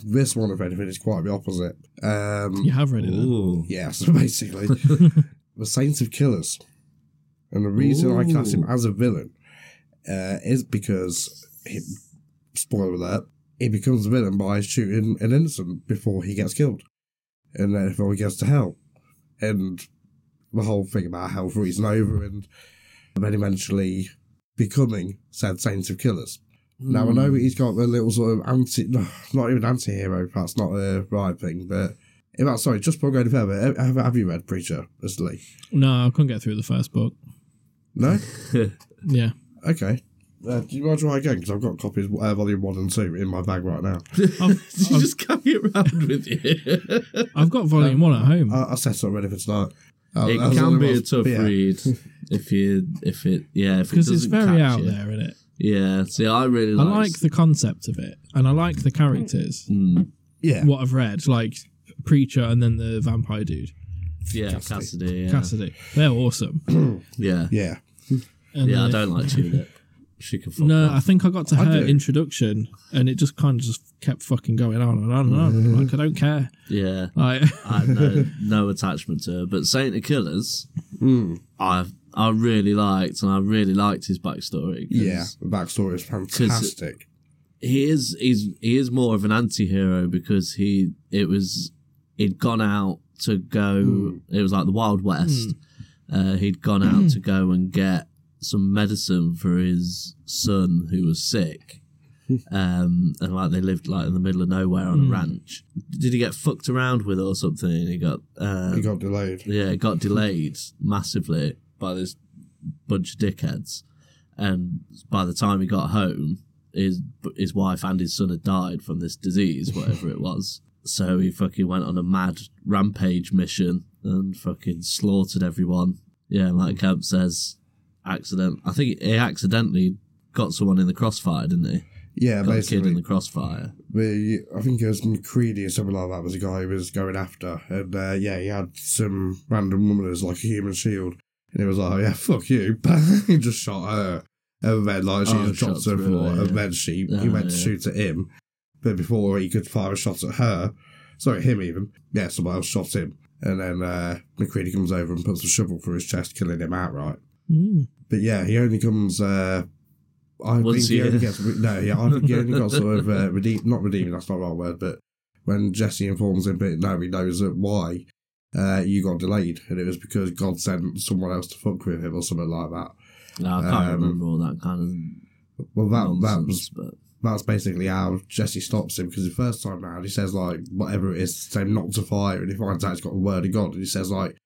Speaker 3: this one, if anything, is quite the opposite. Um,
Speaker 2: You have read it. then.
Speaker 1: Ooh.
Speaker 3: Yeah, so basically, the Saints of Killers. And the reason I class him
Speaker 1: Ooh.
Speaker 3: as a villain uh, is because, he, spoiler alert, he becomes a villain by shooting an innocent before he gets killed. And then before he gets to hell. And the whole thing about hell freezing over and then eventually becoming said Saints of Killers. Now, I know
Speaker 1: Hmm.
Speaker 3: that he's got the little sort of anti, no, not even anti hero, that's not a right thing, but in fact, sorry, just before going further, have, have you read Preacher, Mr. Lee?
Speaker 2: No, I couldn't get through the first book.
Speaker 3: No?
Speaker 2: Yeah.
Speaker 3: Okay. Uh, do you mind trying again? Because I've got copies, uh, volume one and two, in my bag right now.
Speaker 2: I've,
Speaker 1: Did you just carry it around with you?
Speaker 2: I've got volume one at home.
Speaker 3: I, I set it up ready for tonight. Oh,
Speaker 1: Hmm. it
Speaker 3: that was
Speaker 1: can
Speaker 3: only
Speaker 1: be a
Speaker 3: one-
Speaker 1: tough
Speaker 3: yeah.
Speaker 1: read if you if it yeah if it
Speaker 2: because
Speaker 1: doesn't
Speaker 2: it's very
Speaker 1: catch
Speaker 2: out
Speaker 1: you.
Speaker 2: there, isn't it?
Speaker 1: Yeah, see, I really
Speaker 2: I
Speaker 1: like.
Speaker 2: like the concept of it, and I like the characters.
Speaker 1: Mm,
Speaker 3: Yeah.
Speaker 2: What I've read, like Preacher, and then the vampire dude
Speaker 1: yeah, Cassidy.
Speaker 3: Cassidy.
Speaker 1: yeah.
Speaker 2: Cassidy. They're awesome.
Speaker 1: Yeah, yeah.
Speaker 3: Yeah.
Speaker 2: And
Speaker 1: I
Speaker 2: then-
Speaker 1: don't like Tulip. She can fuck
Speaker 2: No,
Speaker 1: off.
Speaker 2: I think I got to
Speaker 3: I
Speaker 2: her
Speaker 3: do.
Speaker 2: introduction, and it just kind of just kept fucking going on and on and
Speaker 1: Mm.
Speaker 2: on. Like I don't care.
Speaker 1: Yeah,
Speaker 2: Like
Speaker 1: I had no, no attachment to her. But Saint of Killers, Hmm.
Speaker 3: Mm.
Speaker 1: I I really liked, and I really liked his backstory. 'cause
Speaker 3: Yeah. The backstory is fantastic.
Speaker 1: he is he's he is more of an anti-hero because he it was he'd gone out to go
Speaker 3: Hmm.
Speaker 1: it was like the wild west uh, he'd gone out to go and get some medicine for his son who was sick um, and like they lived like in the middle of nowhere
Speaker 3: Hmm.
Speaker 1: on a ranch did he get fucked around with or something he got uh,
Speaker 3: He got delayed.
Speaker 1: yeah, it got delayed massively by this bunch of dickheads. And by the time he got home, his his wife and his son had died from this disease, whatever it was. So he fucking went on a mad rampage mission and fucking slaughtered everyone. Yeah, and like Kemp says, accident. I think he accidentally got someone in the crossfire, didn't he? Got
Speaker 3: Yeah,
Speaker 1: a kid in
Speaker 3: basically.
Speaker 1: the crossfire.
Speaker 3: The, I think it was McCready or something like that was the guy he was going after. And uh, yeah, he had some random woman as like a human shield. And he was like, oh, yeah, fuck you. he just shot her. And then, like, she
Speaker 1: Oh,
Speaker 3: just dropped
Speaker 1: shot
Speaker 3: her
Speaker 1: through
Speaker 3: floor.
Speaker 1: her, yeah.
Speaker 3: And then she, he
Speaker 1: Ah,
Speaker 3: went to
Speaker 1: yeah.
Speaker 3: shoot at him. But before he could fire a shot at her, sorry, him even, yeah, someone else shot him. And then uh, McCready comes over and puts a shovel through his chest, killing him outright.
Speaker 2: mm,
Speaker 3: But yeah, he only comes. Uh, I
Speaker 1: Once
Speaker 3: think he
Speaker 1: a
Speaker 3: only
Speaker 1: year.
Speaker 3: gets re- no. Yeah, I think he only got sort of uh, redeem. Not redeeming. That's not the right word. But when Jesse informs him, but now he knows that why uh, you got delayed, and it was because God sent someone else to fuck with him or something like that.
Speaker 1: No, I can't
Speaker 3: Um,
Speaker 1: remember all that kind
Speaker 3: Well,
Speaker 1: of
Speaker 3: that that
Speaker 1: nonsense.
Speaker 3: was
Speaker 1: But
Speaker 3: that's basically how Jesse stops him because the first time round he says like whatever it is, say not to fire, and he finds out it's got a word of God, and he says like.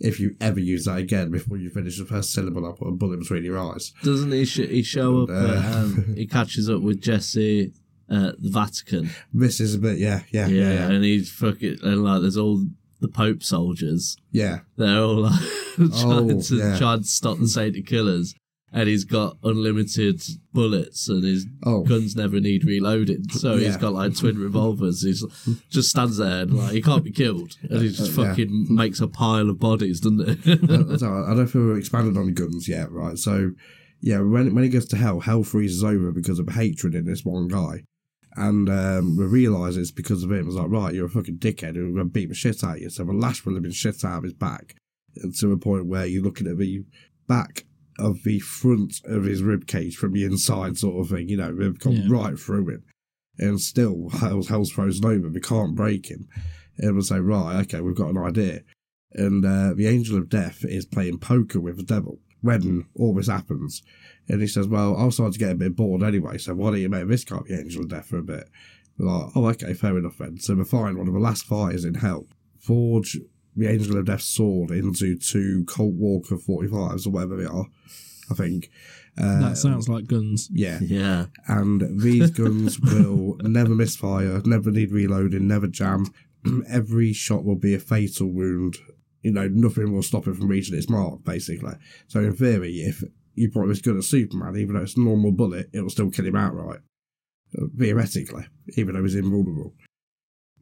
Speaker 3: If you ever use that again before you finish the first syllable, I'll put a bullet between your eyes.
Speaker 1: Doesn't he? Sh- he show up.
Speaker 3: And,
Speaker 1: at,
Speaker 3: uh,
Speaker 1: um, he catches up with Jesse at the Vatican.
Speaker 3: This is a bit,
Speaker 1: Yeah,
Speaker 3: yeah, yeah, yeah.
Speaker 1: and he's fucking and like there's all the Pope soldiers.
Speaker 3: yeah.
Speaker 1: They're all like trying
Speaker 3: Oh,
Speaker 1: to
Speaker 3: yeah.
Speaker 1: try and stop the Saint killers, and he's got unlimited bullets, and his
Speaker 3: Oh,
Speaker 1: guns never need reloading. So he's
Speaker 3: Yeah.
Speaker 1: got like twin revolvers. He's just stands there and like he can't be killed, and he just
Speaker 3: Uh, yeah.
Speaker 1: fucking makes a pile of bodies, doesn't it?
Speaker 3: Uh, so I don't feel we've expanded on guns yet, right? So, yeah, when when he goes to hell, hell freezes over because of hatred in this one guy, and um, we realise it's because of him. It's like, right, you're a fucking dickhead who's gonna beat the shit out of you. So the lash will have been shit out of his back, and to a point where you're looking at the back of the front of his rib cage from the inside, sort of thing. You know, they've gone
Speaker 2: Yeah.
Speaker 3: right through him, and still hell's, hell's frozen over. We can't break him. And we say, right, okay, we've got an idea and uh, the angel of death is playing poker with the devil when all this happens. And he says, Well, I was starting to get a bit bored anyway, so why don't you make this guy the angel of death for a bit? We're like, Oh, okay, fair enough then. So we find one of the last fighters in hell. Forge the angel of death's sword into two Colt Walker 45s or whatever they are, I think. Uh,
Speaker 1: Um,
Speaker 2: that sounds like guns.
Speaker 3: Yeah
Speaker 1: yeah,
Speaker 3: and these guns will never misfire, never need reloading, never jam. Every shot will be a fatal wound you know, nothing will stop it from reaching its mark, basically. So in theory, if you brought him as good as Superman, even though it's a normal bullet, it will still kill him outright. Uh, Theoretically, even though he's invulnerable.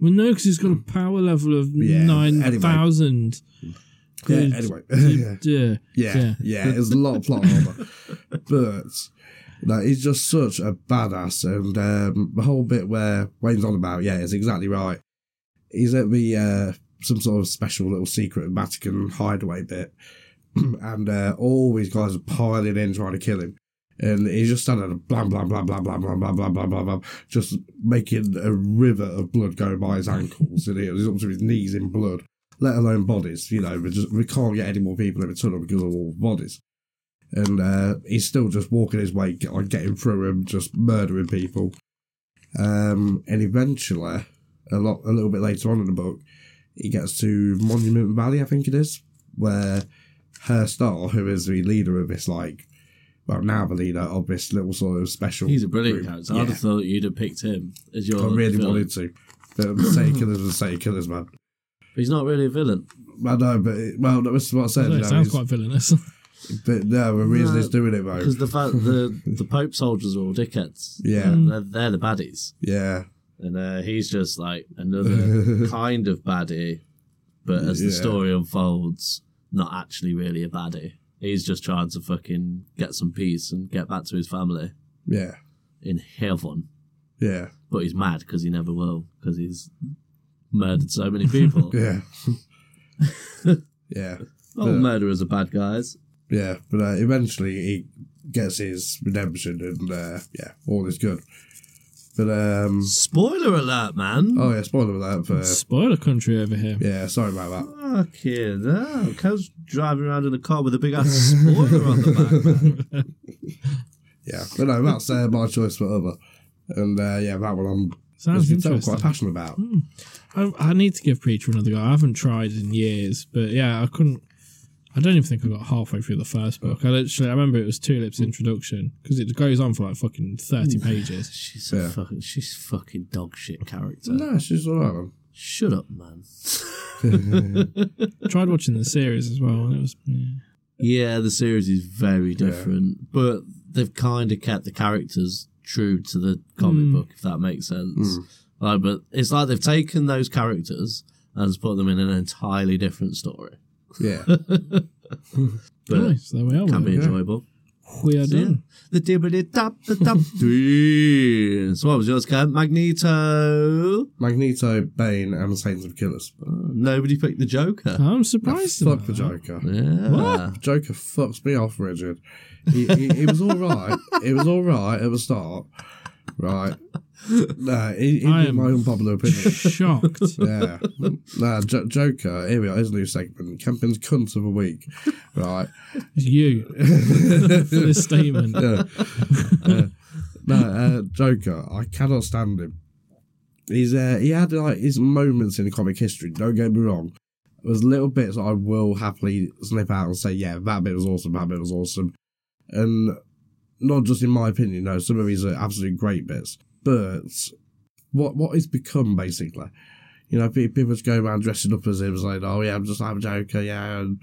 Speaker 2: Well, no, because he's got a power level of
Speaker 3: Yeah, anyway.
Speaker 2: 9,000.
Speaker 3: Yeah,
Speaker 2: Good.
Speaker 3: anyway.
Speaker 2: Yeah. yeah.
Speaker 3: Yeah, yeah, it's a lot of plot armor. but like, he's just such a badass, and um, the whole bit where Wayne's on about, yeah, is exactly right. He's at the uh, some sort of special little secret Vatican hideaway bit, and uh, all these guys are piling in trying to kill him. And he's just standing there, blam, blam, blam, blam, blam, blam, blam, blam, blam, blam, blam, just making a river of blood go by his ankles and he's up to his knees in blood let alone bodies. You know, we, just, we can't get any more people in the tunnel because of all the bodies. And uh, he's still just walking his way, get- like getting through him, just murdering people. Um, and eventually, a lot, a little bit later on in the book, he gets to Monument Valley, I think it is, where her star, who is the leader of this, like, well, now the leader of this little sort of special.
Speaker 1: He's a brilliant
Speaker 3: group.
Speaker 1: character.
Speaker 3: Yeah.
Speaker 1: I'd have thought you'd have picked him as your
Speaker 3: I really
Speaker 1: villain.
Speaker 3: wanted to. But say killers and say killers, man.
Speaker 1: But he's not really a villain.
Speaker 3: I know, but it, well, that's what I said.
Speaker 2: So
Speaker 3: you
Speaker 2: it
Speaker 3: know,
Speaker 2: sounds
Speaker 3: he's-
Speaker 2: quite villainous.
Speaker 3: But no, the reason
Speaker 1: No,
Speaker 3: he's doing it though.
Speaker 1: Because the fact the the Pope soldiers are all dickheads.
Speaker 3: Yeah.
Speaker 1: Uh, they're, they're the baddies,
Speaker 3: Yeah.
Speaker 1: and uh, he's just like another kind of baddie. But as the
Speaker 3: Yeah.
Speaker 1: story unfolds, not actually really a baddie. He's just trying to fucking get some peace and get back to his family
Speaker 3: Yeah.
Speaker 1: in heaven.
Speaker 3: Yeah.
Speaker 1: But he's mad because he never will because he's murdered so many people.
Speaker 3: Yeah. yeah.
Speaker 1: All Oh, murderers are bad guys.
Speaker 3: Yeah. But uh, eventually he gets his redemption and uh, yeah, all is good. But um
Speaker 1: Spoiler alert, man.
Speaker 3: oh yeah, spoiler alert for
Speaker 2: Spoiler country over here.
Speaker 3: yeah, sorry about that.
Speaker 1: Fucking hell. Coach driving around in a car with a big ass spoiler on the back.
Speaker 3: Yeah. But no, that's uh, my choice for other. And uh, yeah, that one I'm as
Speaker 2: Sounds
Speaker 3: you can tell, quite
Speaker 2: interesting.
Speaker 3: passionate about.
Speaker 2: I, I need to give Preacher another go. I haven't tried in years, but yeah, I couldn't. I don't even think I got halfway through the first book. I literally, I remember it was Tulip's introduction because it goes on for like fucking thirty pages.
Speaker 1: She's a
Speaker 3: Yeah.
Speaker 1: fucking she's a fucking dog shit character.
Speaker 3: No, she's alright man.
Speaker 1: Shut up, man.
Speaker 2: I tried watching the series as well, and it was yeah.
Speaker 1: Yeah, the series is very different, but they've kind of kept the characters true to the comic book, if that makes
Speaker 3: Hmm,
Speaker 1: sense. Like, but it's like they've taken those characters and just put them in an entirely different story.
Speaker 3: Yeah.
Speaker 1: But
Speaker 2: nice. There we are.
Speaker 1: can
Speaker 2: with
Speaker 1: be
Speaker 2: it.
Speaker 1: enjoyable.
Speaker 2: We are
Speaker 1: So, yeah.
Speaker 2: done.
Speaker 1: The dibbity tap the tap. Three. So what was yours, Kev? Magneto.
Speaker 3: Magneto, Bane and the Saints of Killers.
Speaker 1: Nobody picked the Joker.
Speaker 2: I'm
Speaker 3: Fuck
Speaker 2: surprised. about
Speaker 3: the
Speaker 2: that.
Speaker 3: Joker.
Speaker 1: Yeah.
Speaker 3: Joker fucks me off, Richard. He, he, he was all right. It was all right at the start, right? Nah, he, he
Speaker 2: I
Speaker 3: did
Speaker 2: am-
Speaker 3: my unpopular opinion.
Speaker 2: Shocked.
Speaker 3: Yeah, nah, Jo- Joker. Here we are. Here's a new segment. Kempin's cunt of the week, right?
Speaker 2: It's you for this statement.
Speaker 3: Yeah. Yeah. no, uh, Joker. I cannot stand him. He's uh, he had like his moments in comic history. Don't get me wrong. There's little bits I will happily snip out and say, yeah, that bit was awesome. That bit was awesome, and not just in my opinion. No, some of these are absolute great bits. But what what he's become basically, you know, pe- people just go around dressing up as him, saying, oh yeah, I'm just I'm Joker, yeah, and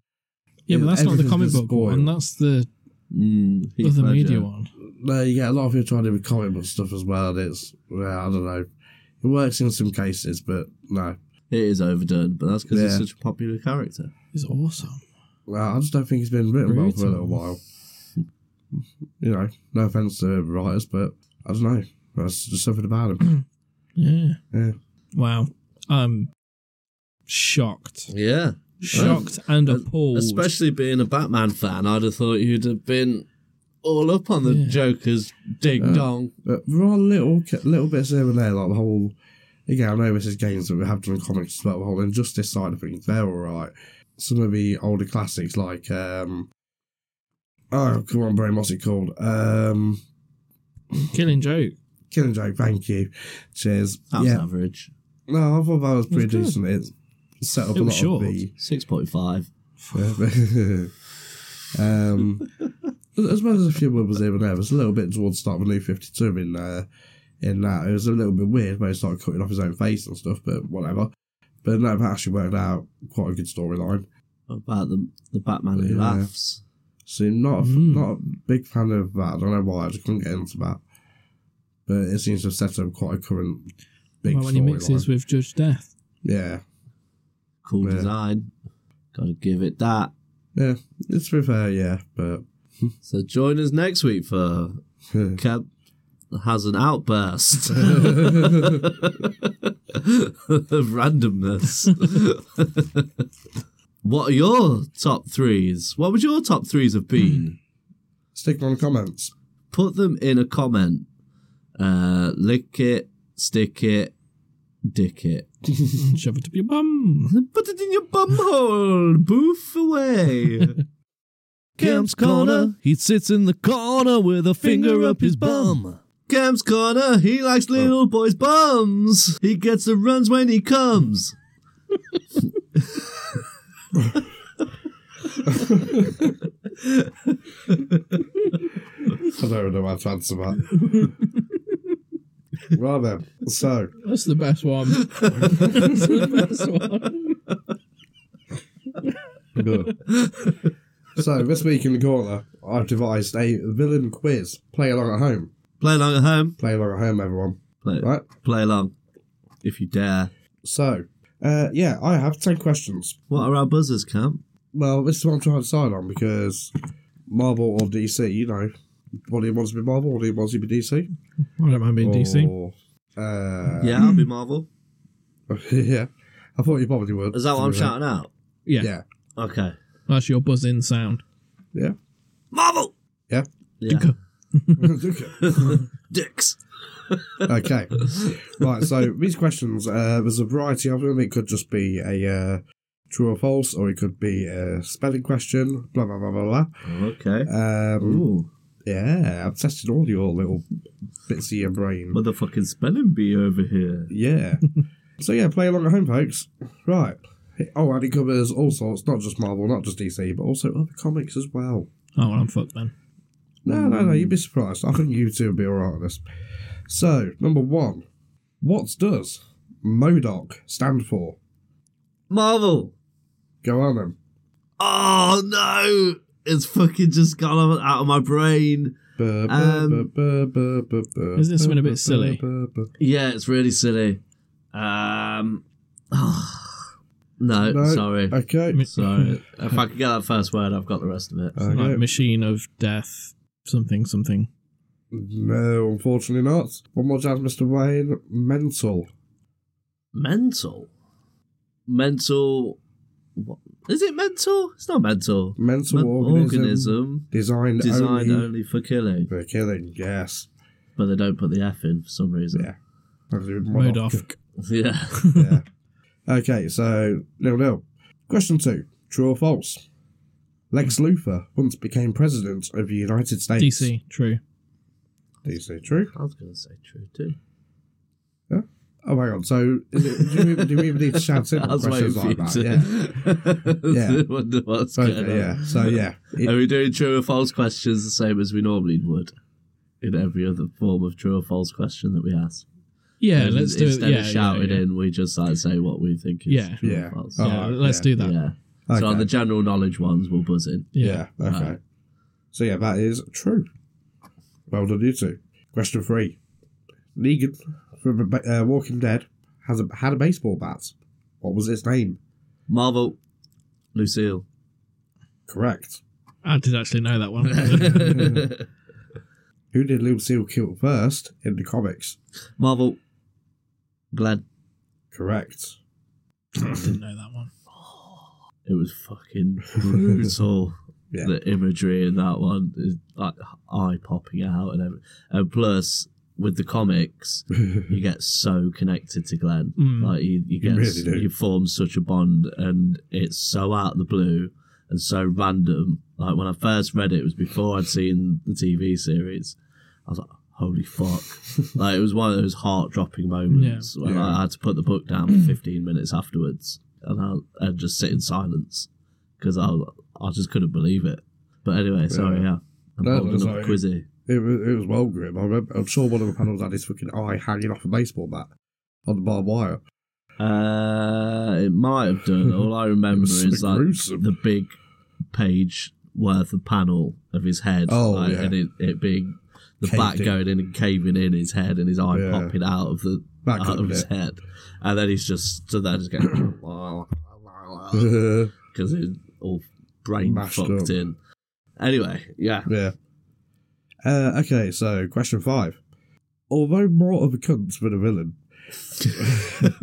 Speaker 2: Yeah, but
Speaker 3: Yeah,
Speaker 2: that's not the
Speaker 3: everything's
Speaker 2: comic
Speaker 3: been
Speaker 2: book one.
Speaker 3: spoiled.
Speaker 2: That's the
Speaker 1: Mm, Heath
Speaker 2: other
Speaker 1: Ledger.
Speaker 2: media one.
Speaker 3: No, you get a lot of people trying to do with comic book stuff as well. And it's, well, I don't know. It works in some cases, but no.
Speaker 1: It is overdone, but that's because he's
Speaker 3: Yeah.
Speaker 1: such a popular character.
Speaker 2: It's awesome.
Speaker 3: Well, I just don't think it's been written well for a little
Speaker 2: Brutal.
Speaker 3: while. You know, no offense to the writers, but I don't know. That's just something about him.
Speaker 2: Yeah.
Speaker 3: Yeah.
Speaker 2: Wow. I'm shocked.
Speaker 1: Yeah.
Speaker 2: Shocked and
Speaker 3: Uh,
Speaker 2: appalled.
Speaker 1: Especially being a Batman fan, I'd have thought you'd have been all up on the
Speaker 2: Yeah.
Speaker 1: Joker's ding
Speaker 3: Uh,
Speaker 1: dong.
Speaker 3: But there are little little bits here and there, like the whole. Again, I know this is games that we have done comics about the whole injustice side of things. They're all right. Some of the older classics, like um, oh come on, brain, what's it called? Um,
Speaker 2: Killing joke.
Speaker 3: Killing Joke, thank you. Cheers.
Speaker 1: That was
Speaker 3: yeah.
Speaker 1: average.
Speaker 3: No, I thought that was pretty
Speaker 2: good.
Speaker 3: decent. It set up
Speaker 2: It
Speaker 3: a
Speaker 2: was
Speaker 3: lot
Speaker 2: short.
Speaker 3: of the.
Speaker 1: 6.5.
Speaker 3: um, as well as a few others here and there. There's a little bit towards the start of New 52 in uh, in that. It was a little bit weird where he started cutting off his own face and stuff, but whatever. But no, that actually worked out quite a good storyline.
Speaker 1: about the the Batman who
Speaker 3: Yeah.
Speaker 1: laughs.
Speaker 3: So not a,
Speaker 2: Mm.
Speaker 3: not a big fan of that. I don't know why. I just couldn't get into that. But it seems to have set up quite a current big
Speaker 2: well, when he mixes
Speaker 3: storyline.
Speaker 2: with Judge Death.
Speaker 3: Yeah,
Speaker 1: Cool
Speaker 3: Yeah.
Speaker 1: design. Gotta give it that.
Speaker 3: yeah. It's to be fair, yeah. But hmm.
Speaker 1: So join us next week for Kev has an outburst of randomness. what are your top threes? What would your top threes have been?
Speaker 3: stick on comments.
Speaker 1: Put them in a comment. Uh, lick it, stick it, dick it.
Speaker 2: Shove it up your bum.
Speaker 1: Put it in your bumhole. Boof away. Camp's corner. He sits in the corner with a finger up his bum. Oh. Camp's corner. He likes little boys' bums. He gets the runs when he comes.
Speaker 3: I don't know how to answer that. right then. So
Speaker 2: That's the best one. That's the best one.
Speaker 3: so this week in the corner, I've devised a villain quiz. Play along at home.
Speaker 1: Play along at home.
Speaker 3: Play along at home, everyone.
Speaker 1: Play,
Speaker 3: Right.
Speaker 1: play along, if you dare.
Speaker 3: So, uh, yeah, I have ten questions.
Speaker 1: What are our buzzers, Camp?
Speaker 3: Well, this is what I'm trying to decide on because Marvel or DC, you know, what do you want to be Marvel or do you want to be
Speaker 2: I
Speaker 3: DC?
Speaker 2: don't mind being
Speaker 3: Oh,
Speaker 2: DC.
Speaker 3: Or, uh,
Speaker 1: yeah, I'll be Marvel.
Speaker 3: yeah. I thought you probably would.
Speaker 1: Is that what I'm
Speaker 3: Yeah.
Speaker 1: shouting out?
Speaker 2: Yeah.
Speaker 3: Yeah.
Speaker 1: Okay.
Speaker 2: That's your buzzing sound.
Speaker 3: Yeah.
Speaker 1: Marvel.
Speaker 3: Yeah.
Speaker 1: Yeah.
Speaker 2: Dinker.
Speaker 1: Dicks.
Speaker 3: okay. Right, so these questions, uh, there's a variety of them. It could just be a uh, true or false, or it could be a spelling question, blah, blah, blah, blah,
Speaker 1: Okay.
Speaker 3: blah. Um,
Speaker 1: Ooh,
Speaker 3: yeah, I've tested all your little bits of your brain.
Speaker 1: motherfucking spelling bee over here.
Speaker 3: Yeah. so yeah, play along at home, folks. Right. Oh, and it covers all sorts, not just Marvel, not just DC, but also other comics as well.
Speaker 2: Oh, well, I'm fucked then.
Speaker 3: No, no, no, you'd
Speaker 2: Hmm.
Speaker 3: be surprised. I think you two would be alright on this. So, number one, what does MODOK stand for?
Speaker 1: Marvel.
Speaker 3: Go on then.
Speaker 1: Oh no! It's fucking just gone out of my brain.
Speaker 3: Buh, buh,
Speaker 1: Um,
Speaker 3: buh, buh, buh, buh,
Speaker 2: isn't this
Speaker 3: buh,
Speaker 2: one a bit
Speaker 3: buh,
Speaker 2: silly?
Speaker 3: buh, buh, buh.
Speaker 1: Yeah, it's really silly. Um, no,
Speaker 3: No.
Speaker 1: sorry,
Speaker 3: Okay.
Speaker 2: Mi-
Speaker 1: sorry. If I could get that first word, I've got the rest of it.
Speaker 3: Okay.
Speaker 2: Like machine of death, something, something.
Speaker 3: No, unfortunately not. One more chance, Mr. Wayne. Mental.
Speaker 1: mental, mental. What is it? Mental? It's not mental.
Speaker 3: Mental
Speaker 1: Men-
Speaker 3: organism.
Speaker 1: organism
Speaker 3: Designed,
Speaker 1: designed
Speaker 3: only
Speaker 1: only for killing,
Speaker 3: for killing. Yes.
Speaker 1: but they don't put the F in for some reason.
Speaker 3: Yeah. Modoc.
Speaker 2: Modoc.
Speaker 1: Yeah.
Speaker 3: yeah. Okay, so nil nil. Question two: True or false? Lex Luthor once became president of the United States.
Speaker 2: DC. True.
Speaker 3: DC. True.
Speaker 1: I was gonna say true too.
Speaker 3: Oh, hang on. So, is it, do, we, do we even need to shout in
Speaker 1: I was waiting
Speaker 3: questions
Speaker 1: for you
Speaker 3: like that?
Speaker 1: to.
Speaker 3: Yeah.
Speaker 1: I
Speaker 3: Yeah.
Speaker 1: wonder what's going
Speaker 3: Okay,
Speaker 1: on.
Speaker 3: yeah. So, yeah. It-
Speaker 1: Are we doing true or false questions the same as we normally would in every other form of true or false question that we ask?
Speaker 2: Yeah,
Speaker 1: And
Speaker 2: let's do it.
Speaker 1: Instead
Speaker 2: Yeah,
Speaker 1: of
Speaker 2: yeah,
Speaker 1: shouting
Speaker 2: yeah.
Speaker 1: in, we just like say what we think is
Speaker 2: Yeah.
Speaker 1: true
Speaker 3: Yeah.
Speaker 1: or false.
Speaker 3: Oh,
Speaker 2: Yeah, let's
Speaker 3: yeah.
Speaker 2: do
Speaker 1: yeah.
Speaker 2: that.
Speaker 1: So on
Speaker 3: okay.
Speaker 1: the general knowledge ones, we'll buzz in.
Speaker 3: yeah. Okay.
Speaker 1: Right.
Speaker 3: So, yeah, that is true. Well done, you two. Question three: Negan from uh, Walking Dead has a, had a baseball bat. What was its name?
Speaker 1: Marvel, Lucille.
Speaker 3: Correct.
Speaker 2: I did actually know that one.
Speaker 1: Marvel,
Speaker 3: Who did Lucille kill first in the comics?
Speaker 1: Glenn.
Speaker 3: Correct.
Speaker 2: I didn't know that one.
Speaker 1: It was fucking brutal.
Speaker 3: Yeah.
Speaker 1: The imagery in that one is like eye popping out and everything. And plus, with the comics, you get so connected to Glenn.
Speaker 2: Mm.
Speaker 1: Like you, you get,
Speaker 3: Hmm. really do.
Speaker 1: you form such a bond, and it's so out of the blue and so random. Like when I first read it, it was before I'd seen the TV series. I was like, "Holy fuck!" like it was one of those heart dropping moments where
Speaker 3: Yeah.
Speaker 1: I had to put the book down for fifteen minutes afterwards and I and just sit in silence because I was- I just couldn't believe it. But anyway, sorry,
Speaker 3: Yeah.
Speaker 1: yeah, I'm
Speaker 3: No,
Speaker 1: holding
Speaker 3: that's
Speaker 1: up
Speaker 3: all right.
Speaker 1: quizzy.
Speaker 3: It was, it was well grim. I remember, I'm sure one of the panels had his fucking eye hanging off a baseball bat on the barbed wire.
Speaker 1: Uh, it might have done. All I remember
Speaker 3: was so
Speaker 1: is like
Speaker 3: gruesome.
Speaker 1: the big page worth of panel of his head.
Speaker 3: Oh,
Speaker 1: like,
Speaker 3: yeah.
Speaker 1: And it, it being the
Speaker 3: Caved
Speaker 1: back
Speaker 3: in.
Speaker 1: going in and caving in his head and his eye
Speaker 3: Yeah.
Speaker 1: popping out of the
Speaker 3: That
Speaker 1: out
Speaker 3: could
Speaker 1: of
Speaker 3: be
Speaker 1: his
Speaker 3: it.
Speaker 1: head. And then he's just stood there just going because it's all brain
Speaker 3: Mashed
Speaker 1: fucked
Speaker 3: up.
Speaker 1: in. Anyway, yeah.
Speaker 3: yeah. Uh, okay, so question five. Although more of a cunt than a villain,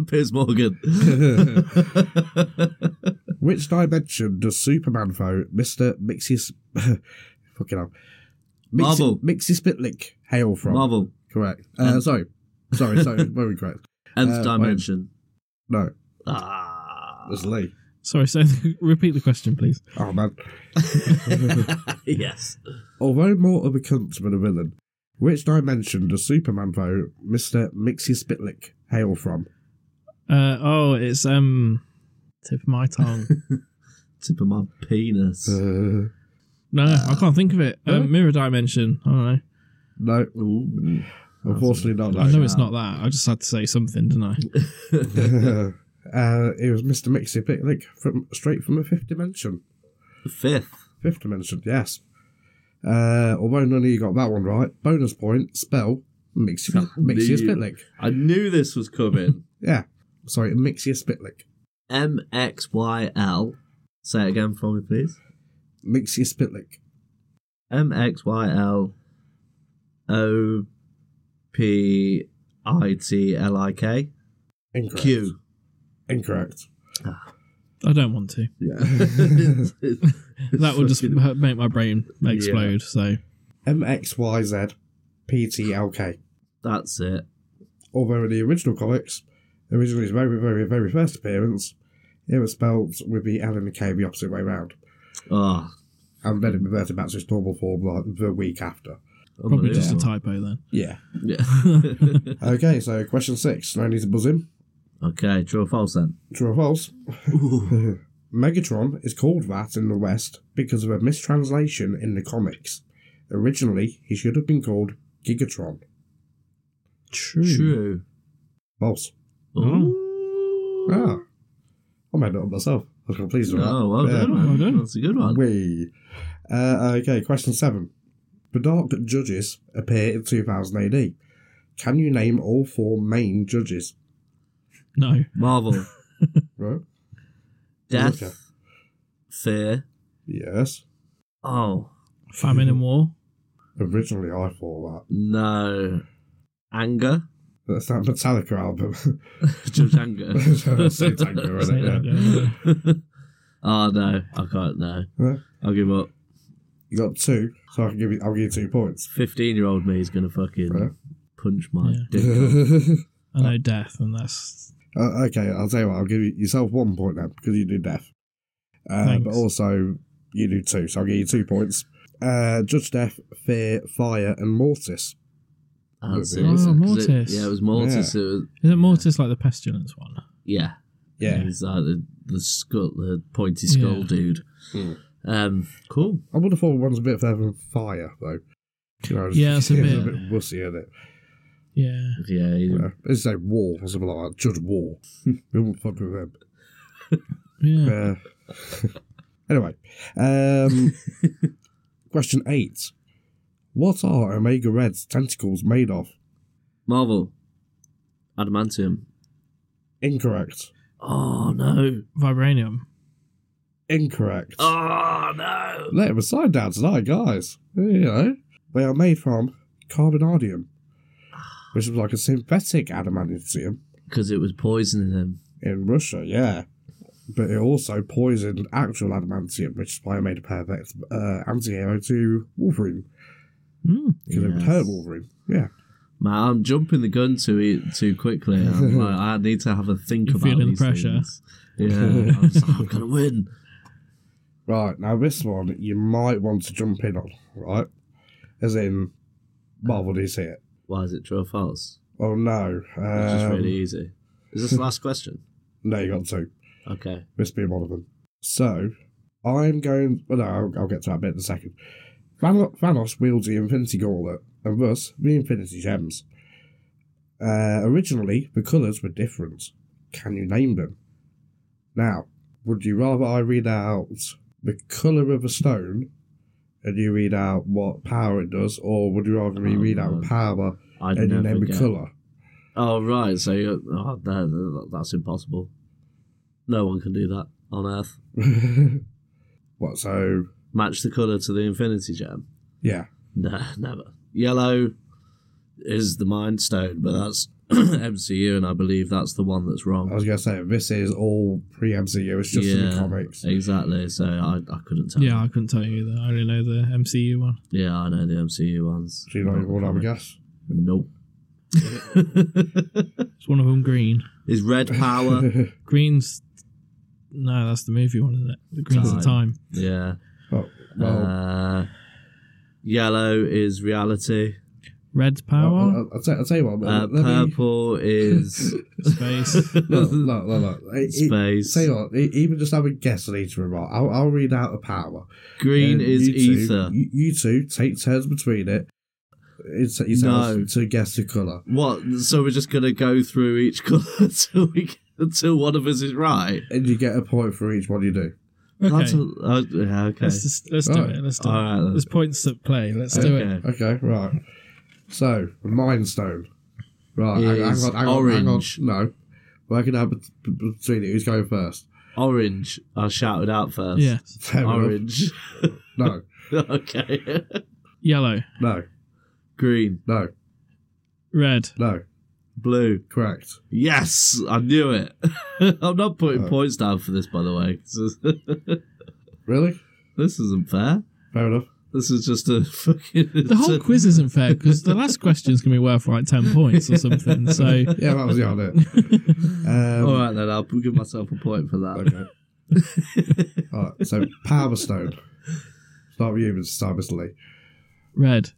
Speaker 1: Piers Morgan.
Speaker 3: Which dimension does Superman foe Mr. Mixie fucking up?
Speaker 1: Marvel.
Speaker 3: Mixie Spitlick hail from?
Speaker 1: Marvel.
Speaker 3: Correct. Uh, sorry. Sorry, sorry, very correct.
Speaker 1: Nth
Speaker 3: Uh,
Speaker 1: dimension.
Speaker 3: No,
Speaker 1: Ah.
Speaker 3: it was Lee.
Speaker 2: Sorry, so repeat the question, please.
Speaker 3: Oh man.
Speaker 1: yes.
Speaker 3: Although more of a cunt than a villain, which dimension does Superman foe Mr. Mixie Spitlick hail from?
Speaker 2: Uh, oh, it's um, tip of my tongue.
Speaker 1: Tip of my penis.
Speaker 3: Uh,
Speaker 2: No, I can't think of it.
Speaker 3: Huh?
Speaker 2: Um, mirror dimension. I don't know.
Speaker 3: no,
Speaker 1: Ooh.
Speaker 3: unfortunately not
Speaker 2: I
Speaker 3: that.
Speaker 2: know it's not that. I just had to say something, didn't I?
Speaker 3: uh, it was Mr. Mixie Spitlick from straight from the fifth dimension.
Speaker 1: Fifth.
Speaker 3: Fifth dimension, yes. Uh, although none of you got that one right. Bonus point, spell, Mixia, Mixia
Speaker 1: Indeed.
Speaker 3: Spitlick.
Speaker 1: I knew this was coming.
Speaker 3: Yeah. Sorry, Mixia Spitlick.
Speaker 1: M X Y L. Say it again for me, please.
Speaker 3: Mixia Spitlick.
Speaker 1: M X Y L O P I T L I K
Speaker 3: Incorrect.
Speaker 1: Q.
Speaker 3: Incorrect.
Speaker 2: I don't want to. That would just
Speaker 1: Fucking-
Speaker 2: h- make my brain explode. So
Speaker 3: MXYZ PTLK.
Speaker 1: That's it.
Speaker 3: Although in the original comics, originally his very, very, very first appearance, it was spelled with the L and the K the opposite way round.
Speaker 1: Oh,
Speaker 3: And then it reverted back to its normal form like the week after.
Speaker 2: probably just a
Speaker 1: unbelievable.
Speaker 2: typo then.
Speaker 3: Yeah.
Speaker 1: Yeah.
Speaker 3: Okay, so question six. No need to buzz in.
Speaker 1: okay, true or false then?
Speaker 3: True or false? Megatron is called that in the West because of a mistranslation in the comics. Originally, he should have been called Gigatron.
Speaker 2: True. Oh,
Speaker 1: True. Oh.
Speaker 3: False.
Speaker 1: Ooh.
Speaker 3: Ah. I made it up myself. I was pleased with
Speaker 1: Oh, well
Speaker 3: Yeah.
Speaker 1: done.
Speaker 2: Well
Speaker 1: man.
Speaker 2: done.
Speaker 1: That's a good
Speaker 3: that.
Speaker 1: one.
Speaker 3: Wee. Uh, okay, question seven. The Dark Judges appear in 2000 AD. Can you name all four main judges?
Speaker 2: No.
Speaker 1: Marvel.
Speaker 3: Right?
Speaker 1: Death.
Speaker 3: Okay.
Speaker 1: Fear.
Speaker 3: Yes.
Speaker 1: Oh,
Speaker 2: Famine and war.
Speaker 3: Originally, I thought
Speaker 1: no. Anger.
Speaker 3: that. That's that Metallica album.
Speaker 1: Judge Anger.
Speaker 3: Say Tango, isn't
Speaker 2: Say
Speaker 3: it?
Speaker 2: that
Speaker 3: Yeah.
Speaker 2: again.
Speaker 1: oh no, I can't. No,
Speaker 3: Huh?
Speaker 1: I'll give up.
Speaker 3: You got two, so I can give you. I'll give you two points.
Speaker 1: Fifteen-year-old me is gonna fucking
Speaker 3: Right.
Speaker 1: punch my
Speaker 2: Yeah.
Speaker 1: dick. off.
Speaker 3: uh,
Speaker 2: I know death, and that's
Speaker 3: okay, I'll tell you what. I'll give you yourself one point now because you do death, uh,
Speaker 2: Thanks.
Speaker 3: but also you do two, so I'll give you two points. Uh, Judge Death, Fear, Fire, and Mortis.
Speaker 1: That's
Speaker 3: Oh,
Speaker 1: it. 'Cause it-
Speaker 2: Mortis.
Speaker 1: yeah, it was Mortis. It was,
Speaker 2: isn't Mortis like the pestilence one?
Speaker 1: yeah,
Speaker 3: Yeah,
Speaker 1: He's like the, the skull, the pointy skull
Speaker 2: Yeah.
Speaker 1: dude.
Speaker 3: Hmm.
Speaker 1: Um, cool.
Speaker 3: I would have thought one's a bit further than Fire though. You know,
Speaker 2: Yeah, it's a
Speaker 3: a
Speaker 2: bit-
Speaker 3: bit wussy, isn't it?
Speaker 2: Yeah.
Speaker 1: Yeah, he-
Speaker 3: Yeah. It's like War or something like that. Judge War. we won't fuck with him.
Speaker 2: Yeah.
Speaker 3: Uh, anyway, um, question eight: What are Omega Red's tentacles made of?
Speaker 1: Marvel. Adamantium.
Speaker 3: Incorrect.
Speaker 1: Oh no.
Speaker 2: Vibranium.
Speaker 3: Incorrect.
Speaker 2: Ah.
Speaker 1: Oh no.
Speaker 3: Let him aside down tonight, guys. You know they are made from carbonadium, which is like a synthetic adamantium
Speaker 1: Because it was poisoning him.
Speaker 3: in Russia. Yeah. But it also poisoned actual adamantium, which is why I made a perfect uh, anti-hero to Wolverine.
Speaker 2: Mm.
Speaker 3: Because it would
Speaker 1: Yes.
Speaker 3: hurt Wolverine. Yeah.
Speaker 1: Man, I'm jumping the gun too e, too quickly. I'm like, I need to have a think
Speaker 2: You're
Speaker 1: about
Speaker 2: feeling the
Speaker 1: these
Speaker 2: pressure.
Speaker 1: things. Yeah, I'm, just like, I'm gonna win.
Speaker 3: Right, now this one you might want to jump in on, right? As in, Marvel DC it.
Speaker 1: Why is it true or false?
Speaker 3: Oh no. Um,
Speaker 1: It's just really easy. Is this the last question?
Speaker 3: No, you got two.
Speaker 1: Okay.
Speaker 3: This being one of them. So, I'm going. Well, no, I'll, I'll get to that bit in a second. Thano- Thanos wields the Infinity Gauntlet, and thus the Infinity Gems. Uh, originally, the colours were different. Can you name them? Now, would you rather I read out the colour of a stone and you read out what power it does, or would you rather me
Speaker 1: Oh,
Speaker 3: read
Speaker 1: no.
Speaker 3: out power
Speaker 1: I'd
Speaker 3: and
Speaker 1: never
Speaker 3: then the
Speaker 1: get-
Speaker 3: colour?
Speaker 1: Oh right, so you oh, no, no, that's impossible. No one can do that on Earth.
Speaker 3: what, so,
Speaker 1: Match the color to the Infinity Gem.
Speaker 3: yeah.
Speaker 1: No, never. Yellow is the Mind Stone, but that's MCU, and I believe that's the one that's wrong.
Speaker 3: I was going to say, this is all pre MCU, it's just in the comics.
Speaker 1: Exactly. So I, I couldn't tell.
Speaker 2: Yeah, I couldn't tell you either. I only know the MCU one.
Speaker 1: Yeah, I know the MCU ones.
Speaker 3: Do you know
Speaker 1: Not
Speaker 3: you all have a
Speaker 1: comic.
Speaker 3: guess?
Speaker 1: Nope.
Speaker 2: It's one of them green.
Speaker 1: is red power?
Speaker 2: Green's. No, that's the movie one, isn't it? The green's the time.
Speaker 1: yeah.
Speaker 3: oh, well,
Speaker 1: Uh, yellow is reality. Oh,
Speaker 2: Red's
Speaker 3: I'll,
Speaker 2: power.
Speaker 3: I'll, I'll, tell, I'll tell you what.
Speaker 1: Uh,
Speaker 3: let me-
Speaker 1: purple is
Speaker 2: Space.
Speaker 3: Look, look, look, E, look. It- it-
Speaker 1: space.
Speaker 3: Say what, e- even just have a guess on each of them. right? I'll, I'll read out the power.
Speaker 1: Green
Speaker 3: And
Speaker 1: is
Speaker 3: you two-
Speaker 1: ether.
Speaker 3: You, you two take turns between it. It's, it's
Speaker 1: No.
Speaker 3: to guess the colour.
Speaker 1: What? So we're just gonna go through each color until we get, until one of us is right.
Speaker 3: And you get a point for each one you do.
Speaker 1: That's
Speaker 2: okay.
Speaker 1: a, oh, yeah, okay.
Speaker 2: Let's just let's do
Speaker 3: Alright.
Speaker 2: it. Let's do
Speaker 1: All
Speaker 2: it.
Speaker 1: right. then.
Speaker 2: There's points at play. Let's do it.
Speaker 1: okay.
Speaker 3: Okay, right. So, Mind Stone. Right, hang, hang
Speaker 1: Is
Speaker 3: on, hang on, hang on.
Speaker 1: orange.
Speaker 3: No. Working out bet- bet- between it, who's going first?
Speaker 1: Orange. I shouted out first.
Speaker 2: Yeah.
Speaker 3: Fair enough.
Speaker 1: Orange.
Speaker 3: No,
Speaker 1: okay.
Speaker 2: Yellow.
Speaker 3: no,
Speaker 1: Green.
Speaker 3: no,
Speaker 2: Red.
Speaker 3: no.
Speaker 1: Blue.
Speaker 3: Correct.
Speaker 1: Yes, I knew it. I'm not putting
Speaker 3: Oh.
Speaker 1: points down for this, by the way. 'cause this-
Speaker 3: Really?
Speaker 1: this isn't fair.
Speaker 3: Fair enough.
Speaker 1: This is just a fucking.
Speaker 2: The whole quiz isn't fair because the last question's gonna be worth like ten points or something. So
Speaker 3: Yeah, that was the idea. Um,
Speaker 1: All right, then I'll give myself a point for that.
Speaker 3: Okay. All right, so Power Stone. Start with you, Mr. Star, Mr. Lee.
Speaker 2: red.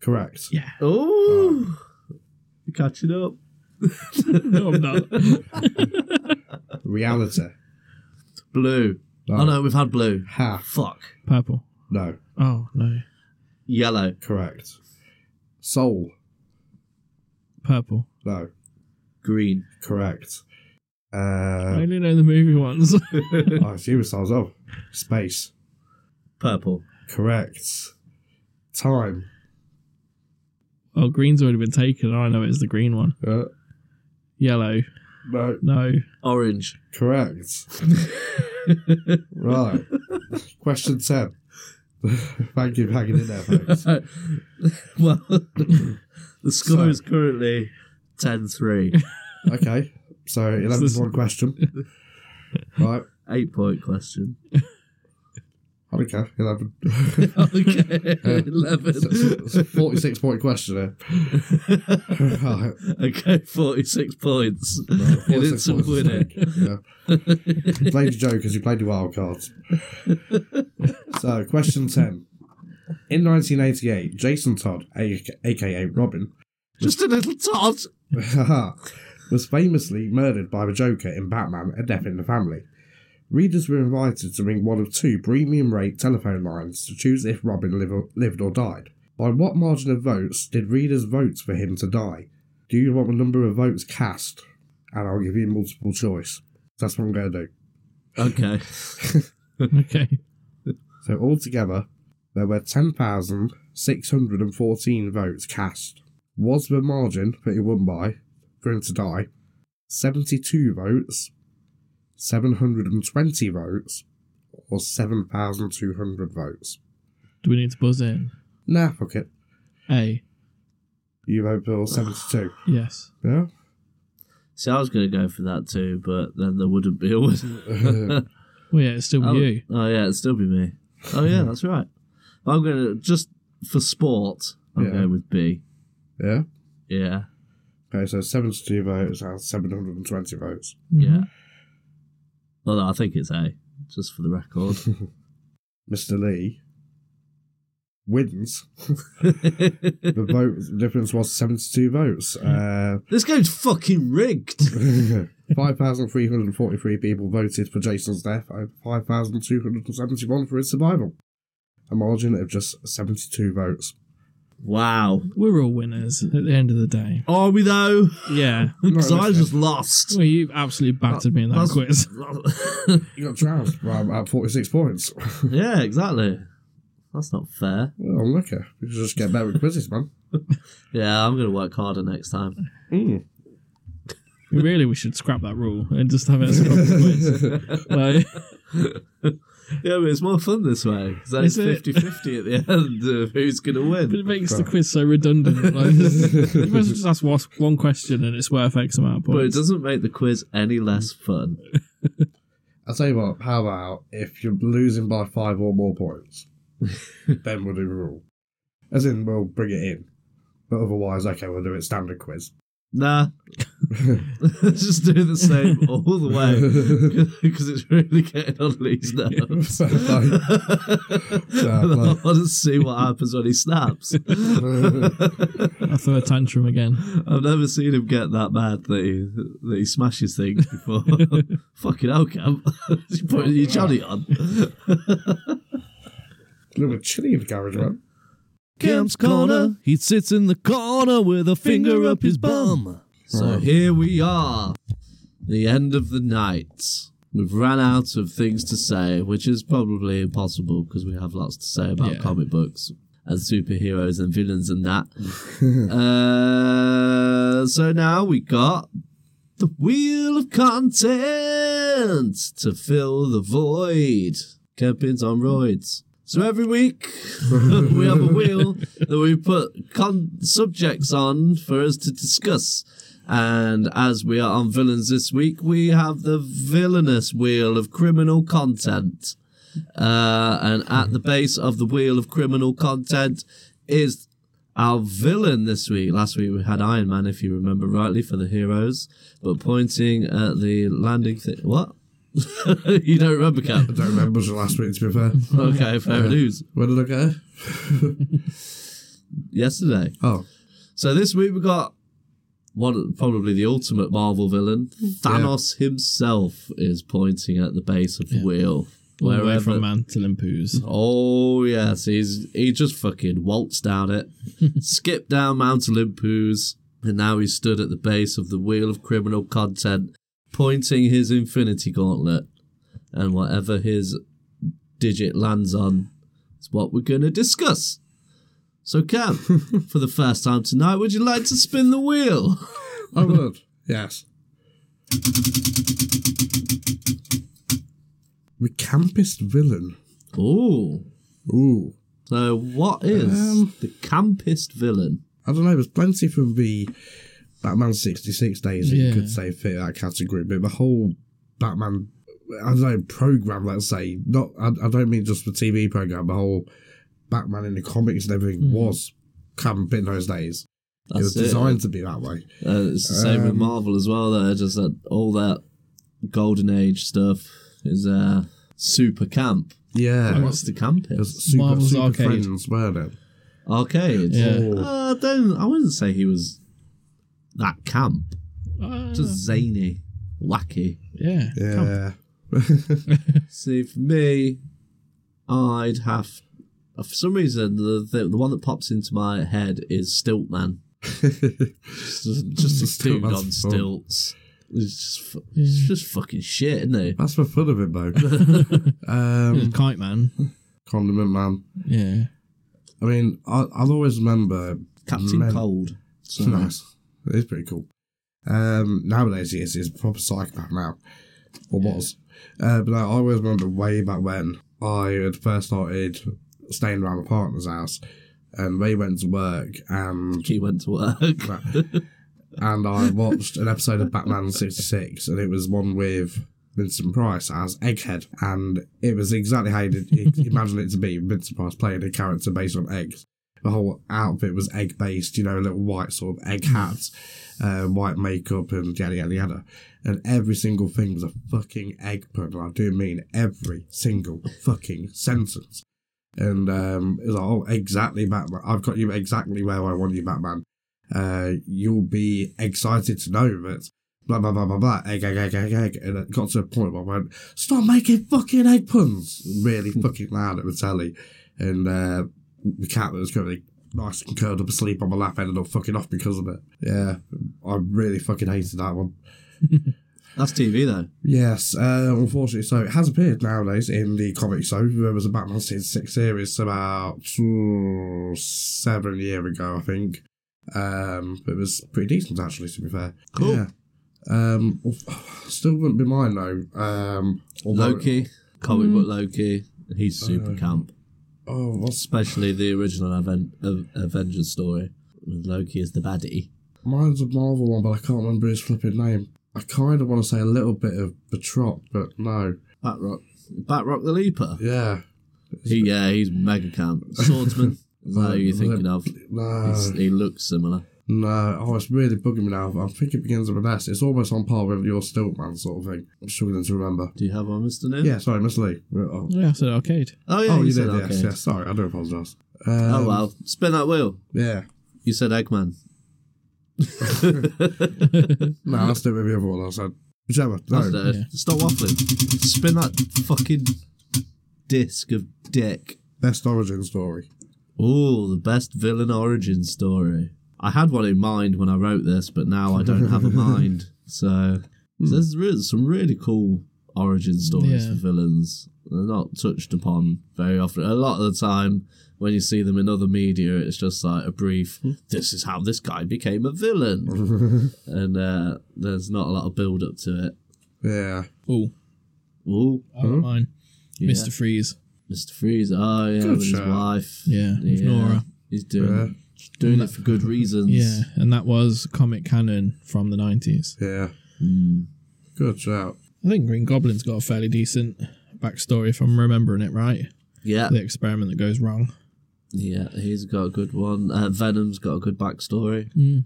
Speaker 3: Correct.
Speaker 2: Yeah.
Speaker 1: Oh, you're catching up.
Speaker 2: No, I'm not.
Speaker 3: Reality.
Speaker 1: Blue. Oh no, we've had blue.
Speaker 3: Half.
Speaker 1: Fuck.
Speaker 2: Purple.
Speaker 3: No.
Speaker 2: Oh no.
Speaker 1: Yellow.
Speaker 3: Correct. Soul.
Speaker 2: Purple.
Speaker 3: No.
Speaker 1: Green.
Speaker 3: Correct.
Speaker 2: I
Speaker 3: Uh,
Speaker 2: only know the movie ones.
Speaker 3: oh, it's you, Mr. Star, as well. Space.
Speaker 1: Purple.
Speaker 3: Correct. Time.
Speaker 2: oh, green's already been taken. I know it's the green one.
Speaker 3: Uh,
Speaker 2: Yellow.
Speaker 3: no.
Speaker 2: No.
Speaker 1: Orange.
Speaker 3: Correct. right. Question 10. Thank you for hanging in there, folks.
Speaker 1: well, the score
Speaker 3: So-
Speaker 1: is currently 10 3.
Speaker 3: Okay. So, 11
Speaker 2: this-
Speaker 3: one question. Right.
Speaker 1: Eight point question.
Speaker 3: Okay. 11.
Speaker 1: okay.
Speaker 3: Uh,
Speaker 1: 11.
Speaker 3: It's a 46 point question here. Right.
Speaker 1: okay, 46 points.
Speaker 3: No,
Speaker 1: you
Speaker 3: 46
Speaker 1: didn't
Speaker 3: points
Speaker 1: win
Speaker 3: is
Speaker 1: it.
Speaker 3: fake, Yeah. You played your jokers, you played your wild cards. so, question 10. In 1988, Jason Todd, a- aka Robin,
Speaker 1: Just a little tot.
Speaker 3: was famously murdered by the Joker in Batman A Death in the Family. Readers were invited to ring one of two premium rate telephone lines to choose if Robin live or, lived or died. By what margin of votes did readers vote for him to die? Do you want the number of votes cast? And I'll give you multiple choice. That's what I'm going to do.
Speaker 1: Okay.
Speaker 2: Okay.
Speaker 3: So altogether, there were 10,614 votes cast. Was the margin that he won by for him to die 72 votes, 720 votes, or 7,200 votes?
Speaker 2: Do we need to buzz in?
Speaker 3: Nah, fuck it.
Speaker 2: A.
Speaker 3: You vote for 72.
Speaker 2: Yes.
Speaker 3: Yeah?
Speaker 1: See, I was going to go for that too, but then there wouldn't be a winner.
Speaker 2: Well, yeah, it's still
Speaker 1: oh,
Speaker 2: you.
Speaker 1: oh, yeah, it'd still be me. Oh, yeah, that's right. I'm going to, just for sport, I'm
Speaker 3: Yeah.
Speaker 1: going with B.
Speaker 3: Yeah?
Speaker 1: Yeah.
Speaker 3: Okay, so 72 votes and 720 votes.
Speaker 1: Yeah.
Speaker 2: Mm-hmm.
Speaker 1: Although I think it's A, just for the record.
Speaker 3: Mr. Lee wins. The vote difference was 72 votes. Uh,
Speaker 1: this game's fucking rigged.
Speaker 3: 5,343 people voted for Jason's death and 5,271 for his survival. A margin of just 72 votes.
Speaker 1: Wow.
Speaker 2: We're all winners at the end of the day.
Speaker 1: Are we though?
Speaker 2: Yeah.
Speaker 1: Because I
Speaker 3: that's
Speaker 1: just lost.
Speaker 2: Well, you absolutely battered me in that
Speaker 1: That's-
Speaker 2: quiz.
Speaker 3: You got trounced by about 46 points.
Speaker 1: yeah, exactly. That's not fair.
Speaker 3: Well, look at You should just get better with quizzes, man.
Speaker 1: Yeah, I'm gonna work harder next time.
Speaker 3: Hmm.
Speaker 2: really, we should scrap that rule and just have it as a proper quiz. Like,
Speaker 1: Yeah, but it's more fun this way. 'cause then it's
Speaker 2: Is it?
Speaker 1: 50 50 at the end of who's going to
Speaker 2: but it
Speaker 1: win.
Speaker 2: makes the quiz so redundant. Like, you might as well just ask one- one question and it's worth X amount of
Speaker 1: But it
Speaker 2: points.
Speaker 1: doesn't make the quiz any less fun.
Speaker 3: I'll tell you what, how about if you're losing by five or more points, then we'll do the rule. As in, we'll bring it in. But otherwise, okay, we'll do it standard quiz.
Speaker 1: Nah. Let's just do the same all the way. Because it's really getting on Lee's nerves.
Speaker 3: Fair play. Fair
Speaker 1: I
Speaker 3: play.
Speaker 1: want to see what happens when he snaps.
Speaker 2: I throw a tantrum again.
Speaker 1: I've never seen him get that mad that he, that he smashes things before. Fucking hell, Cam. You're putting your johnny on.
Speaker 3: a little bit chilly in the garage, man.
Speaker 1: Camp's corner. He sits in the corner with a finger up his bum. So here we are, the end of the night. We've run out of things to say, which is probably impossible because we have lots to say about
Speaker 2: Yeah.
Speaker 1: comic books and superheroes and villains and that. uh, so now we got the wheel of content to fill the void. Campings on roids. So every week we have a wheel that we put con- subjects on for us to discuss. And as we are on villains this week, we have the villainous wheel of criminal content. Uh, and at the base of the wheel of criminal content is our villain this week. Last week we had Iron Man, if you remember rightly, for the heroes, but pointing at the landing thing. What? you don't remember, Cap?
Speaker 3: I don't remember the last week, to be fair.
Speaker 1: Okay, fair news.
Speaker 3: When did I get it?
Speaker 1: Yesterday.
Speaker 3: Oh,
Speaker 1: So this week we got one probably the ultimate Marvel villain. Thanos himself is pointing at the base of the wheel.
Speaker 2: All the way
Speaker 1: Wherever-
Speaker 2: from mantle and poos.
Speaker 1: Oh yes, he's he just fucking waltzed down it, skipped down Mount Olympus, and now he stood at the base of the wheel of criminal content, pointing his infinity gauntlet, and whatever his digit lands on is what we're gonna discuss. So Cam, for the first time tonight, would you like to spin the wheel?
Speaker 3: I would. oh, Yes. The campest villain.
Speaker 1: Ooh.
Speaker 3: Ooh.
Speaker 1: So what is
Speaker 3: Um,
Speaker 1: the campist villain?
Speaker 3: I don't know, there's plenty from the Batman 66 days that you
Speaker 2: Yeah.
Speaker 3: could say fit that category, but the whole Batman, I don't know, program, let's say, not, I, I don't mean just the TV program, the whole Batman in the comics and everything was camp in those days. it was
Speaker 1: That's
Speaker 3: designed to be that way.
Speaker 1: Uh, it's the same with
Speaker 3: Um,
Speaker 1: Marvel as well. That just that all that golden age stuff is uh, super camp.
Speaker 3: Yeah.
Speaker 1: What's the camp?
Speaker 3: It
Speaker 1: Is?
Speaker 3: was super,
Speaker 2: Marvel's
Speaker 3: super
Speaker 2: Arcade.
Speaker 3: friends, weren't it?
Speaker 1: Arcade.
Speaker 2: Yeah.
Speaker 1: Uh, I don't. I wouldn't say he was that camp.
Speaker 2: Ah,
Speaker 1: Just zany, wacky.
Speaker 2: yeah. Come-
Speaker 3: Yeah.
Speaker 1: See, for me, I'd have. For some reason, the the, the one that pops into my head is Stiltman. just, just a dude
Speaker 3: Stiltman's
Speaker 1: on
Speaker 3: fun.
Speaker 1: stilts. It's just, fu- it's just fucking shit, isn't it?
Speaker 3: That's the fun of it, though. um,
Speaker 2: Kite man.
Speaker 3: Condiment Man.
Speaker 2: Yeah.
Speaker 3: I mean, I, I'll always remember
Speaker 1: Captain
Speaker 3: Men-
Speaker 1: Cold.
Speaker 3: It's nice. It is pretty cool. Um, nowadays, he is he's a proper psychopath now, or was. Uh, but I always remember way back when I had first started staying around my partner's house, and they went to work, and
Speaker 1: He went to work.
Speaker 3: and I watched an episode of Batman '66, and it was one with Vincent Price as Egghead, and it was exactly how you imagine it to be. Vincent Price playing a character based on eggs. The whole outfit was egg based, you know, a little white sort of egg hats, uh, white makeup, and yada yada yada. And every single thing was a fucking egg pun. and I do mean every single fucking sentence. And um, it was like, oh, exactly, Batman. I've got you exactly where I want you, Batman uh, you'll be excited to know that blah blah blah blah blah egg egg egg egg egg and it got to a point where I went stop making fucking egg puns really fucking loud at the telly and uh, the cat that was currently nice and curled up asleep on my lap, ended up fucking off because of it. Yeah, I really fucking hated that one.
Speaker 1: That's TV though.
Speaker 3: Yes, uh, unfortunately, so it has appeared nowadays in the comics. So there was a Batman Season 6 series about mm, seven year ago, I think. Um, it was pretty decent, actually, to be fair.
Speaker 1: Cool.
Speaker 3: Yeah. Um, still wouldn't be mine, though. Um, although-
Speaker 1: Loki, comic book
Speaker 3: Hmm.
Speaker 1: Loki. He's super camp,
Speaker 3: Oh, what's
Speaker 1: especially the original Aven- Av- Avengers story. with Loki is the baddie.
Speaker 3: Mine's a Marvel one, but I can't remember his flipping name. I kind of want to say a little bit of Batroc, but no.
Speaker 1: Batrock, Batrock the Leaper.
Speaker 3: Yeah.
Speaker 1: He, yeah, he's mega camp. Swordsman. Is that who you're thinking of?
Speaker 3: No.
Speaker 1: He's, he looks similar.
Speaker 3: No, oh, it's really bugging me now. I think it begins with an S. It's almost on par with your Stiltman sort of thing. I'm struggling to remember.
Speaker 1: Do you have one, Mister Nim?
Speaker 3: Yeah, sorry, Miss Lee. Oh,
Speaker 2: Yeah, I said arcade.
Speaker 1: Oh yeah,
Speaker 3: oh, you
Speaker 1: said
Speaker 3: did, yes,
Speaker 1: arcade.
Speaker 3: yes. Sorry, I do apologise. Um,
Speaker 1: Oh well, spin that wheel.
Speaker 3: Yeah.
Speaker 1: You said Eggman.
Speaker 3: No, let's do it with the other one I said. Whichever. No.
Speaker 1: Mm-hmm. That's it. Stop waffling. Spin that fucking disc of dick.
Speaker 3: Best origin story.
Speaker 1: Oh, the best villain origin story. I had one in mind when I wrote this, but now I don't have a mind. So there's really, some really cool origin stories
Speaker 2: Yeah.
Speaker 1: for villains. They're not touched upon very often. A lot of the time, when you see them in other media, it's just like a brief. This is how this guy became a
Speaker 3: Hmm.
Speaker 1: villain, and uh, there's not a lot of build up to it.
Speaker 3: Yeah.
Speaker 2: Oh,
Speaker 1: Ooh,
Speaker 2: I got mine.
Speaker 1: Hmm? yeah.
Speaker 2: Mr. Freeze.
Speaker 1: Mr. Freeze. Oh yeah,
Speaker 3: Good
Speaker 1: with his
Speaker 3: shout.
Speaker 1: wife.
Speaker 2: Yeah, with Nora.
Speaker 1: He's doing
Speaker 3: Yeah.
Speaker 1: doing it for good reasons.
Speaker 2: Yeah, and that was comic canon from the 90s.
Speaker 3: Yeah.
Speaker 1: Hmm.
Speaker 3: Good shout.
Speaker 2: I think Green Goblin's got a fairly decent backstory if I'm remembering it right.
Speaker 1: yeah,
Speaker 2: The experiment that goes wrong.
Speaker 1: yeah. He's got a good one. Uh, Venom's got a good backstory
Speaker 2: Mm.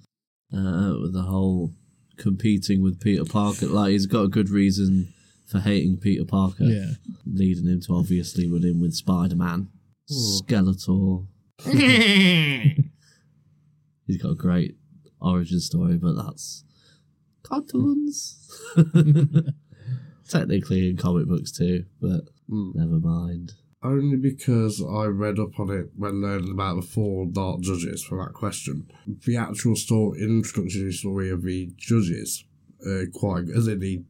Speaker 1: uh, with the whole competing with Peter Parker. Like he's got a good reason for hating Peter Parker,
Speaker 2: Yeah.
Speaker 1: leading him to obviously run in with Spider Man,
Speaker 3: Hmm.
Speaker 1: Skeletor. he's got a great origin story, but that's cartoons. Technically in comic books too, but
Speaker 3: Hmm.
Speaker 1: never mind.
Speaker 3: Only because I read up on it when learning about the four dark judges for that question. The actual story, introductory story of the judges, uh, quite as in the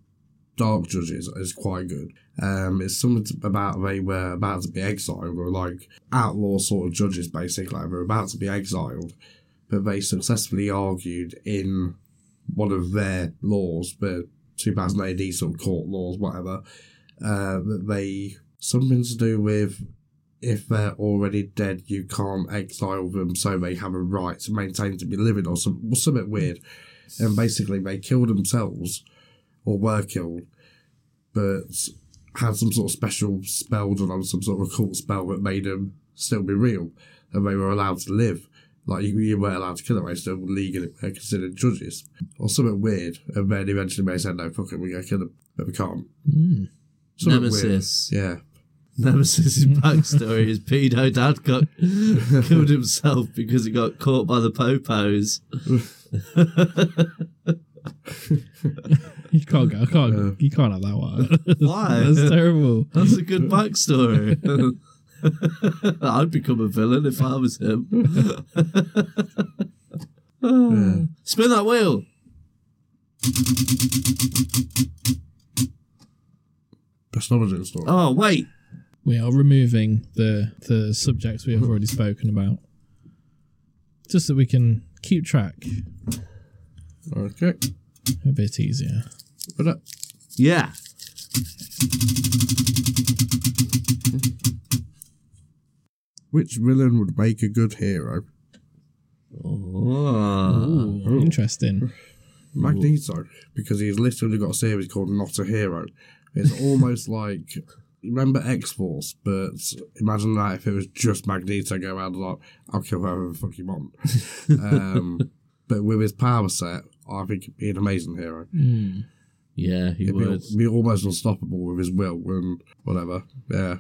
Speaker 3: dark judges, is quite good. Um, it's something to- about they were about to be exiled or like outlaw sort of judges, basically. They were about to be exiled, but they successfully argued in one of their laws, the 2000 AD sort of court laws, whatever. Uh, that they something to do with if they're already dead, you can't exile them, so they have a right to maintain to be living or some or something weird. And basically, they kill themselves or were killed, but had some sort of special spell done on them, some sort of occult spell that made them still be real, and they were allowed to live. Like you, you weren't allowed to kill them, they still legally were considered judges or something weird. And then eventually they said, "No, fuck it, we're gonna kill them," but we can't.
Speaker 2: Mm.
Speaker 3: Something weird.
Speaker 1: Nemesis.
Speaker 3: yeah.
Speaker 1: Nemesis' backstory is Pedo Dad got killed himself because he got caught by the popos.
Speaker 2: You can't go. I can't. You can't have that one.
Speaker 1: Why?
Speaker 2: That's terrible.
Speaker 1: That's a good backstory. I'd become a villain if I was him.
Speaker 3: yeah.
Speaker 1: Spin that wheel.
Speaker 3: Best origin story.
Speaker 1: Oh wait,
Speaker 2: We are removing the the subjects we have already spoken about, just so we can keep track
Speaker 3: Okay.
Speaker 2: a bit easier.
Speaker 3: But uh,
Speaker 1: yeah.
Speaker 3: which villain would make a good hero?
Speaker 1: Oh.
Speaker 2: Ooh, interesting.
Speaker 3: Magneto, because he's literally got a series called Not a Hero. It's almost like you remember X Force, but imagine that if it was just Magneto going around like, I'll kill whoever the fuck you want. um, but with his power set, I think he'd be an amazing hero.
Speaker 2: Hmm.
Speaker 1: Yeah, he
Speaker 3: He'd be,
Speaker 1: would.
Speaker 3: be almost unstoppable with his will and whatever. Yeah.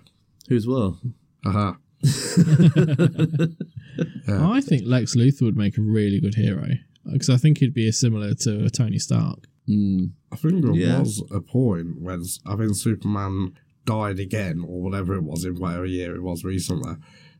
Speaker 1: Who's well?
Speaker 3: Aha.
Speaker 2: I think Lex Luthor would make a really good hero because I think he'd be similar to a Tony Stark.
Speaker 1: Mm.
Speaker 3: I think there
Speaker 1: Yeah.
Speaker 3: was a point when s- I think Superman died again or whatever it was in whatever year it was recently,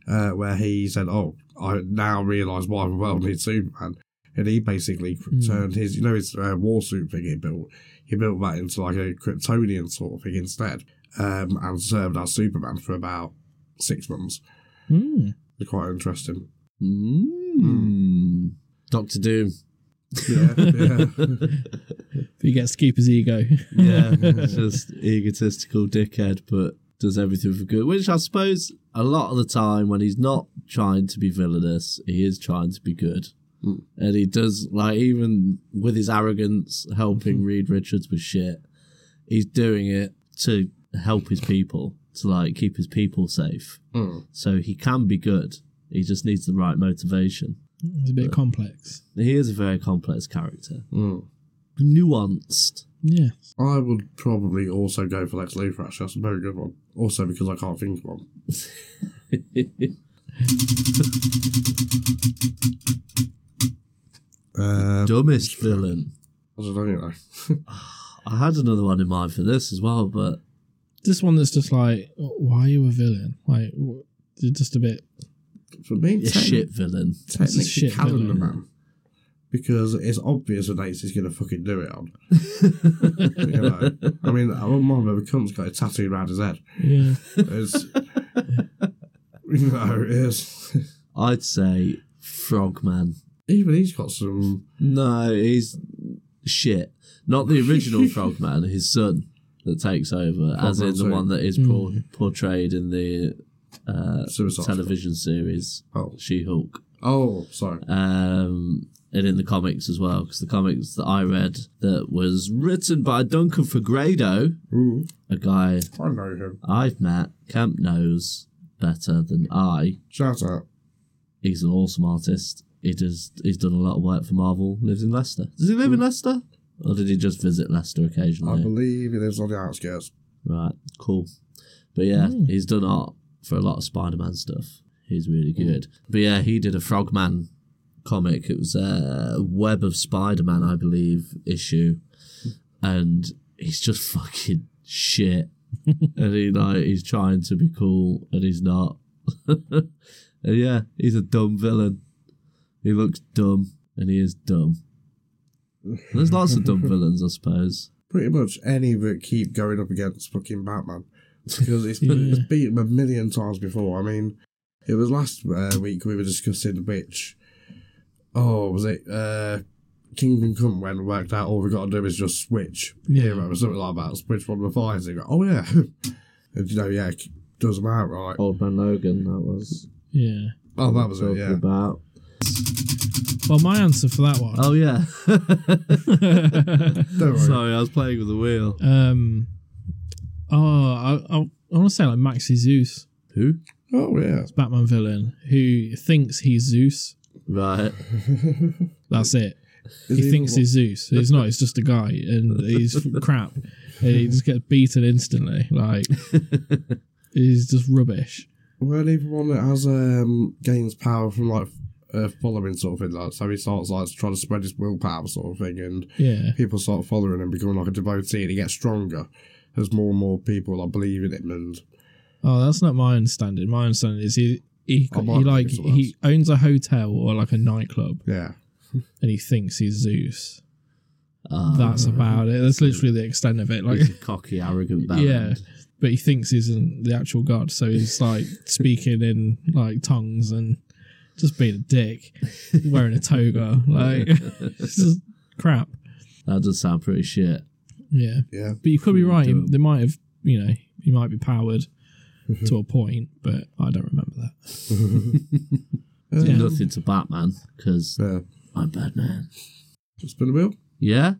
Speaker 3: uh, where he said, "Oh, I now realise why the world needs Superman," and he basically turned his, you know, his uh, war suit thing he built. He built that into like a Kryptonian sort of thing instead, um, and served as Superman for about six months.
Speaker 2: Mm.
Speaker 3: They're quite interesting.
Speaker 1: Mm. Hmm. Doctor Doom.
Speaker 3: Yeah, Hmm. yeah.
Speaker 2: He gets to keep his ego.
Speaker 1: Yeah, just egotistical dickhead, but does everything for good. Which I suppose a lot of the time when he's not trying to be villainous, he is trying to be good.
Speaker 3: Mm.
Speaker 1: And he does, like, even with his arrogance helping Reed Richards with shit, he's doing it to help his people, to, like, keep his people safe.
Speaker 3: Mm.
Speaker 1: So he can be good. He just needs the right motivation.
Speaker 2: It's a bit complex.
Speaker 1: He is a very complex character,
Speaker 3: Mm.
Speaker 1: nuanced.
Speaker 2: Yeah.
Speaker 3: I would probably also go for Lex Luthor. Actually, that's a very good one. Also, because I can't think of one.
Speaker 1: Um,
Speaker 3: Uh,
Speaker 1: Dumbest villain.
Speaker 3: I don't know. You know.
Speaker 1: I had another one in mind for this as well, but
Speaker 2: This one that's just like, why are you a villain? Like, wh- you're just a bit.
Speaker 3: For me,
Speaker 1: a
Speaker 3: techni-
Speaker 1: shit villain.
Speaker 3: technically
Speaker 2: shit
Speaker 3: Calendar
Speaker 2: villain.
Speaker 3: Man. Because it's obvious the dates he's going to fucking do it on. you know? I mean, I wouldn't mind if a cunt's got a tattoo around his head.
Speaker 2: Yeah.
Speaker 3: It's, you know, it's,
Speaker 1: I'd say Frogman.
Speaker 3: even he's got some.
Speaker 1: No, he's shit. Not the original Frogman, his son that takes over, as in
Speaker 3: Frogman's
Speaker 1: the
Speaker 3: son.
Speaker 1: one that is por- portrayed in the uh,
Speaker 3: Suicide Squad.
Speaker 1: television series
Speaker 3: Oh,
Speaker 1: She Hulk.
Speaker 3: oh, sorry.
Speaker 1: um, and in the comics as well, because the comics that I read that was written by Duncan Fagredo,
Speaker 3: Ooh,
Speaker 1: a guy
Speaker 3: I know him.
Speaker 1: I've met, Camp knows better than I.
Speaker 3: Shout out.
Speaker 1: He's an awesome artist. He does. He's done a lot of work for Marvel. Lives in Leicester. Does he live in Leicester, or did he just visit Leicester
Speaker 3: I
Speaker 1: occasionally?
Speaker 3: believe he lives on the outskirts.
Speaker 1: Right, cool. But yeah, he's done art for a lot of Spider Man stuff. He's really good. But yeah, he did a Frogman comic. It was a Web of Spider Man, I believe, issue. And he's just fucking shit. and he like he's trying to be cool and he's not. and yeah, he's a dumb villain. He looks dumb and he is dumb. There's lots of dumb villains, I suppose.
Speaker 3: Pretty much any that keep going up against fucking Batman. Because it's,
Speaker 2: Yeah.
Speaker 3: it's beat him a million times before. I mean, it was last uh, week we were discussing which. Oh, was it uh, Kingdom Come when we worked out all we got to do is just switch?
Speaker 2: Yeah.
Speaker 3: hero or something like that. Switch one of the fires. And you go, oh, yeah. and you know, yeah, it does them out right.
Speaker 2: Oh,
Speaker 1: Old Man Logan, that was.
Speaker 2: Yeah.
Speaker 3: Oh, that was it,
Speaker 1: talking
Speaker 3: yeah.
Speaker 1: about.
Speaker 2: Well, my answer for that one.
Speaker 1: Oh yeah.
Speaker 3: Don't worry.
Speaker 1: Oh, Sorry, I was playing with the wheel.
Speaker 2: Um, oh, I, I, I want to say like Maxi Zeus,
Speaker 1: Who?
Speaker 3: oh, yeah.
Speaker 2: Batman villain, who thinks he's Zeus.
Speaker 1: Right.
Speaker 2: That's it.
Speaker 3: Is
Speaker 2: he thinks
Speaker 3: even-
Speaker 2: he's Zeus. He's not. He's just a guy, and he's crap. And he just gets beaten instantly. Like he's just rubbish.
Speaker 3: Weren't even one that has um gains power from like uh, following sort of thing like so he starts like trying to spread his willpower sort of thing and
Speaker 2: Yeah,
Speaker 3: people start following him becoming like a devotee and he gets stronger as more and more people like believe in him and
Speaker 2: Oh, that's not my understanding. My understanding is he he,
Speaker 3: I
Speaker 2: he
Speaker 3: might
Speaker 2: like
Speaker 3: think it's
Speaker 2: he owns a hotel or like a nightclub,
Speaker 3: yeah
Speaker 2: and he thinks he's Zeus.
Speaker 1: Ah,
Speaker 2: That's about it. That's literally the extent of it. Like,
Speaker 1: he's a cocky, arrogant band.
Speaker 2: yeah, but he thinks he's in the actual god, so he's like speaking in like tongues and just being a dick, wearing a toga, like it's just crap.
Speaker 1: That does sound pretty shit.
Speaker 2: Yeah,
Speaker 3: yeah
Speaker 2: but you could be right.
Speaker 1: Doable.
Speaker 2: They might have, you know, he might be powered to a point, but I don't remember that.
Speaker 3: Uh,
Speaker 2: Yeah.
Speaker 1: Nothing to Batman because
Speaker 3: yeah
Speaker 1: I'm Batman.
Speaker 3: spin the wheel
Speaker 1: Yeah.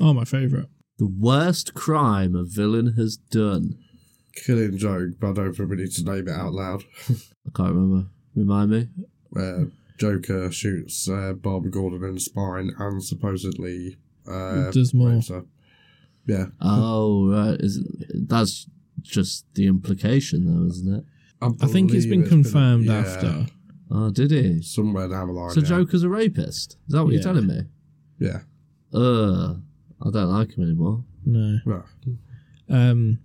Speaker 2: Oh, my favorite.
Speaker 1: The worst crime a villain has done.
Speaker 3: killing joke but I don't think we need to name it out loud
Speaker 1: I can't remember. Remind me.
Speaker 3: where Joker shoots uh, Barbara Gordon in the spine and supposedly uh,
Speaker 2: Does more.
Speaker 3: rapes her. yeah
Speaker 1: Oh right, is it, that's just the implication though, isn't it?
Speaker 2: I think it's
Speaker 3: believe
Speaker 2: been confirmed
Speaker 3: yeah.
Speaker 2: after.
Speaker 1: Oh, did he?
Speaker 3: somewhere down the line.
Speaker 1: So
Speaker 3: yeah.
Speaker 1: Joker's a rapist. Is that what
Speaker 2: Yeah.
Speaker 1: you're telling me?
Speaker 3: Yeah.
Speaker 1: Uh, Ugh, I don't like him anymore.
Speaker 2: No.
Speaker 3: Well,
Speaker 2: Um,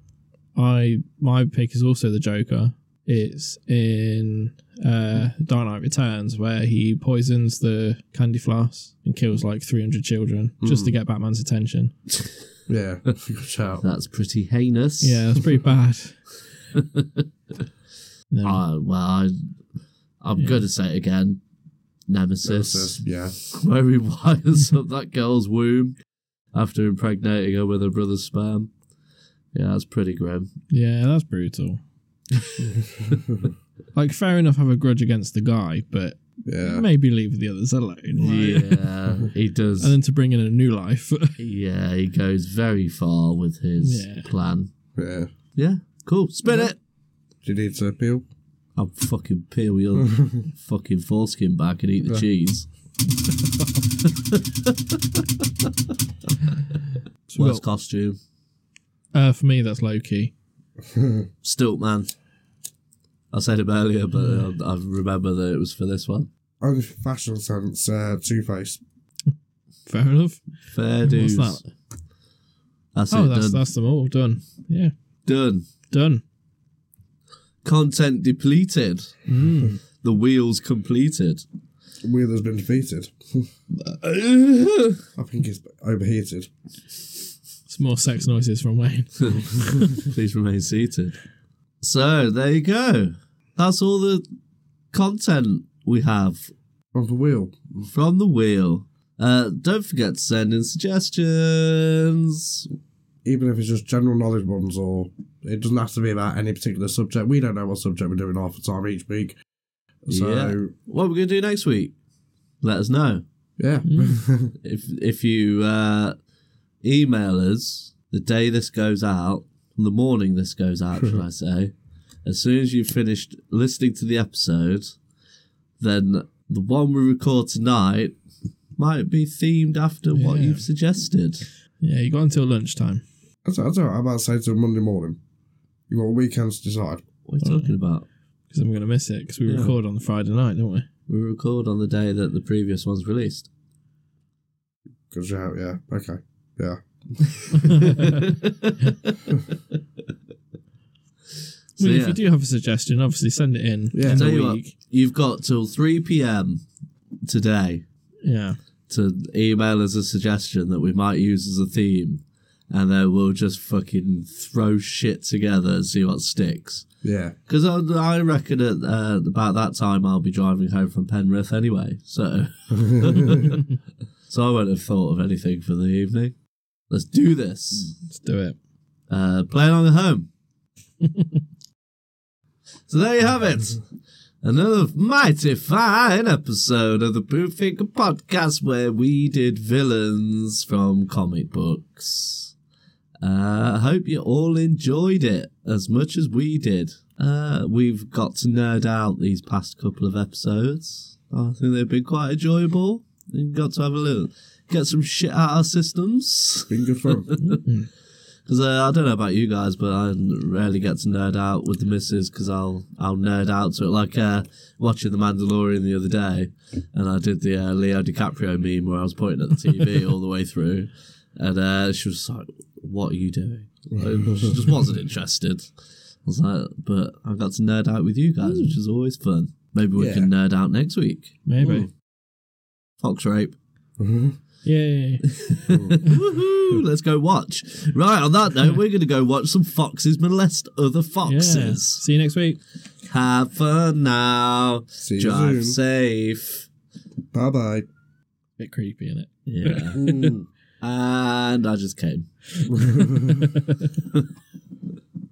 Speaker 2: I my pick is also the Joker. It's in uh, Dark Knight Returns where he poisons the candy floss and kills like 300 children just
Speaker 3: Hmm.
Speaker 2: to get Batman's attention.
Speaker 3: Yeah, good shout.
Speaker 1: That's pretty heinous.
Speaker 2: Yeah, that's pretty bad. No.
Speaker 1: Uh, well, I, I'm going to say it again. Nemesis,
Speaker 3: Yeah,
Speaker 1: where he wires up that girl's womb after impregnating her with her brother's sperm. Yeah, that's pretty grim.
Speaker 2: Yeah, that's brutal. like, fair enough, have a grudge against the guy, but
Speaker 3: yeah.
Speaker 2: maybe leave the others alone. right?
Speaker 1: Yeah, he does.
Speaker 2: And then to bring in a new life.
Speaker 1: Yeah, he goes very far with his
Speaker 2: Yeah.
Speaker 1: plan.
Speaker 3: Yeah.
Speaker 1: Yeah, cool. Spin it.
Speaker 3: Do you need to peel?
Speaker 1: I'll fucking peel your fucking foreskin back and eat the cheese. Worst costume.
Speaker 2: uh, for me, that's Loki.
Speaker 1: Stiltman. I said it earlier, but uh, I remember that it was for this one.
Speaker 3: Only for fashion sense, uh, Two Face.
Speaker 2: Fair enough.
Speaker 1: Fair dues.
Speaker 2: What's that?
Speaker 1: That's
Speaker 2: oh,
Speaker 1: it. done.
Speaker 2: that's, that's them all. Done. Yeah.
Speaker 1: done.
Speaker 2: Done.
Speaker 1: Content depleted. The wheels completed.
Speaker 3: Wheeler's been defeated. I think it's overheated.
Speaker 2: It's more sex noises from Wayne.
Speaker 1: Please remain seated. So there you go. That's all the content we have
Speaker 3: On the wheel.
Speaker 1: from the wheel. Uh, don't forget to send in suggestions.
Speaker 3: Even if it's just general knowledge ones, or it doesn't have to be about any particular subject. We don't know what subject we're doing half the time each week. So,
Speaker 1: yeah.
Speaker 3: yeah.
Speaker 1: What are we going to do next week? Let us know.
Speaker 3: Hmm.
Speaker 1: If if you uh, email us the day this goes out, the morning this goes out, should I say, as soon as you've finished listening to the episode, then the one we record tonight might be themed after what
Speaker 2: Yeah.
Speaker 1: you've suggested.
Speaker 2: Yeah, you got until lunchtime.
Speaker 3: That's, that's all right. I'm about to say to Monday morning. you got a weekend to decide.
Speaker 1: What are you talking about?
Speaker 2: Because I'm going to miss it because we
Speaker 1: Yeah.
Speaker 2: record on the Friday night, don't we?
Speaker 1: We record on the day that the previous one's released.
Speaker 3: Good shout, yeah. Okay. Yeah.
Speaker 2: I
Speaker 1: So,
Speaker 2: mean,
Speaker 1: yeah.
Speaker 2: if you do have a suggestion, obviously send it in.
Speaker 3: Yeah.
Speaker 2: in
Speaker 1: Tell
Speaker 2: the
Speaker 1: you what,
Speaker 2: week.
Speaker 1: you've got till 3 p.m. today
Speaker 2: Yeah.
Speaker 1: to email us a suggestion that we might use as a theme, and then we'll just fucking throw shit together and see what sticks.
Speaker 3: Yeah.
Speaker 1: Because I, I reckon at uh, about that time I'll be driving home from Penrith anyway, so so I won't have thought of anything for the evening. Let's do this.
Speaker 2: Let's do it.
Speaker 1: Uh, play along at home. so there you have it. Another mighty fine episode of the Proof Thinker podcast where we did villains from comic books. Uh, I hope you all enjoyed it as much as we did. Uh, we've got to nerd out these past couple of episodes. I think they've been quite enjoyable. We've got to have a little, get some shit out of our systems.
Speaker 3: Been good fun.
Speaker 1: Because uh, I don't know about you guys, but I rarely get to nerd out with the missus because I'll I'll nerd out to it. Like uh, watching The Mandalorian the other day, and I did the uh, Leo DiCaprio meme where I was pointing at the TV all the way through, and uh, she was like, "What are you doing?" Like, she just wasn't interested. I was like, "But I got to nerd out with you guys, which is always fun. Maybe we
Speaker 3: Yeah.
Speaker 1: can nerd out next week."
Speaker 2: Maybe.
Speaker 1: Fox rape.
Speaker 3: Mm. Mm-hmm.
Speaker 2: Yay.
Speaker 1: Woohoo! Let's go watch. Right, on that note, we're going to go watch some foxes molest other
Speaker 2: Yeah.
Speaker 1: foxes.
Speaker 2: See you next week.
Speaker 1: Have fun now.
Speaker 3: See you
Speaker 1: Drive
Speaker 3: soon.
Speaker 1: safe.
Speaker 3: bye bye.
Speaker 2: bit creepy, in it?
Speaker 1: Yeah. and I just came.